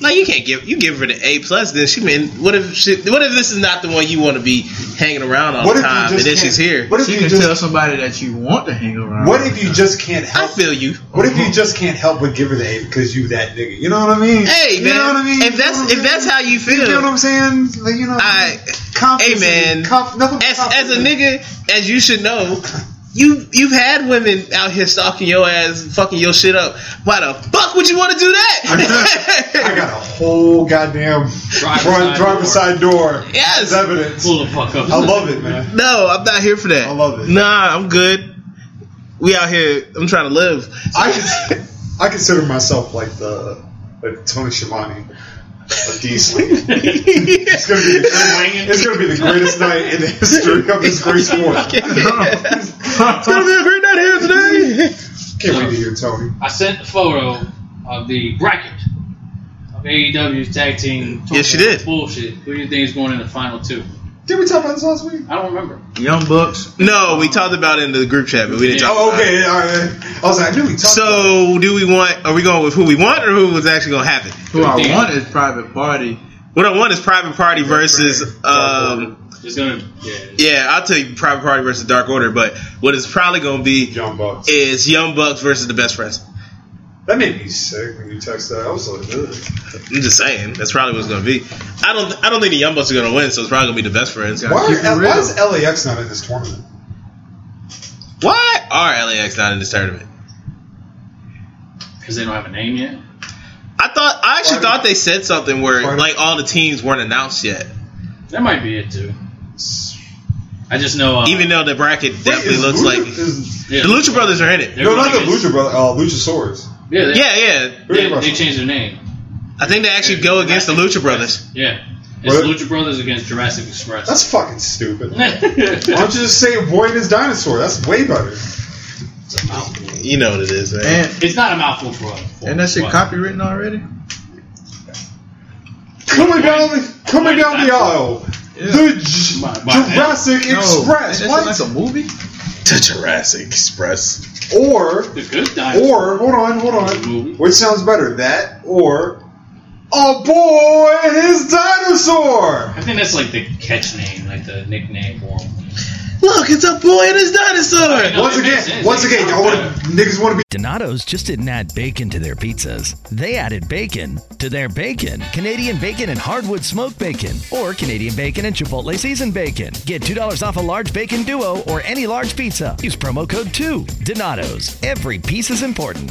Speaker 5: like you can't give you give her the A plus. Then she mean what if she, what if this is not the one you want to be hanging around all
Speaker 3: What
Speaker 5: the
Speaker 3: if you
Speaker 5: time, and
Speaker 3: just
Speaker 5: then she's
Speaker 3: can't-
Speaker 5: here.
Speaker 3: What if
Speaker 4: She
Speaker 3: you
Speaker 4: can tell
Speaker 3: just
Speaker 4: somebody that you want to hang around.
Speaker 3: What if you just can't
Speaker 5: I
Speaker 3: help?
Speaker 5: feel you.
Speaker 3: What if you just can't help but give her the A because you that nigga? You know what I mean?
Speaker 5: Hey
Speaker 3: you
Speaker 5: man,
Speaker 3: know what I mean?
Speaker 5: if
Speaker 3: You
Speaker 5: that's
Speaker 3: know what
Speaker 5: if that's how you feel,
Speaker 3: you know what I'm saying? Like you know, what I mean?
Speaker 5: I
Speaker 3: Confidence
Speaker 5: hey,
Speaker 3: and
Speaker 5: man.
Speaker 3: conf- nothing but
Speaker 5: as, as a
Speaker 3: confidence.
Speaker 5: nigga, as you should know, you you've had women out here stalking your ass, fucking your shit up. Why the fuck would you want to do
Speaker 3: I
Speaker 5: that?
Speaker 3: got a whole goddamn front
Speaker 6: side
Speaker 3: driver's
Speaker 6: door.
Speaker 3: side door.
Speaker 5: Yes.
Speaker 3: It's evidence.
Speaker 6: Pull the fuck up.
Speaker 3: I love it, man.
Speaker 5: no, I'm not here for that.
Speaker 3: I love it.
Speaker 5: Nah, I'm good. We out here. I'm trying to live.
Speaker 3: I cons- I consider myself like the like Tony Schiavone of these. It's gonna be the, it's gonna be the greatest night in the history of this great sport.
Speaker 5: It's gonna be a great night here today.
Speaker 3: Can't wait to hear Tony.
Speaker 6: I sent the photo of the bracket of AEW's tag team.
Speaker 5: Yes, you did.
Speaker 6: Bullshit. Who do you think is going in the final two?
Speaker 3: Did we talk about this last week?
Speaker 6: I don't remember.
Speaker 4: Young Bucks.
Speaker 5: No, we talked about it in the group chat, but we didn't talk.
Speaker 3: Oh,
Speaker 5: about it.
Speaker 3: okay. All right. I was like, I knew we talked. about it.
Speaker 5: So, do we want? Are we going with who we want, or who was actually going to happen?
Speaker 4: Who I want is private party.
Speaker 5: What I want is Private Party versus um,
Speaker 6: It's gonna. Yeah.
Speaker 5: Yeah, I'll tell you Private Party versus Dark Order, but what it's probably going to be
Speaker 3: Young Bucks.
Speaker 5: is Young Bucks versus the Best Friends.
Speaker 3: That made me sick when you text that. I was like, Ugh.
Speaker 5: I'm just saying, that's probably what it's going to be. I don't, I don't think the Young Bucks are going to win, so it's probably going to be the Best Friends.
Speaker 4: Yeah.
Speaker 3: why,
Speaker 4: keep it
Speaker 3: are,
Speaker 4: real.
Speaker 3: why is LAX not in this tournament?
Speaker 5: Why are LAX not in this tournament?
Speaker 6: Because they don't have a name yet.
Speaker 5: I thought, I actually
Speaker 3: Why-
Speaker 5: thought they said something where
Speaker 3: Why-
Speaker 5: like all the teams weren't announced yet,
Speaker 6: That might be it too. I just know. Uh,
Speaker 5: even though the bracket definitely
Speaker 3: Wait, is
Speaker 5: looks
Speaker 3: Lucha-
Speaker 5: like
Speaker 3: is-
Speaker 6: yeah,
Speaker 5: the Lucha Brothers are in it.
Speaker 6: they're
Speaker 3: no, not the
Speaker 6: going against-
Speaker 3: Lucha brother. Uh, Luchasaurus.
Speaker 6: Yeah, they-
Speaker 5: yeah, yeah.
Speaker 6: They, they changed their name.
Speaker 5: I think they actually go against the Lucha Brothers.
Speaker 6: Yeah. It's Lucha Brothers against Jurassic Express.
Speaker 3: That's fucking stupid. Why don't you just say avoid his dinosaur? That's way better.
Speaker 5: You know what it is, man.
Speaker 6: it's not a mouthful for us.
Speaker 4: And that shit copywritten already?
Speaker 3: Coming down the coming down the aisle, the J- Jurassic Express. what?
Speaker 4: That's a movie.
Speaker 5: The Jurassic Express.
Speaker 3: Or
Speaker 6: the good
Speaker 3: Or hold on, hold on. Which sounds better, that or a boy and his dinosaur?
Speaker 6: I think that's like the catch name, like the nickname for them.
Speaker 5: Look, it's a boy and his dinosaur.
Speaker 3: Once again, once again, y'all want to niggas want to be.
Speaker 9: Donato's just didn't add bacon to their pizzas. They added bacon to their bacon. Canadian bacon and hardwood smoked bacon, or Canadian bacon and Chipotle seasoned bacon. Get two dollars off a large bacon duo or any large pizza. Use promo code two. Donato's. Every piece is important.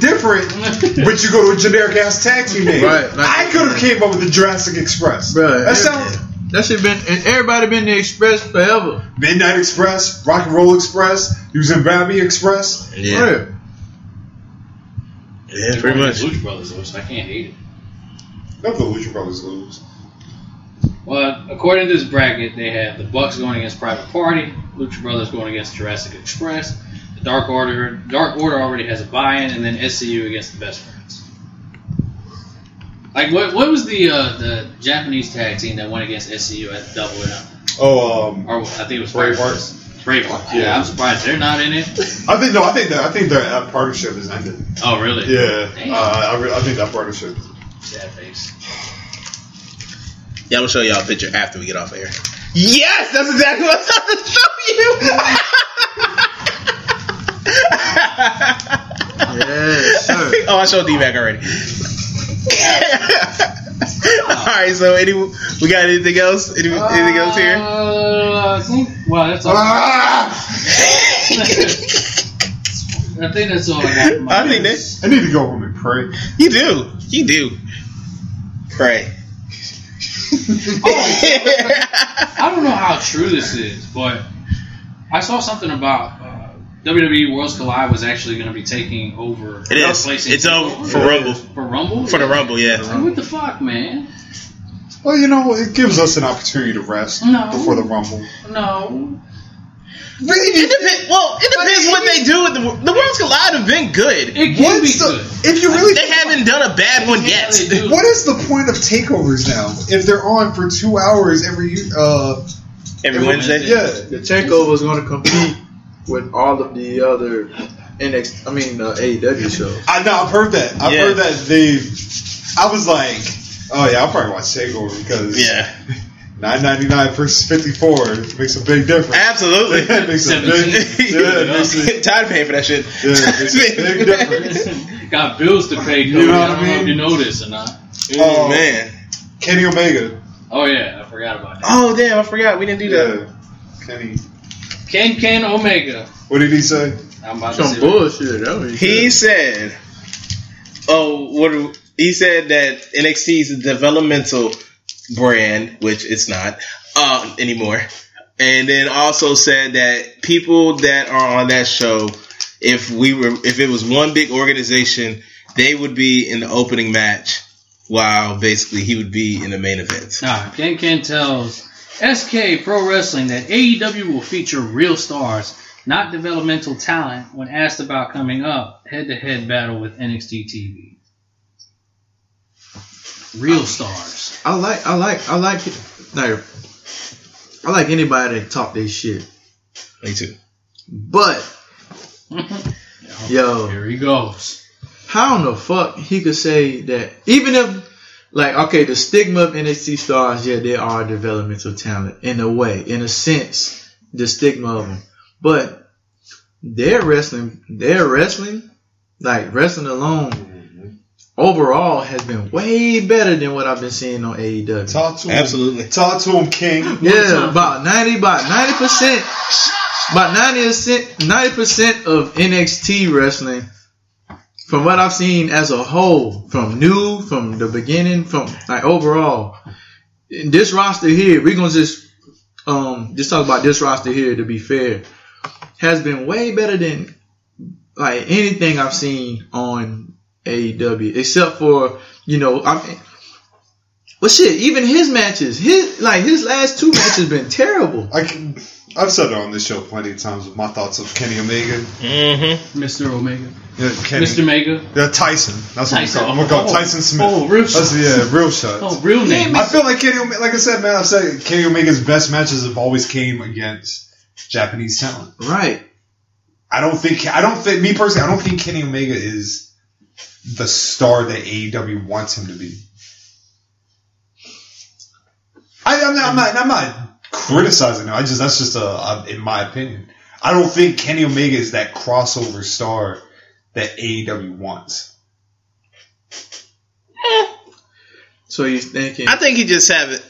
Speaker 3: different, but you go to a generic ass tag team name.
Speaker 4: Right, like-
Speaker 3: I could have came up with the Jurassic Express.
Speaker 4: Bruh,
Speaker 3: that
Speaker 4: every-
Speaker 3: sounds
Speaker 4: That shit been and everybody been the Express forever.
Speaker 3: Midnight Express, Rock and Roll Express, using Bambi Express.
Speaker 5: Yeah.
Speaker 4: Right.
Speaker 5: Yeah, pretty much.
Speaker 6: Lucha Brothers lose, so I can't hate it.
Speaker 3: Not the Lucha Brothers lose.
Speaker 6: Well, according to this bracket, they have the Bucks going against Private Party, Lucha Brothers going against Jurassic Express, the Dark Order. Dark Order already has a buy-in, and then SCU against the Best Friends. Like what? What was the uh, the Japanese tag team that went against SCU at Double It Up?
Speaker 3: Oh, um,
Speaker 6: Or I think it was
Speaker 3: Braveheart.
Speaker 6: Braveheart. Yeah, I'm surprised they're not in it.
Speaker 3: I think no, I think that I think that, that partnership is ended.
Speaker 6: Oh, really?
Speaker 3: Yeah,
Speaker 6: Damn.
Speaker 3: uh, I, re- I think that partnership.
Speaker 6: Sad face.
Speaker 5: Yeah, I'm gonna show y'all a picture after we get off air. Yes, that's exactly what I was trying to
Speaker 4: Yes,
Speaker 5: show you.
Speaker 4: sir.
Speaker 5: oh, I showed D Mac already. All right, so any we got anything else? Any, anything else here?
Speaker 6: Uh, I think. Well,
Speaker 3: Ah!
Speaker 6: that's all. I think that's all I got.
Speaker 5: I think that
Speaker 3: I need to go home and pray.
Speaker 5: you do, you do. Pray.
Speaker 6: I don't know how true this is, but I saw something about uh, WWE Worlds Collide was actually going to be taking over.
Speaker 5: It is.
Speaker 6: replacing
Speaker 5: It's over for
Speaker 6: Yeah.
Speaker 5: Rumble.
Speaker 6: For Rumble.
Speaker 5: For the Rumble,
Speaker 6: Like,
Speaker 5: yeah.
Speaker 6: what the fuck, man?
Speaker 3: Well, you know, it gives us an opportunity to rest
Speaker 6: No.
Speaker 3: before the Rumble.
Speaker 6: No.
Speaker 5: It depends. Well, it depends what they do. With the, the Worlds Collide have been good.
Speaker 6: It can be good.
Speaker 3: If you really
Speaker 5: They haven't done a bad one yet.
Speaker 3: What is the point of takeovers now if they're on for two hours every uh
Speaker 5: Every Wednesday.
Speaker 3: yeah
Speaker 4: The takeover is going to compete with all of the other NX. I mean uh, AEW shows.
Speaker 3: I know I've heard that I've
Speaker 5: Yeah.
Speaker 3: heard that they I was like oh yeah I'll probably watch takeover because
Speaker 5: Yeah,
Speaker 3: nine ninety nine versus fifty four makes a big difference
Speaker 5: absolutely.
Speaker 3: It makes a big yeah it makes a,
Speaker 5: Tired of paying for that shit.
Speaker 3: yeah, it makes a big difference
Speaker 6: Got bills to pay. Cody.
Speaker 3: know what
Speaker 6: I don't
Speaker 3: I
Speaker 6: know if
Speaker 3: mean?
Speaker 6: you know this or not.
Speaker 5: Oh
Speaker 3: Um,
Speaker 5: man.
Speaker 3: Kenny Omega
Speaker 6: Oh yeah, I forgot about that.
Speaker 5: Oh damn, I forgot we didn't do that.
Speaker 3: yeah Kenny
Speaker 6: Ken Ken Omega.
Speaker 3: what did he say
Speaker 6: I'm about to
Speaker 4: Some
Speaker 6: see
Speaker 4: bullshit. That was
Speaker 5: He said, "Oh, what?" do- He said that NXT is a developmental brand, which it's not uh, anymore. And then also said that people that are on that show, if we were, if it was one big organization, they would be in the opening match, while basically he would be in the main event.
Speaker 6: Nah, Ken Ken tells SK Pro Wrestling that AEW will feature real stars, not developmental talent, when asked about coming up head to head battle with NXT TV. Real stars.
Speaker 4: I like. I like. I like it. Like, I like anybody that talk their shit.
Speaker 5: Me too.
Speaker 4: But yo,
Speaker 6: Here he goes.
Speaker 4: how in the fuck he could say that even if like okay the stigma of NXT stars yeah they are developmental talent in a way in a sense the stigma of them but their wrestling their wrestling like wrestling alone overall has been way better than what I've been seeing on AEW. Talk
Speaker 11: to him. Absolutely.
Speaker 4: Talk to him, King. Yeah, about ninety, about ninety percent, about ninety percent, ninety percent of NXT wrestling, from what I've seen as a whole, from new, from the beginning, from like overall, in this roster here, we're gonna just um just talk about this roster here. To be fair, has been way better than like anything I've seen on AEW, except for you know I mean, well shit, even his matches, his like his last two matches been terrible.
Speaker 3: I can, I've said it on this show plenty of times with my thoughts of Kenny Omega.
Speaker 6: Mm-hmm. Mr. Omega.
Speaker 3: Yeah, Kenny.
Speaker 6: Mr. Omega.
Speaker 3: Yeah, Tyson. That's what
Speaker 6: Tyson.
Speaker 3: I'm gonna call. I'm gonna call
Speaker 6: Oh.
Speaker 3: Tyson Smith.
Speaker 6: Oh, real
Speaker 3: That's-
Speaker 6: shot.
Speaker 3: Yeah, real shot.
Speaker 6: Oh, real name.
Speaker 3: I feel like Kenny. Omega, like I said, man, I've said it, Kenny Omega's best matches have always came against Japanese talent.
Speaker 4: Right.
Speaker 3: I don't think. I don't think. Me personally, I don't think Kenny Omega is the star that AEW wants him to be. I, I'm not. I'm not. I'm not criticizing him. I just. That's just a. a- In my opinion, I don't think Kenny Omega is that crossover star that AEW wants.
Speaker 4: So you thinking?
Speaker 5: Eh. I think he just have it.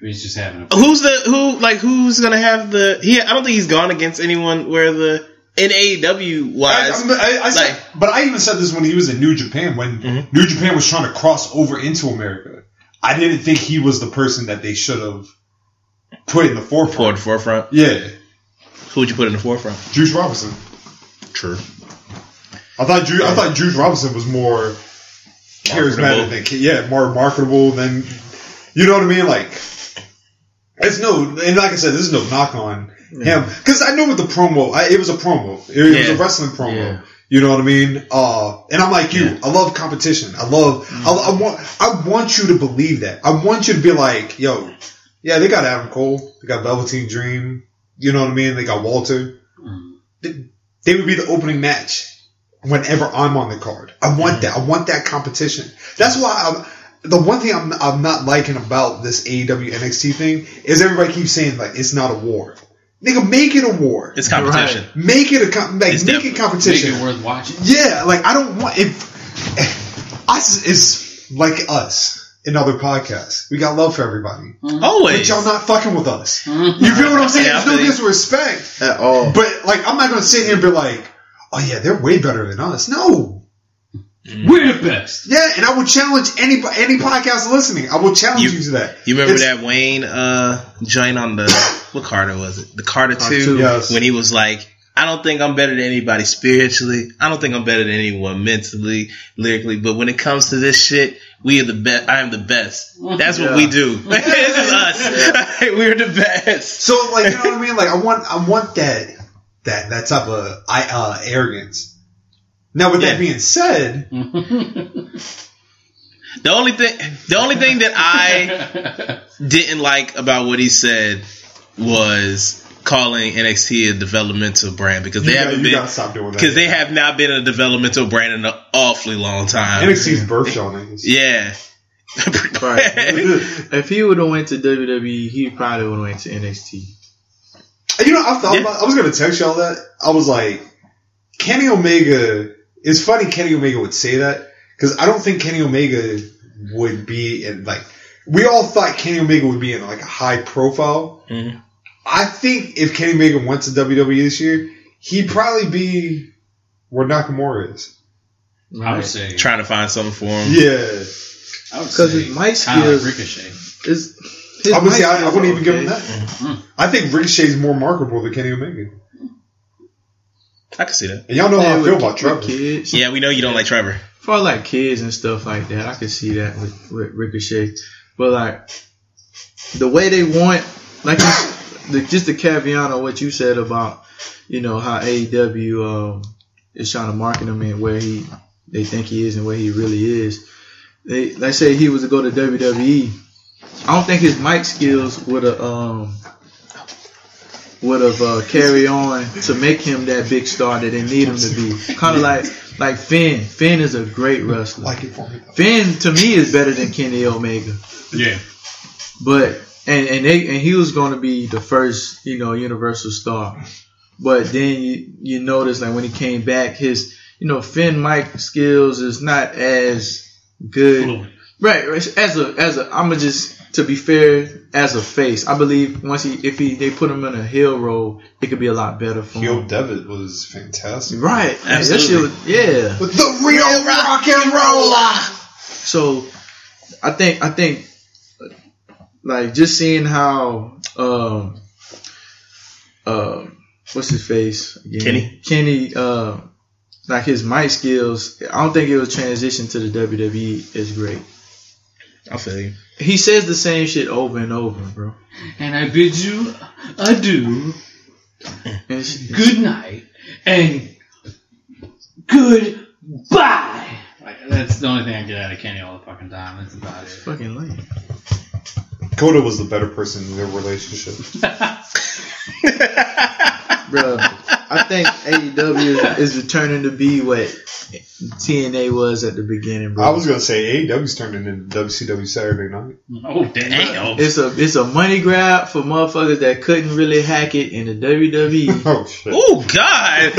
Speaker 6: He's just having a
Speaker 5: Who's the who? Like who's gonna have the? He I don't think he's gone against anyone where the in AEW wise.
Speaker 3: I, I said- but I even said this when he was in New Japan, when
Speaker 5: Mm-hmm.
Speaker 3: New Japan was trying to cross over into America. I didn't think he was the person that they should have put in the forefront.
Speaker 5: Put in the forefront.
Speaker 3: Yeah.
Speaker 5: Who'd you put in the forefront?
Speaker 3: Juice Robinson.
Speaker 5: True.
Speaker 3: I thought Drew, I thought Juice Robinson was more charismatic than Ke- yeah, more marketable than you know what I mean. Like it's no, and like I said, this is no knock on him because I know with the promo, I, it was a promo, it, it was a wrestling promo. You know what I mean? Uh, and I'm like you. I love competition. I love. I, I want. I want you to believe that. I want you to be like, yo, yeah, they got Adam Cole. They got Velveteen Dream. You know what I mean? They got Walter. They, they would be the opening match whenever I'm on the card. I want that. I want that competition. That's why I'm, the one thing I'm, I'm not liking about this E AEW NXT thing is everybody keeps saying like it's not a war. Nigga, make it a war.
Speaker 5: It's competition.
Speaker 3: Right. Make it a com- like make it competition.
Speaker 6: Make it worth watching.
Speaker 3: Yeah, like I don't want if us is like us in other podcasts. We got love for everybody.
Speaker 5: Always.
Speaker 3: But y'all not fucking with us. You feel what I'm saying?
Speaker 5: Yeah, I
Speaker 3: There's no
Speaker 5: feel you.
Speaker 3: disrespect
Speaker 4: at all.
Speaker 3: But like I'm not gonna sit here and be like, oh yeah, they're way better than us. No. We're
Speaker 6: the best.
Speaker 3: Yeah, and I will challenge any any podcast listening. I will challenge you, to that.
Speaker 5: You remember
Speaker 3: It's-
Speaker 5: that Wayne uh, joint on the what Carter was it? The Carter
Speaker 3: Carter
Speaker 5: two,
Speaker 3: two, yes.
Speaker 5: when he was like, "I don't think I'm better than anybody spiritually. I don't think I'm better than anyone mentally, lyrically. But when it comes to this shit, we are the best. I am the best. That's what
Speaker 3: Yeah.
Speaker 5: we do. this is us. We're the best.
Speaker 3: So like you know what I mean? Like I want I want that that that type of I, uh, arrogance. Now with that being said,
Speaker 5: The only thing, the only thing that I didn't like about what he said was calling NXT a developmental brand because they
Speaker 3: You got-
Speaker 5: haven't
Speaker 3: you
Speaker 5: been
Speaker 3: gotta stop doing that.
Speaker 5: because they have not been a developmental brand in an awfully long time.
Speaker 3: NXT's birth on it.
Speaker 5: yeah,
Speaker 4: Right. if he would have went to WWE, he probably would have went to NXT.
Speaker 3: You know, I thought about, I was gonna text y'all that. I was like, Kenny Omega. It's funny Kenny Omega would say that because I don't think Kenny Omega would be in like we all thought Kenny Omega would be in like a high profile. I think if Kenny Omega went to WWE this year, he'd probably be where Nakamura is.
Speaker 6: I would say
Speaker 5: trying to find something for him.
Speaker 3: Yeah.
Speaker 4: Because his mic
Speaker 6: Tyler
Speaker 4: skills
Speaker 6: Ricochet.
Speaker 4: is.
Speaker 3: I would say I, I wouldn't even give him that. I think Ricochet's more marketable than Kenny Omega.
Speaker 5: I can see that.
Speaker 3: And y'all know how I feel about Trevor.
Speaker 5: Yeah, we know you don't like Trevor.
Speaker 4: For like kids and stuff like that, I could see that with, with Ricochet. But like the way they want, like you- the, just the caveat on what you said about, you know how AEW um, is trying to market him in where he they think he is and where he really is. They let's say he was to go to WWE, I don't think his mic skills would have um would have uh, carry on to make him that big star that they need him to be. Kind of like like Finn. Finn is a great wrestler.
Speaker 3: Like it for me.
Speaker 4: Finn to me is better than Kenny Omega.
Speaker 6: Yeah.
Speaker 4: But and and they and he was going to be the first you know Universal star, but then you you notice like when he came back his you know, Finn Mike skills is not as good. Right, right, as a as a I'ma just to be fair, as a face, I believe once he if he they put him in a heel role, it could be a lot better for
Speaker 3: Yo
Speaker 4: him.
Speaker 3: Devitt was fantastic.
Speaker 4: Right, man, that shit was, yeah.
Speaker 3: With the real rock and roller.
Speaker 4: So I think I think like just seeing how um uh what's his face again?
Speaker 5: Kenny?
Speaker 4: Kenny uh like his mic skills I don't think it was transition to the WWE is great.
Speaker 5: I feel you.
Speaker 4: He says the same shit over and over, bro.
Speaker 6: And I bid you adieu.
Speaker 4: And she,
Speaker 6: Good night. And goodbye. Like, that's the only thing I get out of Kenny all the fucking time. That's about it.
Speaker 4: fucking lame.
Speaker 3: Coda was the better person in their relationship.
Speaker 4: Bro, I think AEW is returning to be what TNA was at the beginning, bro.
Speaker 3: I was gonna say AEW's turned into WCW Saturday Night.
Speaker 5: Oh damn!
Speaker 4: It's a it's a money grab for motherfuckers that couldn't really hack it in the E. WWE.
Speaker 3: Oh shit!
Speaker 5: Oh god!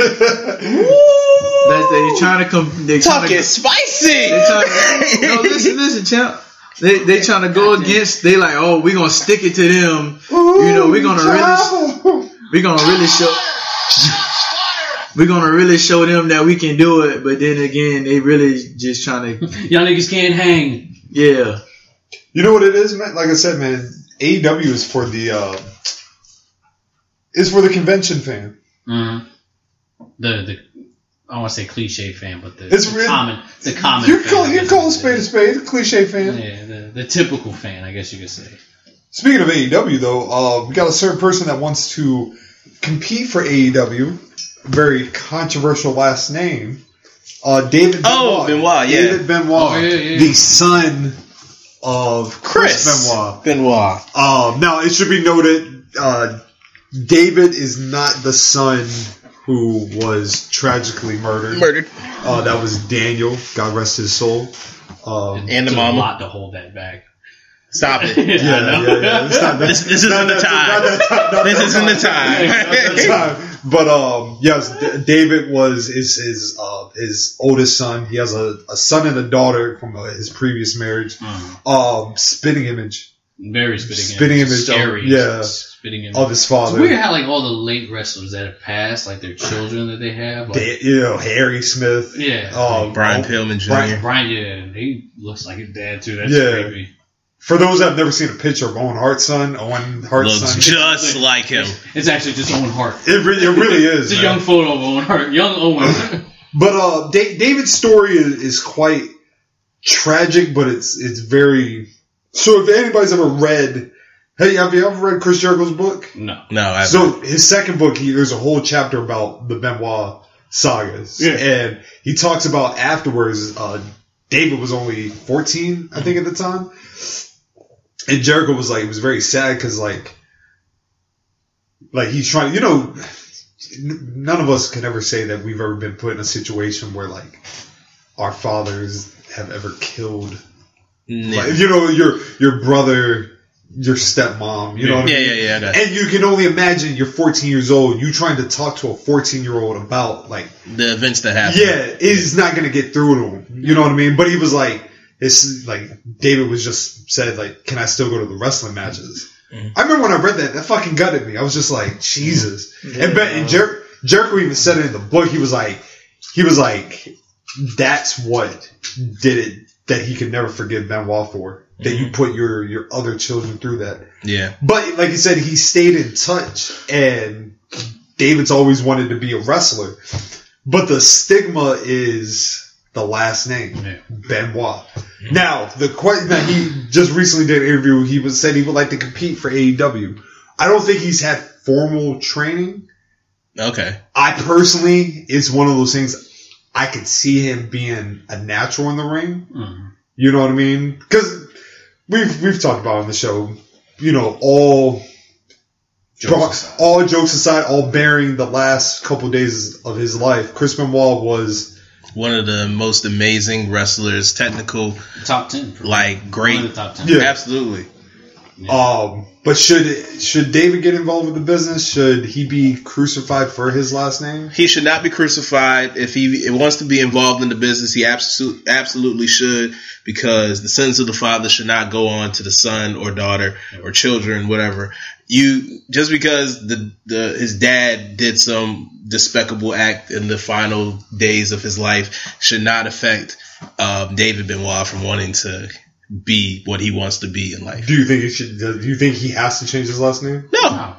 Speaker 4: That's they trying to come. They trying
Speaker 5: Talking
Speaker 4: to,
Speaker 5: spicy.
Speaker 4: they trying to, no, listen, listen, champ. They they trying to go against. They like, oh, we gonna stick it to them. You know, we gonna really we gonna really show. We gonna really show them that we can do it. But then again, they really just trying to.
Speaker 6: Y'all niggas can't hang.
Speaker 4: Yeah,
Speaker 3: You know what it is, man? Like I said, man, AEW is for the uh, is for the convention fan.
Speaker 6: Mm. The the I don't want to say cliche fan, but the,
Speaker 3: It's
Speaker 6: the
Speaker 3: real-
Speaker 6: common the common.
Speaker 3: You're
Speaker 6: fan,
Speaker 3: call,
Speaker 6: I
Speaker 3: you're
Speaker 6: guess
Speaker 3: calling
Speaker 6: is
Speaker 3: spade
Speaker 6: it.
Speaker 3: a spade, cliche fan.
Speaker 6: Yeah, the, the typical fan, I guess you could say.
Speaker 3: Speaking of AEW, though, uh, we got a certain person that wants to compete for AEW. Very controversial last name. Uh, David.
Speaker 5: Oh, Benoit, yeah.
Speaker 3: David Benoit,
Speaker 6: Oh, yeah, yeah.
Speaker 3: the son of Chris,
Speaker 5: Chris
Speaker 3: Benoit.
Speaker 5: Benoit.
Speaker 3: Um, now it should be noted, uh, David is not the son who was tragically murdered.
Speaker 5: Murdered.
Speaker 3: Uh, that was Daniel. God rest his soul. Um,
Speaker 5: And the
Speaker 6: Took
Speaker 5: mama.
Speaker 6: A lot to hold that back.
Speaker 5: Stop it.
Speaker 6: yeah, I
Speaker 3: yeah,
Speaker 6: know.
Speaker 3: yeah, yeah. It's not that-
Speaker 5: This, this isn't the time. This isn't the time.
Speaker 3: time. But um, yes, D- David was is his uh, his oldest son. He has a, a son and a daughter from uh, his previous marriage.
Speaker 6: Mm.
Speaker 3: Um, spitting image
Speaker 6: Very spitting.
Speaker 3: Spitting
Speaker 6: image.
Speaker 3: image of-
Speaker 6: Scary.
Speaker 3: yeah.
Speaker 6: Spitting image.
Speaker 3: of his
Speaker 6: It's
Speaker 3: father.
Speaker 6: weird how like all the late wrestlers that have passed, like their children that they have, like,
Speaker 3: Da- you know, Harry Smith.
Speaker 6: yeah,
Speaker 3: Um,
Speaker 5: Brian Pillman Jr.
Speaker 3: Brian-
Speaker 6: Brian, yeah, he looks like his dad too. That's
Speaker 3: Yeah.
Speaker 6: creepy.
Speaker 3: For those that have never seen a picture of Owen Hart's son, Owen Hart's
Speaker 5: Looks
Speaker 3: son,
Speaker 5: just like him.
Speaker 6: It's actually just Owen Hart.
Speaker 3: it, re- it really is.
Speaker 6: It's
Speaker 3: man.
Speaker 6: a young photo of Owen Hart, young Owen.
Speaker 3: But uh, da- David's story is, is quite tragic, but it's it's very. So if anybody's ever read, hey, have you ever read Chris Jericho's book?
Speaker 6: no,
Speaker 5: No, I
Speaker 3: So his second book, he, there's a whole chapter about the Benoit sagas,
Speaker 6: Yeah.
Speaker 3: and he talks about afterwards. Uh, David was only 14, I think, at the time, and Jericho was like, it was very sad because like, like he's trying, you know, n- none of us can ever say that we've ever been put in a situation where like our fathers have ever killed,
Speaker 5: yeah.
Speaker 3: like, you know, your your brother, your stepmom, you know, what I
Speaker 5: yeah,
Speaker 3: mean?
Speaker 5: yeah, yeah. I got
Speaker 3: And you can only imagine you're 14 years old, you trying to talk to a 14 year old about, like,
Speaker 5: you. the events that happened.
Speaker 3: yeah, it's not going to get through to him. You know what I mean? But he was like, it's like, David was just said, like, can I still go to the wrestling matches? I remember when I read that, that fucking gutted me. I was just like, Jesus. And, Ben and Jer- Jericho even said it in the book. He was like, he was like, that's what did it that he could never forgive Benoit for. That you put your, your other children through that.
Speaker 5: yeah.
Speaker 3: But like you said, he stayed in touch, and David's always wanted to be a wrestler. But the stigma is the last name,
Speaker 6: Yeah.
Speaker 3: Benoit. Now the question that he just recently did an interview, he was said he would like to compete for AEW. I don't think he's had formal training.
Speaker 5: Okay.
Speaker 3: I personally, it's one of those things. I could see him being a natural in the ring.
Speaker 6: Mm.
Speaker 3: You know what I mean? Because we've we've talked about on the show, you know, all
Speaker 5: Jokes
Speaker 3: bro-
Speaker 5: aside.
Speaker 3: all jokes aside, all bearing the last couple days of his life. Chris Benoit was
Speaker 5: One of the most amazing wrestlers, technical,
Speaker 6: top ten, for me.
Speaker 5: like
Speaker 6: One
Speaker 5: great.
Speaker 6: of the top ten.
Speaker 3: Yeah.
Speaker 5: Absolutely.
Speaker 3: Um, but should should David get involved with the business? Should he be crucified for his last name?
Speaker 5: He should not be crucified. If he wants to be involved in the business, he absolutely absolutely should because the sins of the father should not go on to the son or daughter or children, whatever. You just because the, the his dad did some despicable act in the final days of his life should not affect um, David Benoit from wanting to be what he wants to be in life.
Speaker 3: Do you think it should? Do you think he has to change his last name?
Speaker 5: No,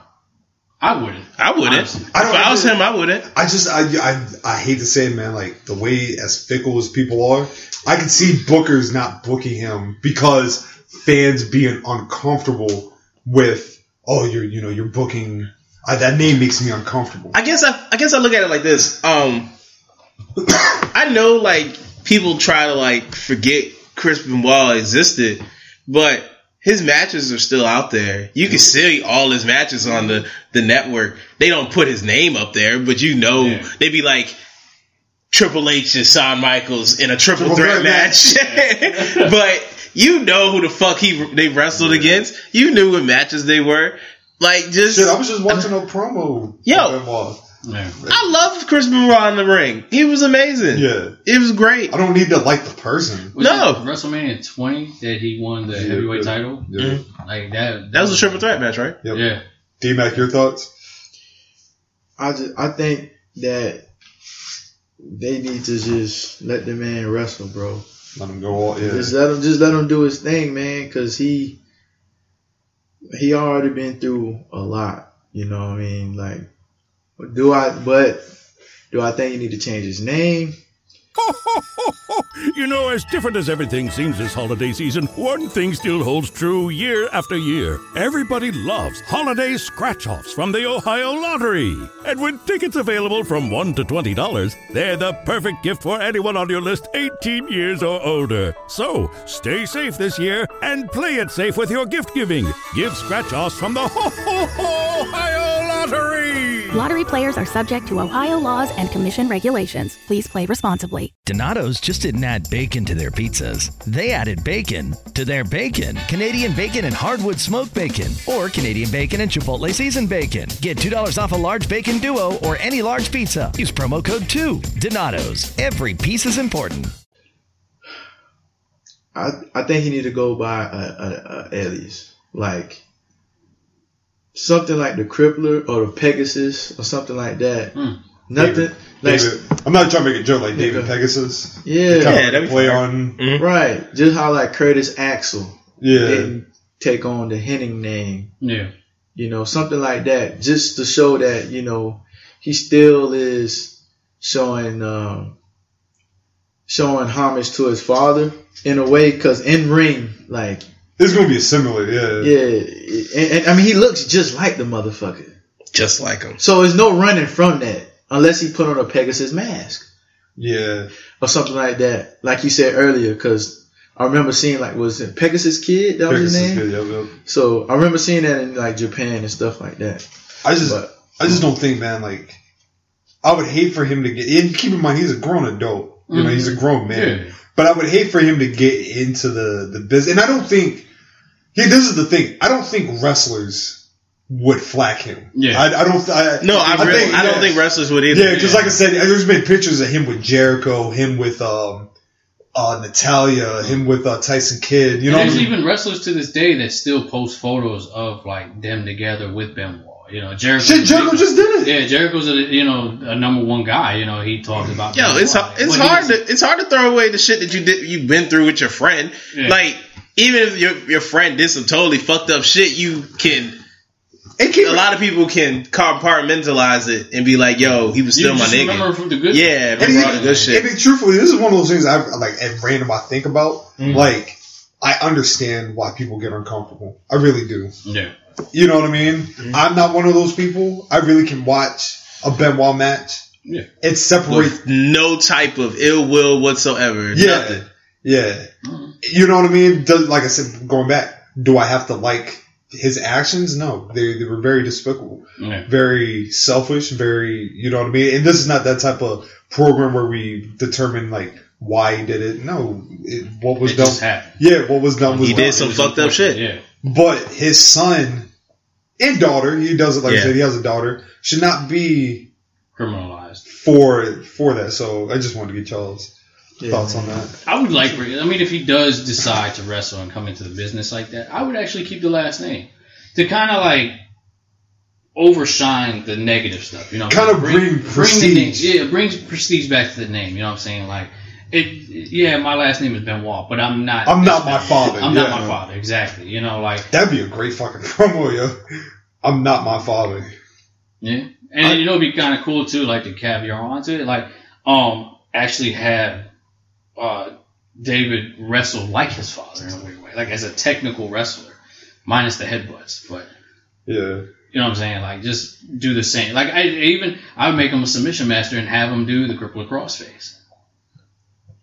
Speaker 5: I wouldn't. I wouldn't.
Speaker 3: I don't,
Speaker 5: if I was him, I wouldn't.
Speaker 3: I just I, I I hate to say it, man. Like the way as fickle as people are, I could see Booker's not booking him because fans being uncomfortable with oh you're you know you're booking uh, that name makes me uncomfortable.
Speaker 5: I guess I, I guess I look at it like this. Um, I know like people try to like forget Chris Benoit existed, but his matches are still out there. You can see all his matches on the the network. They don't put his name up there, but you know they be like. Triple H and Shawn Michaels in a triple,
Speaker 12: Triple
Speaker 5: threat,
Speaker 12: threat
Speaker 5: match, but you know who the fuck he they wrestled against. You knew what matches they were. Like just,
Speaker 3: Shit, I was just watching a promo.
Speaker 5: Yo, I love Chris Benoit in the ring. He was amazing.
Speaker 3: Yeah,
Speaker 5: it was great.
Speaker 3: I don't need to like the person.
Speaker 6: Was no, WrestleMania 20 that he won the heavyweight title. Mm-hmm. Like that.
Speaker 5: That was a triple threat match, right?
Speaker 6: Yeah.
Speaker 3: D Mac, your thoughts?
Speaker 4: I just, I think that they need to just let the man wrestle, bro.
Speaker 3: Let him go all. Yeah.
Speaker 4: Just let him just let him do his thing, man, because he he already been through a lot. You know what I mean? Like, do I? But do I think you need to change his name?
Speaker 1: You know, as different as everything seems this holiday season, one thing still holds true year after year. Everybody loves holiday scratch offs from the Ohio Lottery. And with tickets available from $1 to $20, they're the perfect gift for anyone on your list 18 years or older. So, stay safe this year and play it safe with your gift giving. Give scratch offs from the Ho Ho Ho Ohio Lottery!
Speaker 2: Lottery players are subject to Ohio laws and commission regulations. Please play responsibly.
Speaker 9: Donato's just didn't add bacon to their pizzas. They added bacon to their bacon. Canadian bacon and hardwood smoked bacon, or Canadian bacon and Chipotle seasoned bacon. Get $2 off a large bacon duo or any large pizza. Use promo code 2. Donato's. Every piece is important.
Speaker 4: I I think he need to go by a, a, a alias like something like the Crippler or the Pegasus or something like that.
Speaker 6: Mm.
Speaker 4: Nothing like
Speaker 3: David, I'm not trying to make a joke like David Pegasus.
Speaker 4: yeah,
Speaker 3: Kind of play on.
Speaker 4: right. Just how like Curtis Axel
Speaker 3: Yeah.
Speaker 4: didn't take on the Henning name,
Speaker 6: Yeah.
Speaker 4: you know, something like that, just to show that you know he still is showing um, showing homage to his father in a way because in ring like
Speaker 3: it's gonna be a similar yeah
Speaker 4: yeah and, and I mean he looks just like the motherfucker
Speaker 5: just like him
Speaker 4: so there's no running from that unless he put on a Pegasus mask
Speaker 3: Yeah.
Speaker 4: or something like that. Like you said earlier, because I remember seeing like was it Pegasus Kid? That was his
Speaker 3: Pegasus
Speaker 4: name.
Speaker 3: Kid, yep,
Speaker 4: So I remember seeing that in like Japan and stuff like that.
Speaker 3: I just I just don't think, man. Like, I would hate for him to get. And keep in mind, he's a grown adult. You know,
Speaker 4: Mhm.
Speaker 5: Mm-hmm.
Speaker 3: he's a grown man. But I would hate for him to get into the the business. And I don't think. Here, this is the thing. I don't think wrestlers would flack him.
Speaker 5: Yeah.
Speaker 3: I, I don't. I,
Speaker 5: No, I, really, I don't
Speaker 3: yeah.
Speaker 5: think wrestlers would either.
Speaker 3: Yeah, because like I said, there's been pictures of him with Jericho, him with um, uh, Natalia, him with uh, Tyson Kidd. You know,
Speaker 6: and
Speaker 3: what I
Speaker 6: there's
Speaker 3: mean?
Speaker 6: even wrestlers to this day that still post photos of like them together with Benoit. You know, Jericho.
Speaker 3: Shit, Jericho just did
Speaker 6: it. Yeah, Jericho's a you know a number one guy. You know, he talked about.
Speaker 5: Yo, it's
Speaker 6: Benoit.
Speaker 5: it's
Speaker 6: Well, he
Speaker 5: hard to it's hard to throw away the shit that you did you've been through with your friend.
Speaker 6: Yeah.
Speaker 5: Like even if your your friend did some totally fucked up shit, you can.
Speaker 3: a
Speaker 5: lot of people can compartmentalize it and be like, "Yo, he was
Speaker 3: You
Speaker 5: still my
Speaker 3: just
Speaker 5: nigga."
Speaker 3: remember
Speaker 6: from the good
Speaker 5: yeah,
Speaker 3: And
Speaker 5: remember all the good shit.
Speaker 3: I mean, truthfully, this is one of those things I like at random. I think about
Speaker 6: Mm.
Speaker 3: like I understand why people get uncomfortable. I really do.
Speaker 6: Yeah.
Speaker 3: You know what I mean?
Speaker 6: Mm-hmm.
Speaker 3: I'm not one of those people. I really can watch a Benoit match.
Speaker 6: Yeah.
Speaker 3: It separates.
Speaker 5: With no type of ill will whatsoever.
Speaker 3: Yeah.
Speaker 5: Nothing. Hmm.
Speaker 3: Yeah. You know what I mean? Does, like I said, going back, do I have to like his actions, no, they, they were very despicable,
Speaker 6: Yeah.
Speaker 3: very selfish, very you know what I mean. And this is not that type of program where we determine like why he did it. No, it, what was
Speaker 5: It
Speaker 3: done
Speaker 5: just happened.
Speaker 3: Yeah, what was done was
Speaker 5: He
Speaker 3: done.
Speaker 5: did some fucked up shit. Yeah.
Speaker 3: But his son and daughter, he does it like I
Speaker 5: Yeah.
Speaker 3: said, he has a daughter, should not be
Speaker 6: criminalized
Speaker 3: for for that. So I just wanted to get y'all's thoughts on that.
Speaker 6: I would like for. I mean, if he does decide to wrestle and come into the business like that, I would actually keep the last name to kind of like overshine the negative stuff. You know,
Speaker 3: Kind of bring
Speaker 6: The name,
Speaker 3: prestige.
Speaker 6: yeah, it brings prestige back to the name. You know what I'm saying? Like, it. Yeah, my last name is Benoit, but I'm not.
Speaker 3: I'm not my father.
Speaker 6: I'm
Speaker 3: yeah.
Speaker 6: not my father. Exactly. You know, like
Speaker 3: That'd be a great fucking promo, yo. I'm not my father.
Speaker 6: Yeah, and you know, it'd be kind of cool too, like to caviar onto it, like um, actually have uh, David wrestle like his father in a weird way, like as a technical wrestler, minus the headbutts, but
Speaker 3: yeah,
Speaker 6: you know what I'm saying, like just do the same. Like I I even I would make him a submission master and have him do the crippler crossface.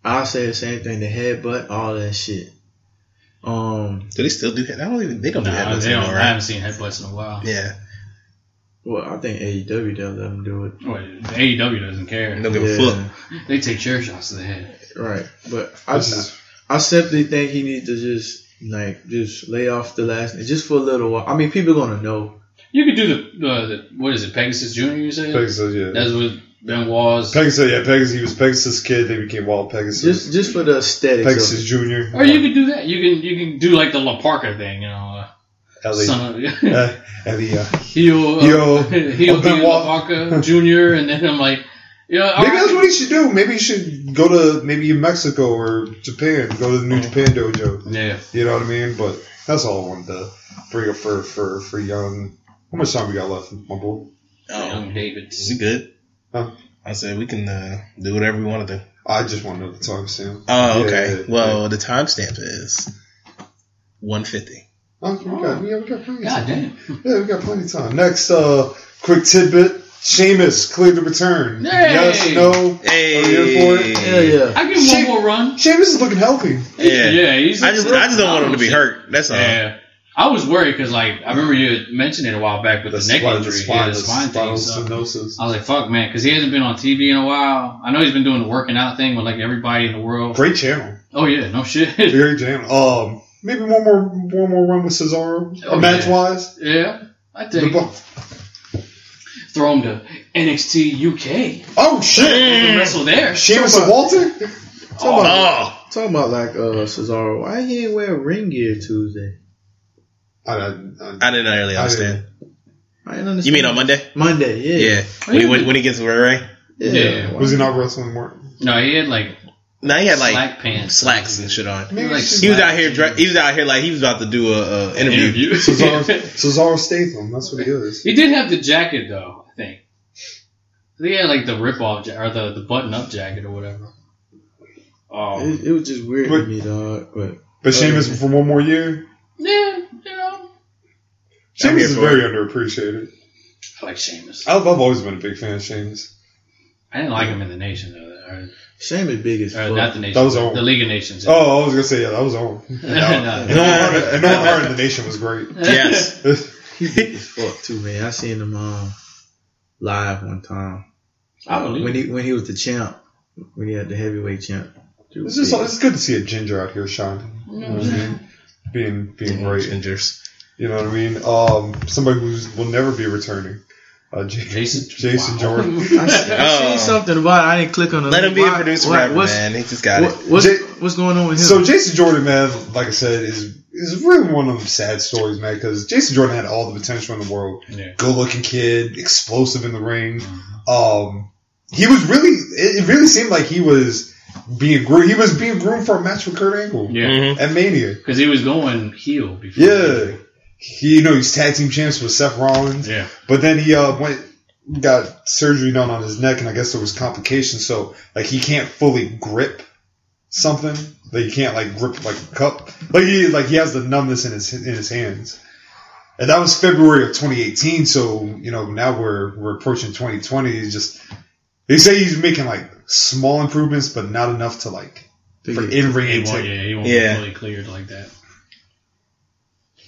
Speaker 4: I'll say the same thing. The headbutt, all that shit. Um,
Speaker 5: do they still do that? I don't even. They don't
Speaker 4: do
Speaker 6: Nah,
Speaker 4: that.
Speaker 6: they don't- I haven't seen headbutts in a while.
Speaker 5: Yeah.
Speaker 4: Well, I think AEW does let them do it.
Speaker 6: Well, AEW doesn't care.
Speaker 4: Don't give a Yeah.
Speaker 6: fuck. They take chair shots to the head.
Speaker 4: Right, but I
Speaker 6: This
Speaker 4: just, I simply think he needs to just like just lay off the last name just for a little while. I mean, people gonna know.
Speaker 6: You could do the, the, the what is it, Pegasus Junior? You said
Speaker 3: Pegasus, yeah.
Speaker 6: That's what Benoit's.
Speaker 3: Pegasus, yeah, Pegasus. He was Pegasus' kid. They became Wild Pegasus. Just,
Speaker 4: just for the aesthetics.
Speaker 3: Pegasus Junior.
Speaker 6: Or you could do that. You can you can do like the La Parca thing, you know. Uh,
Speaker 3: Ellie.
Speaker 6: son of,
Speaker 3: Uh, Ellie, uh,
Speaker 6: he'll
Speaker 3: Yo,
Speaker 6: uh, he'll be
Speaker 3: Benoit.
Speaker 6: La Parca Junior, and then I'm like, you know,
Speaker 3: Maybe that's what he should do. Maybe he should go to maybe Mexico or Japan. Go to the New Japan dojo.
Speaker 6: Yeah.
Speaker 3: You know what I mean? But that's all I wanted to bring up for for for young. How much time we got left, my boy?
Speaker 6: Young David. Is
Speaker 5: it good? I said we can uh, do whatever we want to do.
Speaker 3: Oh, I just want to know the time soon.
Speaker 5: Oh, okay. well, the timestamp is one fifty.
Speaker 3: Oh, we got, we got, we got plenty of
Speaker 6: God
Speaker 3: time. Yeah, we got plenty of time. Next, uh, quick tidbit. Seamus cleared the return.
Speaker 6: Yay!
Speaker 3: Yes, no. Are you here for it?
Speaker 6: I give him one more run.
Speaker 3: Seamus is looking healthy.
Speaker 5: Yeah,
Speaker 6: yeah. He's
Speaker 5: I just- I just don't want him to be hurt. That's all.
Speaker 6: Yeah. I was worried because like I remember you had mentioned it a while back with the, neck
Speaker 3: spine- the
Speaker 6: injury,
Speaker 3: spine-
Speaker 6: yeah, the
Speaker 3: the
Speaker 6: spine thing. So
Speaker 3: Stenosis.
Speaker 6: I was like, fuck, man, because he hasn't been on TV in a while. I know he's been doing the working out thing with like everybody in the world.
Speaker 3: Great channel.
Speaker 6: Oh yeah, no shit.
Speaker 3: Very jam. Um, maybe one more one more run with Cesaro,
Speaker 6: Oh,
Speaker 3: match
Speaker 6: yeah.
Speaker 3: wise.
Speaker 6: Yeah, I take it. Throw him to NXT UK.
Speaker 3: Oh shit!
Speaker 6: He can wrestle there. uh,
Speaker 3: Sheamus and Walter.
Speaker 4: Talking
Speaker 6: Oh.
Speaker 4: about, talking about like uh, Cesaro. Why he ain't wear ring gear Tuesday?
Speaker 3: I don't. I,
Speaker 5: I didn't really
Speaker 4: I
Speaker 5: understand.
Speaker 4: I didn't understand.
Speaker 5: You mean on Monday?
Speaker 4: Monday, yeah.
Speaker 5: Yeah. When he, when, when he gets Ray Ray.
Speaker 4: Yeah. Yeah. Was he
Speaker 3: not wrestling more?
Speaker 6: No, he had like.
Speaker 5: No, he had like
Speaker 6: slack pants,
Speaker 5: slacks and shit on.
Speaker 6: Maybe Like
Speaker 5: he was out here. dre- He was out here like he was about to do a, a interview.
Speaker 3: Cesaro, Cesaro Statham. That's what he is.
Speaker 6: He did have the jacket though. I think. I think he had like the rip off ja- or the, the button up jacket or whatever. Oh,
Speaker 4: it, it was just weird to me, dog. But
Speaker 3: But Sheamus for one more year.
Speaker 6: Yeah, you know.
Speaker 3: Sheamus is
Speaker 6: for
Speaker 3: very underappreciated.
Speaker 6: I like Sheamus.
Speaker 3: I've, I've always been a big fan of Sheamus.
Speaker 6: I didn't like him in the nation though. Or,
Speaker 4: Sheamus big as
Speaker 6: or not the nation.
Speaker 3: That was on.
Speaker 6: the League of Nations.
Speaker 3: Oh, I was gonna say yeah, that was on.
Speaker 6: No.
Speaker 3: And Owen Hart- and Owen Hart in the Nation was great.
Speaker 4: he big as fuck too, man. I seen him um, live one time.
Speaker 6: I believe
Speaker 4: when he when he was the champ, when he had the heavyweight champ.
Speaker 3: It's just it's good to see a ginger out here shining. You know what I mean? Being being great.
Speaker 5: Gingers.
Speaker 3: You know what I mean? Um, somebody who will never be returning. Uh, J-
Speaker 6: Jason
Speaker 3: Jason Jordan.
Speaker 4: I, see, I seen something about. It. I didn't click on the.
Speaker 3: Oh. Let
Speaker 4: link.
Speaker 3: him be a
Speaker 4: Why-
Speaker 3: producer
Speaker 4: why-
Speaker 3: forever,
Speaker 4: what's-
Speaker 5: man. He just got
Speaker 4: what-
Speaker 5: it.
Speaker 4: What's,
Speaker 3: J-
Speaker 4: what's going on with him?
Speaker 3: So Jason Jordan, man, like I said, is is really one of them sad stories, man. Because Jason Jordan had all the potential in the world.
Speaker 6: Yeah.
Speaker 3: Good looking kid, explosive in the ring.
Speaker 6: Mm-hmm.
Speaker 3: Um, he was really. It, it really seemed like he was being groomed. He was being groomed for a match with Kurt Angle.
Speaker 6: Yeah. Mhm.
Speaker 3: At Mania.
Speaker 6: Because he was going heel before.
Speaker 3: Yeah. He, you know, he's tag team champs with Seth Rollins.
Speaker 6: Yeah.
Speaker 3: But then he uh, went got surgery done on his neck, and I guess there was complications. So like he can't fully grip something. Like he can't like grip like a cup. Like he like he has the numbness in his in his hands. And that was February of 2018. So you know now we're we're approaching 2020. He's just they say he's making like small improvements, but not enough to like for in ring
Speaker 6: He won't, yeah, he won't be fully cleared like that.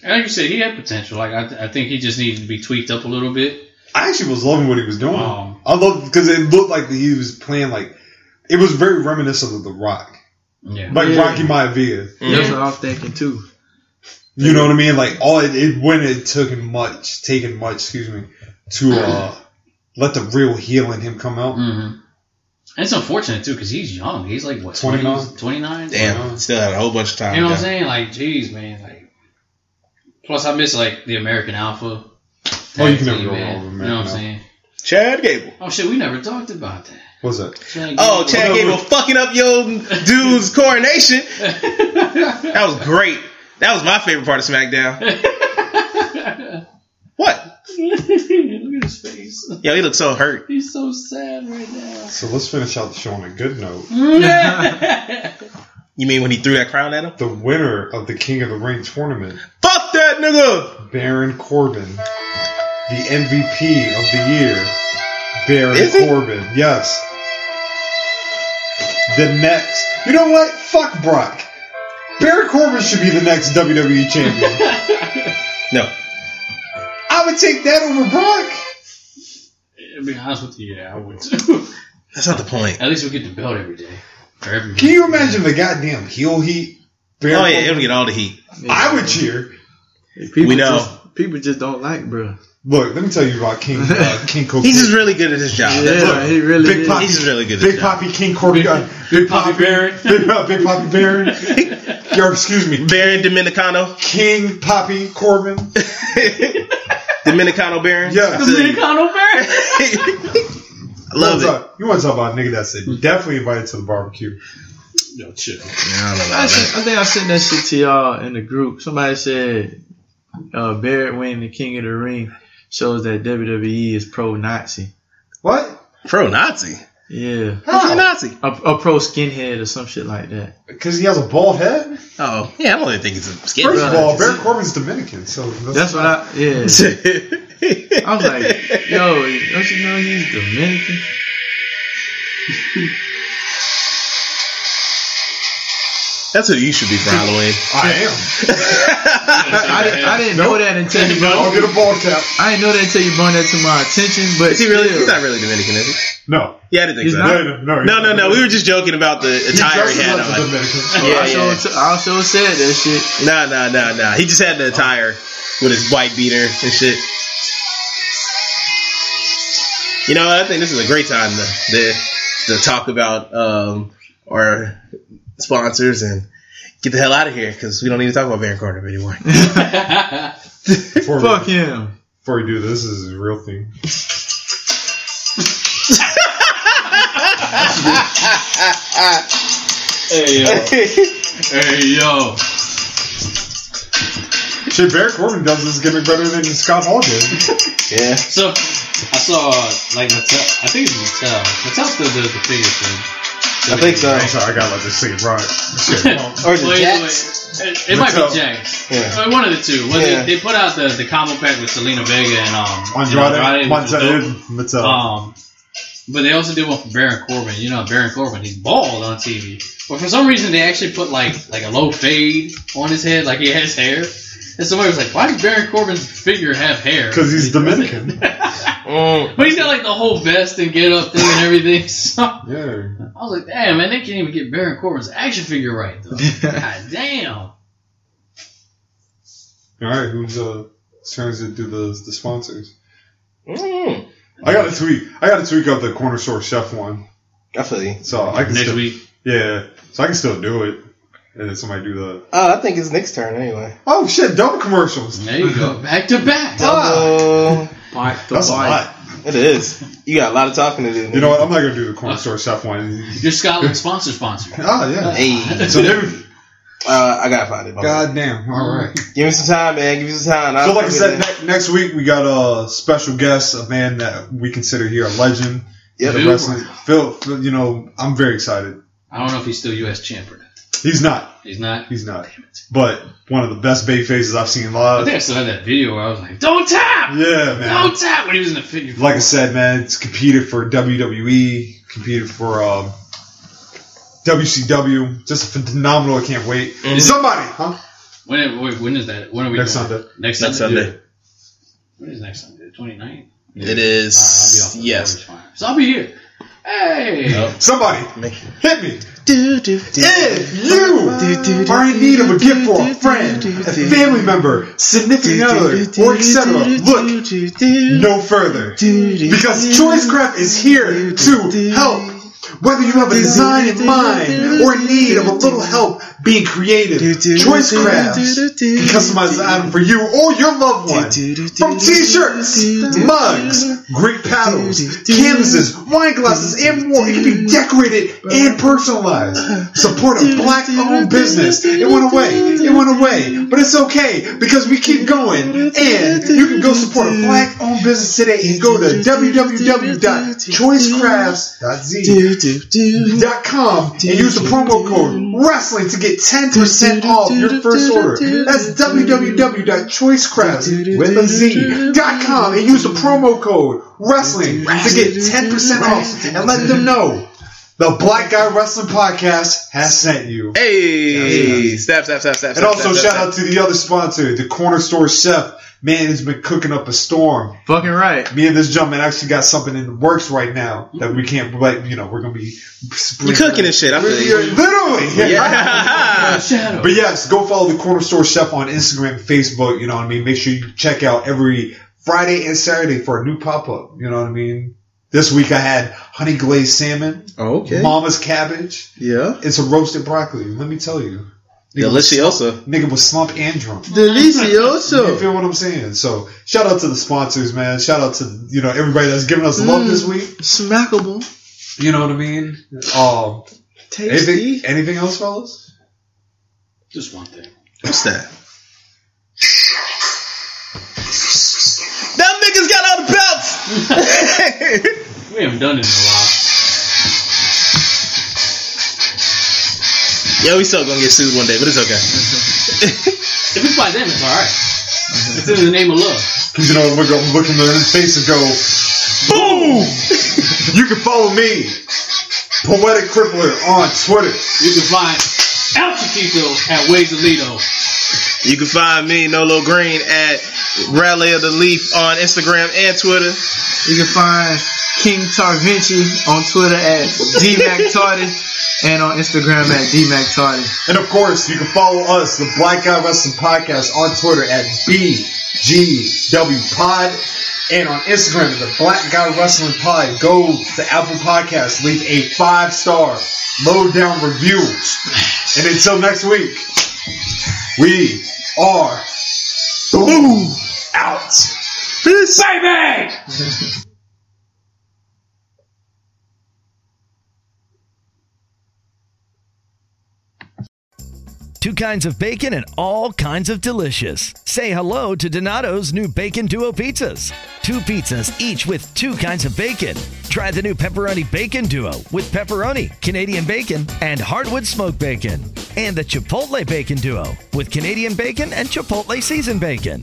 Speaker 6: And Like you said, he had potential. Like I, th- I think he just needed to be tweaked up a little bit.
Speaker 3: I actually was loving what he was doing. I love because it looked like he was playing like it was very reminiscent of The Rock,
Speaker 6: Yeah.
Speaker 3: like Rocky Maivia.
Speaker 4: That's what I'm thinking too.
Speaker 3: You know what I mean? Like all it, it when it took him much, taken much, excuse me, to uh let the real heel in him come out.
Speaker 6: Mm-hmm. And it's unfortunate too because he's young. He's like what
Speaker 3: 29?
Speaker 6: 29? 29?
Speaker 5: Damn, still had a whole bunch of time.
Speaker 6: You know what I'm
Speaker 5: yeah.
Speaker 6: saying? Like, jeez, man. Like, plus I miss like the American Alpha.
Speaker 3: Oh, you
Speaker 6: Tag
Speaker 3: can never
Speaker 6: team,
Speaker 3: go
Speaker 6: man.
Speaker 3: wrong with
Speaker 6: You know what I'm
Speaker 3: American
Speaker 6: saying?
Speaker 5: Chad Gable.
Speaker 6: Oh shit, we never talked about that.
Speaker 3: What's that?
Speaker 5: Oh, Chad Gable fucking up your dude's coronation. That was great. That was my favorite part of SmackDown.
Speaker 6: Look at his face.
Speaker 5: Yo, he looked so hurt.
Speaker 6: He's so sad right now.
Speaker 3: So let's finish out the show on a good note.
Speaker 5: You mean when he threw that crown at him?
Speaker 3: The winner of the King of the Ring tournament,
Speaker 5: Fuck that nigga!
Speaker 3: Baron Corbin, the MVP of the year, Baron
Speaker 5: Is he?
Speaker 3: Corbin. Yes. The next, you know what? Fuck Brock. Baron Corbin should be the next WWE champion.
Speaker 5: No.
Speaker 3: I would take that over Brock.
Speaker 6: I mean, honest with you, yeah, I would too.
Speaker 5: That's not the point.
Speaker 6: At least we get the belt every day. Or every
Speaker 3: Can you imagine the goddamn heel heat? Baron
Speaker 5: Oh yeah,
Speaker 3: Corbin?
Speaker 5: it'll get all the heat.
Speaker 3: I would cheer.
Speaker 4: People
Speaker 5: We know.
Speaker 4: Just, people just don't like, bro.
Speaker 3: Look, let me tell you about King uh, King Corbin.
Speaker 5: He's just really good at his job. That's
Speaker 4: Yeah,
Speaker 5: what-
Speaker 4: he really
Speaker 3: Big
Speaker 4: is.
Speaker 3: Poppy,
Speaker 5: He's really good at
Speaker 3: Big
Speaker 5: his job.
Speaker 3: Poppy King Corbin, uh, Big Poppy Baron, Big, uh, Big Poppy Baron. Yo, excuse me,
Speaker 5: Baron Dominicano.
Speaker 3: King Poppy Corbin.
Speaker 5: Dominicano Baron.
Speaker 3: Yeah.
Speaker 5: I feel you.
Speaker 6: Fair.
Speaker 5: I love
Speaker 3: you
Speaker 5: it.
Speaker 3: wanna Talk, you want to talk about a nigga that's definitely invited to the barbecue?
Speaker 6: No, chill.
Speaker 5: Yeah, I don't know
Speaker 4: I,
Speaker 5: about
Speaker 4: sent,
Speaker 5: that.
Speaker 4: I think I sent that shit to y'all in the group. Somebody said uh, Barrett winning the King of the Ring shows that WWE is pro Nazi.
Speaker 3: What?
Speaker 5: Pro Nazi.
Speaker 4: Yeah,
Speaker 5: Who's a Nazi?
Speaker 4: a, a pro skinhead or some shit like that.
Speaker 3: Because he has a bald head.
Speaker 5: Oh, yeah, I don't even think he's a skin.
Speaker 3: First of
Speaker 4: Right.
Speaker 3: all, Baron Corbin's Dominican, so
Speaker 4: That's what I yeah. I was like, yo, don't you know he's Dominican?
Speaker 5: That's who you should be following.
Speaker 3: I am.
Speaker 4: I, I, didn't, I didn't know that until you
Speaker 3: I'll
Speaker 4: brought,
Speaker 3: get a bald cap.
Speaker 4: I didn't know that until you brought that to my attention. But
Speaker 5: Is he really?
Speaker 4: still.
Speaker 5: He's not really Dominican, is he?
Speaker 3: No,
Speaker 5: Yeah, I didn't think
Speaker 4: He's
Speaker 5: so.
Speaker 4: not.
Speaker 3: no, no, no.
Speaker 5: No, no, no. We were just joking about the
Speaker 3: He
Speaker 5: attire he
Speaker 3: dresses
Speaker 5: had
Speaker 3: like a
Speaker 5: on.
Speaker 3: Dominican.
Speaker 4: I
Speaker 5: Yeah,
Speaker 4: sure t-
Speaker 5: yeah.
Speaker 4: I sure said that shit.
Speaker 5: Nah, nah, nah, nah. He just had the attire with his white beater and shit. You know, I think this is a great time to to, to talk about um, our sponsors and get the hell out of here because we don't need to talk about Baron Corbin anymore.
Speaker 3: Before,
Speaker 4: Fuck
Speaker 3: we,
Speaker 4: him.
Speaker 3: before we do this, this is a real thing.
Speaker 6: Hey yo. hey yo.
Speaker 3: Shit, Baron Corbin does this gimmick better than Scott Hall did.
Speaker 5: yeah.
Speaker 6: So I saw uh, like Mattel. I think it's Mattel. Mattel still does the figure thing.
Speaker 5: I think so.
Speaker 3: I'm sorry, I gotta let this thing ride. Shit, well,
Speaker 5: Or the
Speaker 6: Wait,
Speaker 5: Jacks.
Speaker 6: wait. It, it might
Speaker 3: Mattel.
Speaker 6: be Jax.
Speaker 5: Yeah.
Speaker 6: Uh, One of the two. Well,
Speaker 5: Yeah.
Speaker 6: they, they put out the, the combo pack with Selena Vega and um you know,
Speaker 3: Andrade,
Speaker 6: Andrade, which was dope.
Speaker 3: Montana, Mattel.
Speaker 6: Um, but they also did one for Baron Corbin. You know, Baron Corbin, he's bald on TV. But for some reason, they actually put like like a low fade on his head, like he has hair. And somebody was like, "Why does Baron Corbin's figure have hair?"
Speaker 3: Because he's Dominican.
Speaker 6: But he's got like the whole vest and get up thing and everything. So I
Speaker 3: yeah.
Speaker 6: was like, "Damn, man, they can't even get Baron Corbin's action figure right though." God damn.
Speaker 3: All right, who's uh turns to do the the sponsors?
Speaker 6: Mm-hmm.
Speaker 5: Mm.
Speaker 3: I got to tweet. I got to tweak up the corner store chef one,
Speaker 5: I feel you.
Speaker 3: so I can
Speaker 6: Next
Speaker 3: still,
Speaker 6: week,
Speaker 3: Yeah, so I can still do it, and then somebody do the
Speaker 5: Oh, I think it's Nick's turn anyway.
Speaker 3: oh shit double commercials.
Speaker 6: there you go, back to back.
Speaker 5: Oh,
Speaker 4: Bite the
Speaker 3: That's a
Speaker 4: bite.
Speaker 3: lot.
Speaker 5: it is. You got a lot of talking to do.
Speaker 3: You know what? I'm not gonna do the corner store chef one.
Speaker 6: Uh, Your Scotland sponsor sponsor.
Speaker 3: Oh yeah.
Speaker 5: Hey,
Speaker 3: So maybe,
Speaker 5: uh, I gotta find it.
Speaker 3: goddamn. All right.
Speaker 5: Give me some time, man. Give me some time.
Speaker 3: So
Speaker 5: I'll
Speaker 3: like I
Speaker 5: figure
Speaker 3: said,
Speaker 5: it out.
Speaker 3: ne- next week we got a special guest, a man that we consider here a legend.
Speaker 5: Yeah,
Speaker 3: of the
Speaker 6: Phil.
Speaker 3: wrestling. Phil, Phil, you know, I'm very excited.
Speaker 6: I don't know if he's still U.S. champ or not.
Speaker 3: He's not.
Speaker 6: He's not.
Speaker 3: He's not. But one of the best bay faces I've seen
Speaker 6: I
Speaker 3: live.
Speaker 6: think I still had that video where I was like, "Don't tap."
Speaker 3: Yeah, man.
Speaker 6: No tap when he was in the figure.
Speaker 3: Like I said, man, it's competed for WWE, competed for um,
Speaker 5: Mm-hmm.
Speaker 3: WCW. Just phenomenal. I can't wait. Somebody, huh?
Speaker 6: When, wait, when is that? When are we
Speaker 5: Next
Speaker 6: doing?
Speaker 5: Sunday.
Speaker 6: Next Sunday.
Speaker 5: Next Sunday.
Speaker 6: When is next Sunday? The 29th?
Speaker 5: It is yes.
Speaker 6: So I'll be here. Hey.
Speaker 3: Somebody hit me. If you are in need of a gift for a friend, a family member, significant other, or etc., look no further. Because Choicecraft is here to help. Whether you have a design in mind or in need of a little help being creative, Choicecraft can customize an item for you or your loved one. From t-shirts, mugs, great paddles, canvases, wine glasses, and more. It can be decorated and personalized. Support a black-owned business. It went away. It went away. But it's okay because we keep going. And you can go support a black-owned business today and go to www.choicecrafts.z.com and use the promo code WRESTLING to get 10% off your first order. That's www.choicecrafts with a Z dot com and use the promo code WRESTLING to get 10% off and let them know the Black Guy Wrestling Podcast has sent you.
Speaker 5: Hey, snap, snap, snap, snap.
Speaker 3: And also shout out to the other sponsor, the Corner Store Chef. Man, he's been cooking up a storm.
Speaker 4: Fucking right.
Speaker 3: Me and this gentleman actually got something in the works right now that we can't like. You know, we're gonna be
Speaker 5: You're cooking and shit. I'm
Speaker 3: literally.
Speaker 5: Yeah.
Speaker 3: But yes, go follow the Corner Store Chef on Instagram, Facebook. You know what I mean. Make sure you check out every Friday and Saturday for a new pop up. You know what I mean. This week I had honey glazed salmon,
Speaker 5: Oh, okay.
Speaker 3: Mama's cabbage.
Speaker 4: Yeah,
Speaker 3: it's a roasted broccoli. Let me tell you, Nigga was
Speaker 5: Delicioso.
Speaker 3: slump- Nigga was slump and drunk.
Speaker 4: Delicioso.
Speaker 3: you feel what I'm saying? So shout out to the sponsors, man. Shout out to you know everybody that's giving us
Speaker 5: Mm.
Speaker 3: love
Speaker 6: Mm,
Speaker 3: this week.
Speaker 4: Smackable.
Speaker 3: You know what I mean? Um,
Speaker 4: Tasty.
Speaker 3: Anything, anything else, fellas?
Speaker 6: Just one thing.
Speaker 5: What's that? Them niggas got all the belts.
Speaker 6: We haven't done it in a while.
Speaker 5: Yo, we still gonna get sued one day, but it's okay.
Speaker 6: If it's by then, it's all right. It's in the name of love.
Speaker 3: Because you know we're going to look in their face and go, boom! you can follow me, Poetic Crippler, on Twitter.
Speaker 6: You can find El Chiquito at Ways of Lido.
Speaker 5: You can find me, Nolo Green, at Rally of the Leaf on Instagram and Twitter.
Speaker 4: You can find King Tarvinci on Twitter at dmactardis and on Instagram at dmactardis.
Speaker 3: And of course, you can follow us, the Black Guy Wrestling Podcast, on Twitter at BGW Pod and on Instagram at the Black Guy Wrestling Pod. Go to Apple Podcasts, leave a five star lowdown review. And until next week, we are boom out. Peace, baby.
Speaker 9: Two kinds of bacon and all kinds of delicious. Say hello to Donato's new Bacon Duo pizzas. Two pizzas, each with two kinds of bacon. Try the new Pepperoni Bacon Duo with pepperoni, Canadian bacon, and hardwood smoked bacon. And the Chipotle Bacon Duo with Canadian bacon and Chipotle seasoned bacon.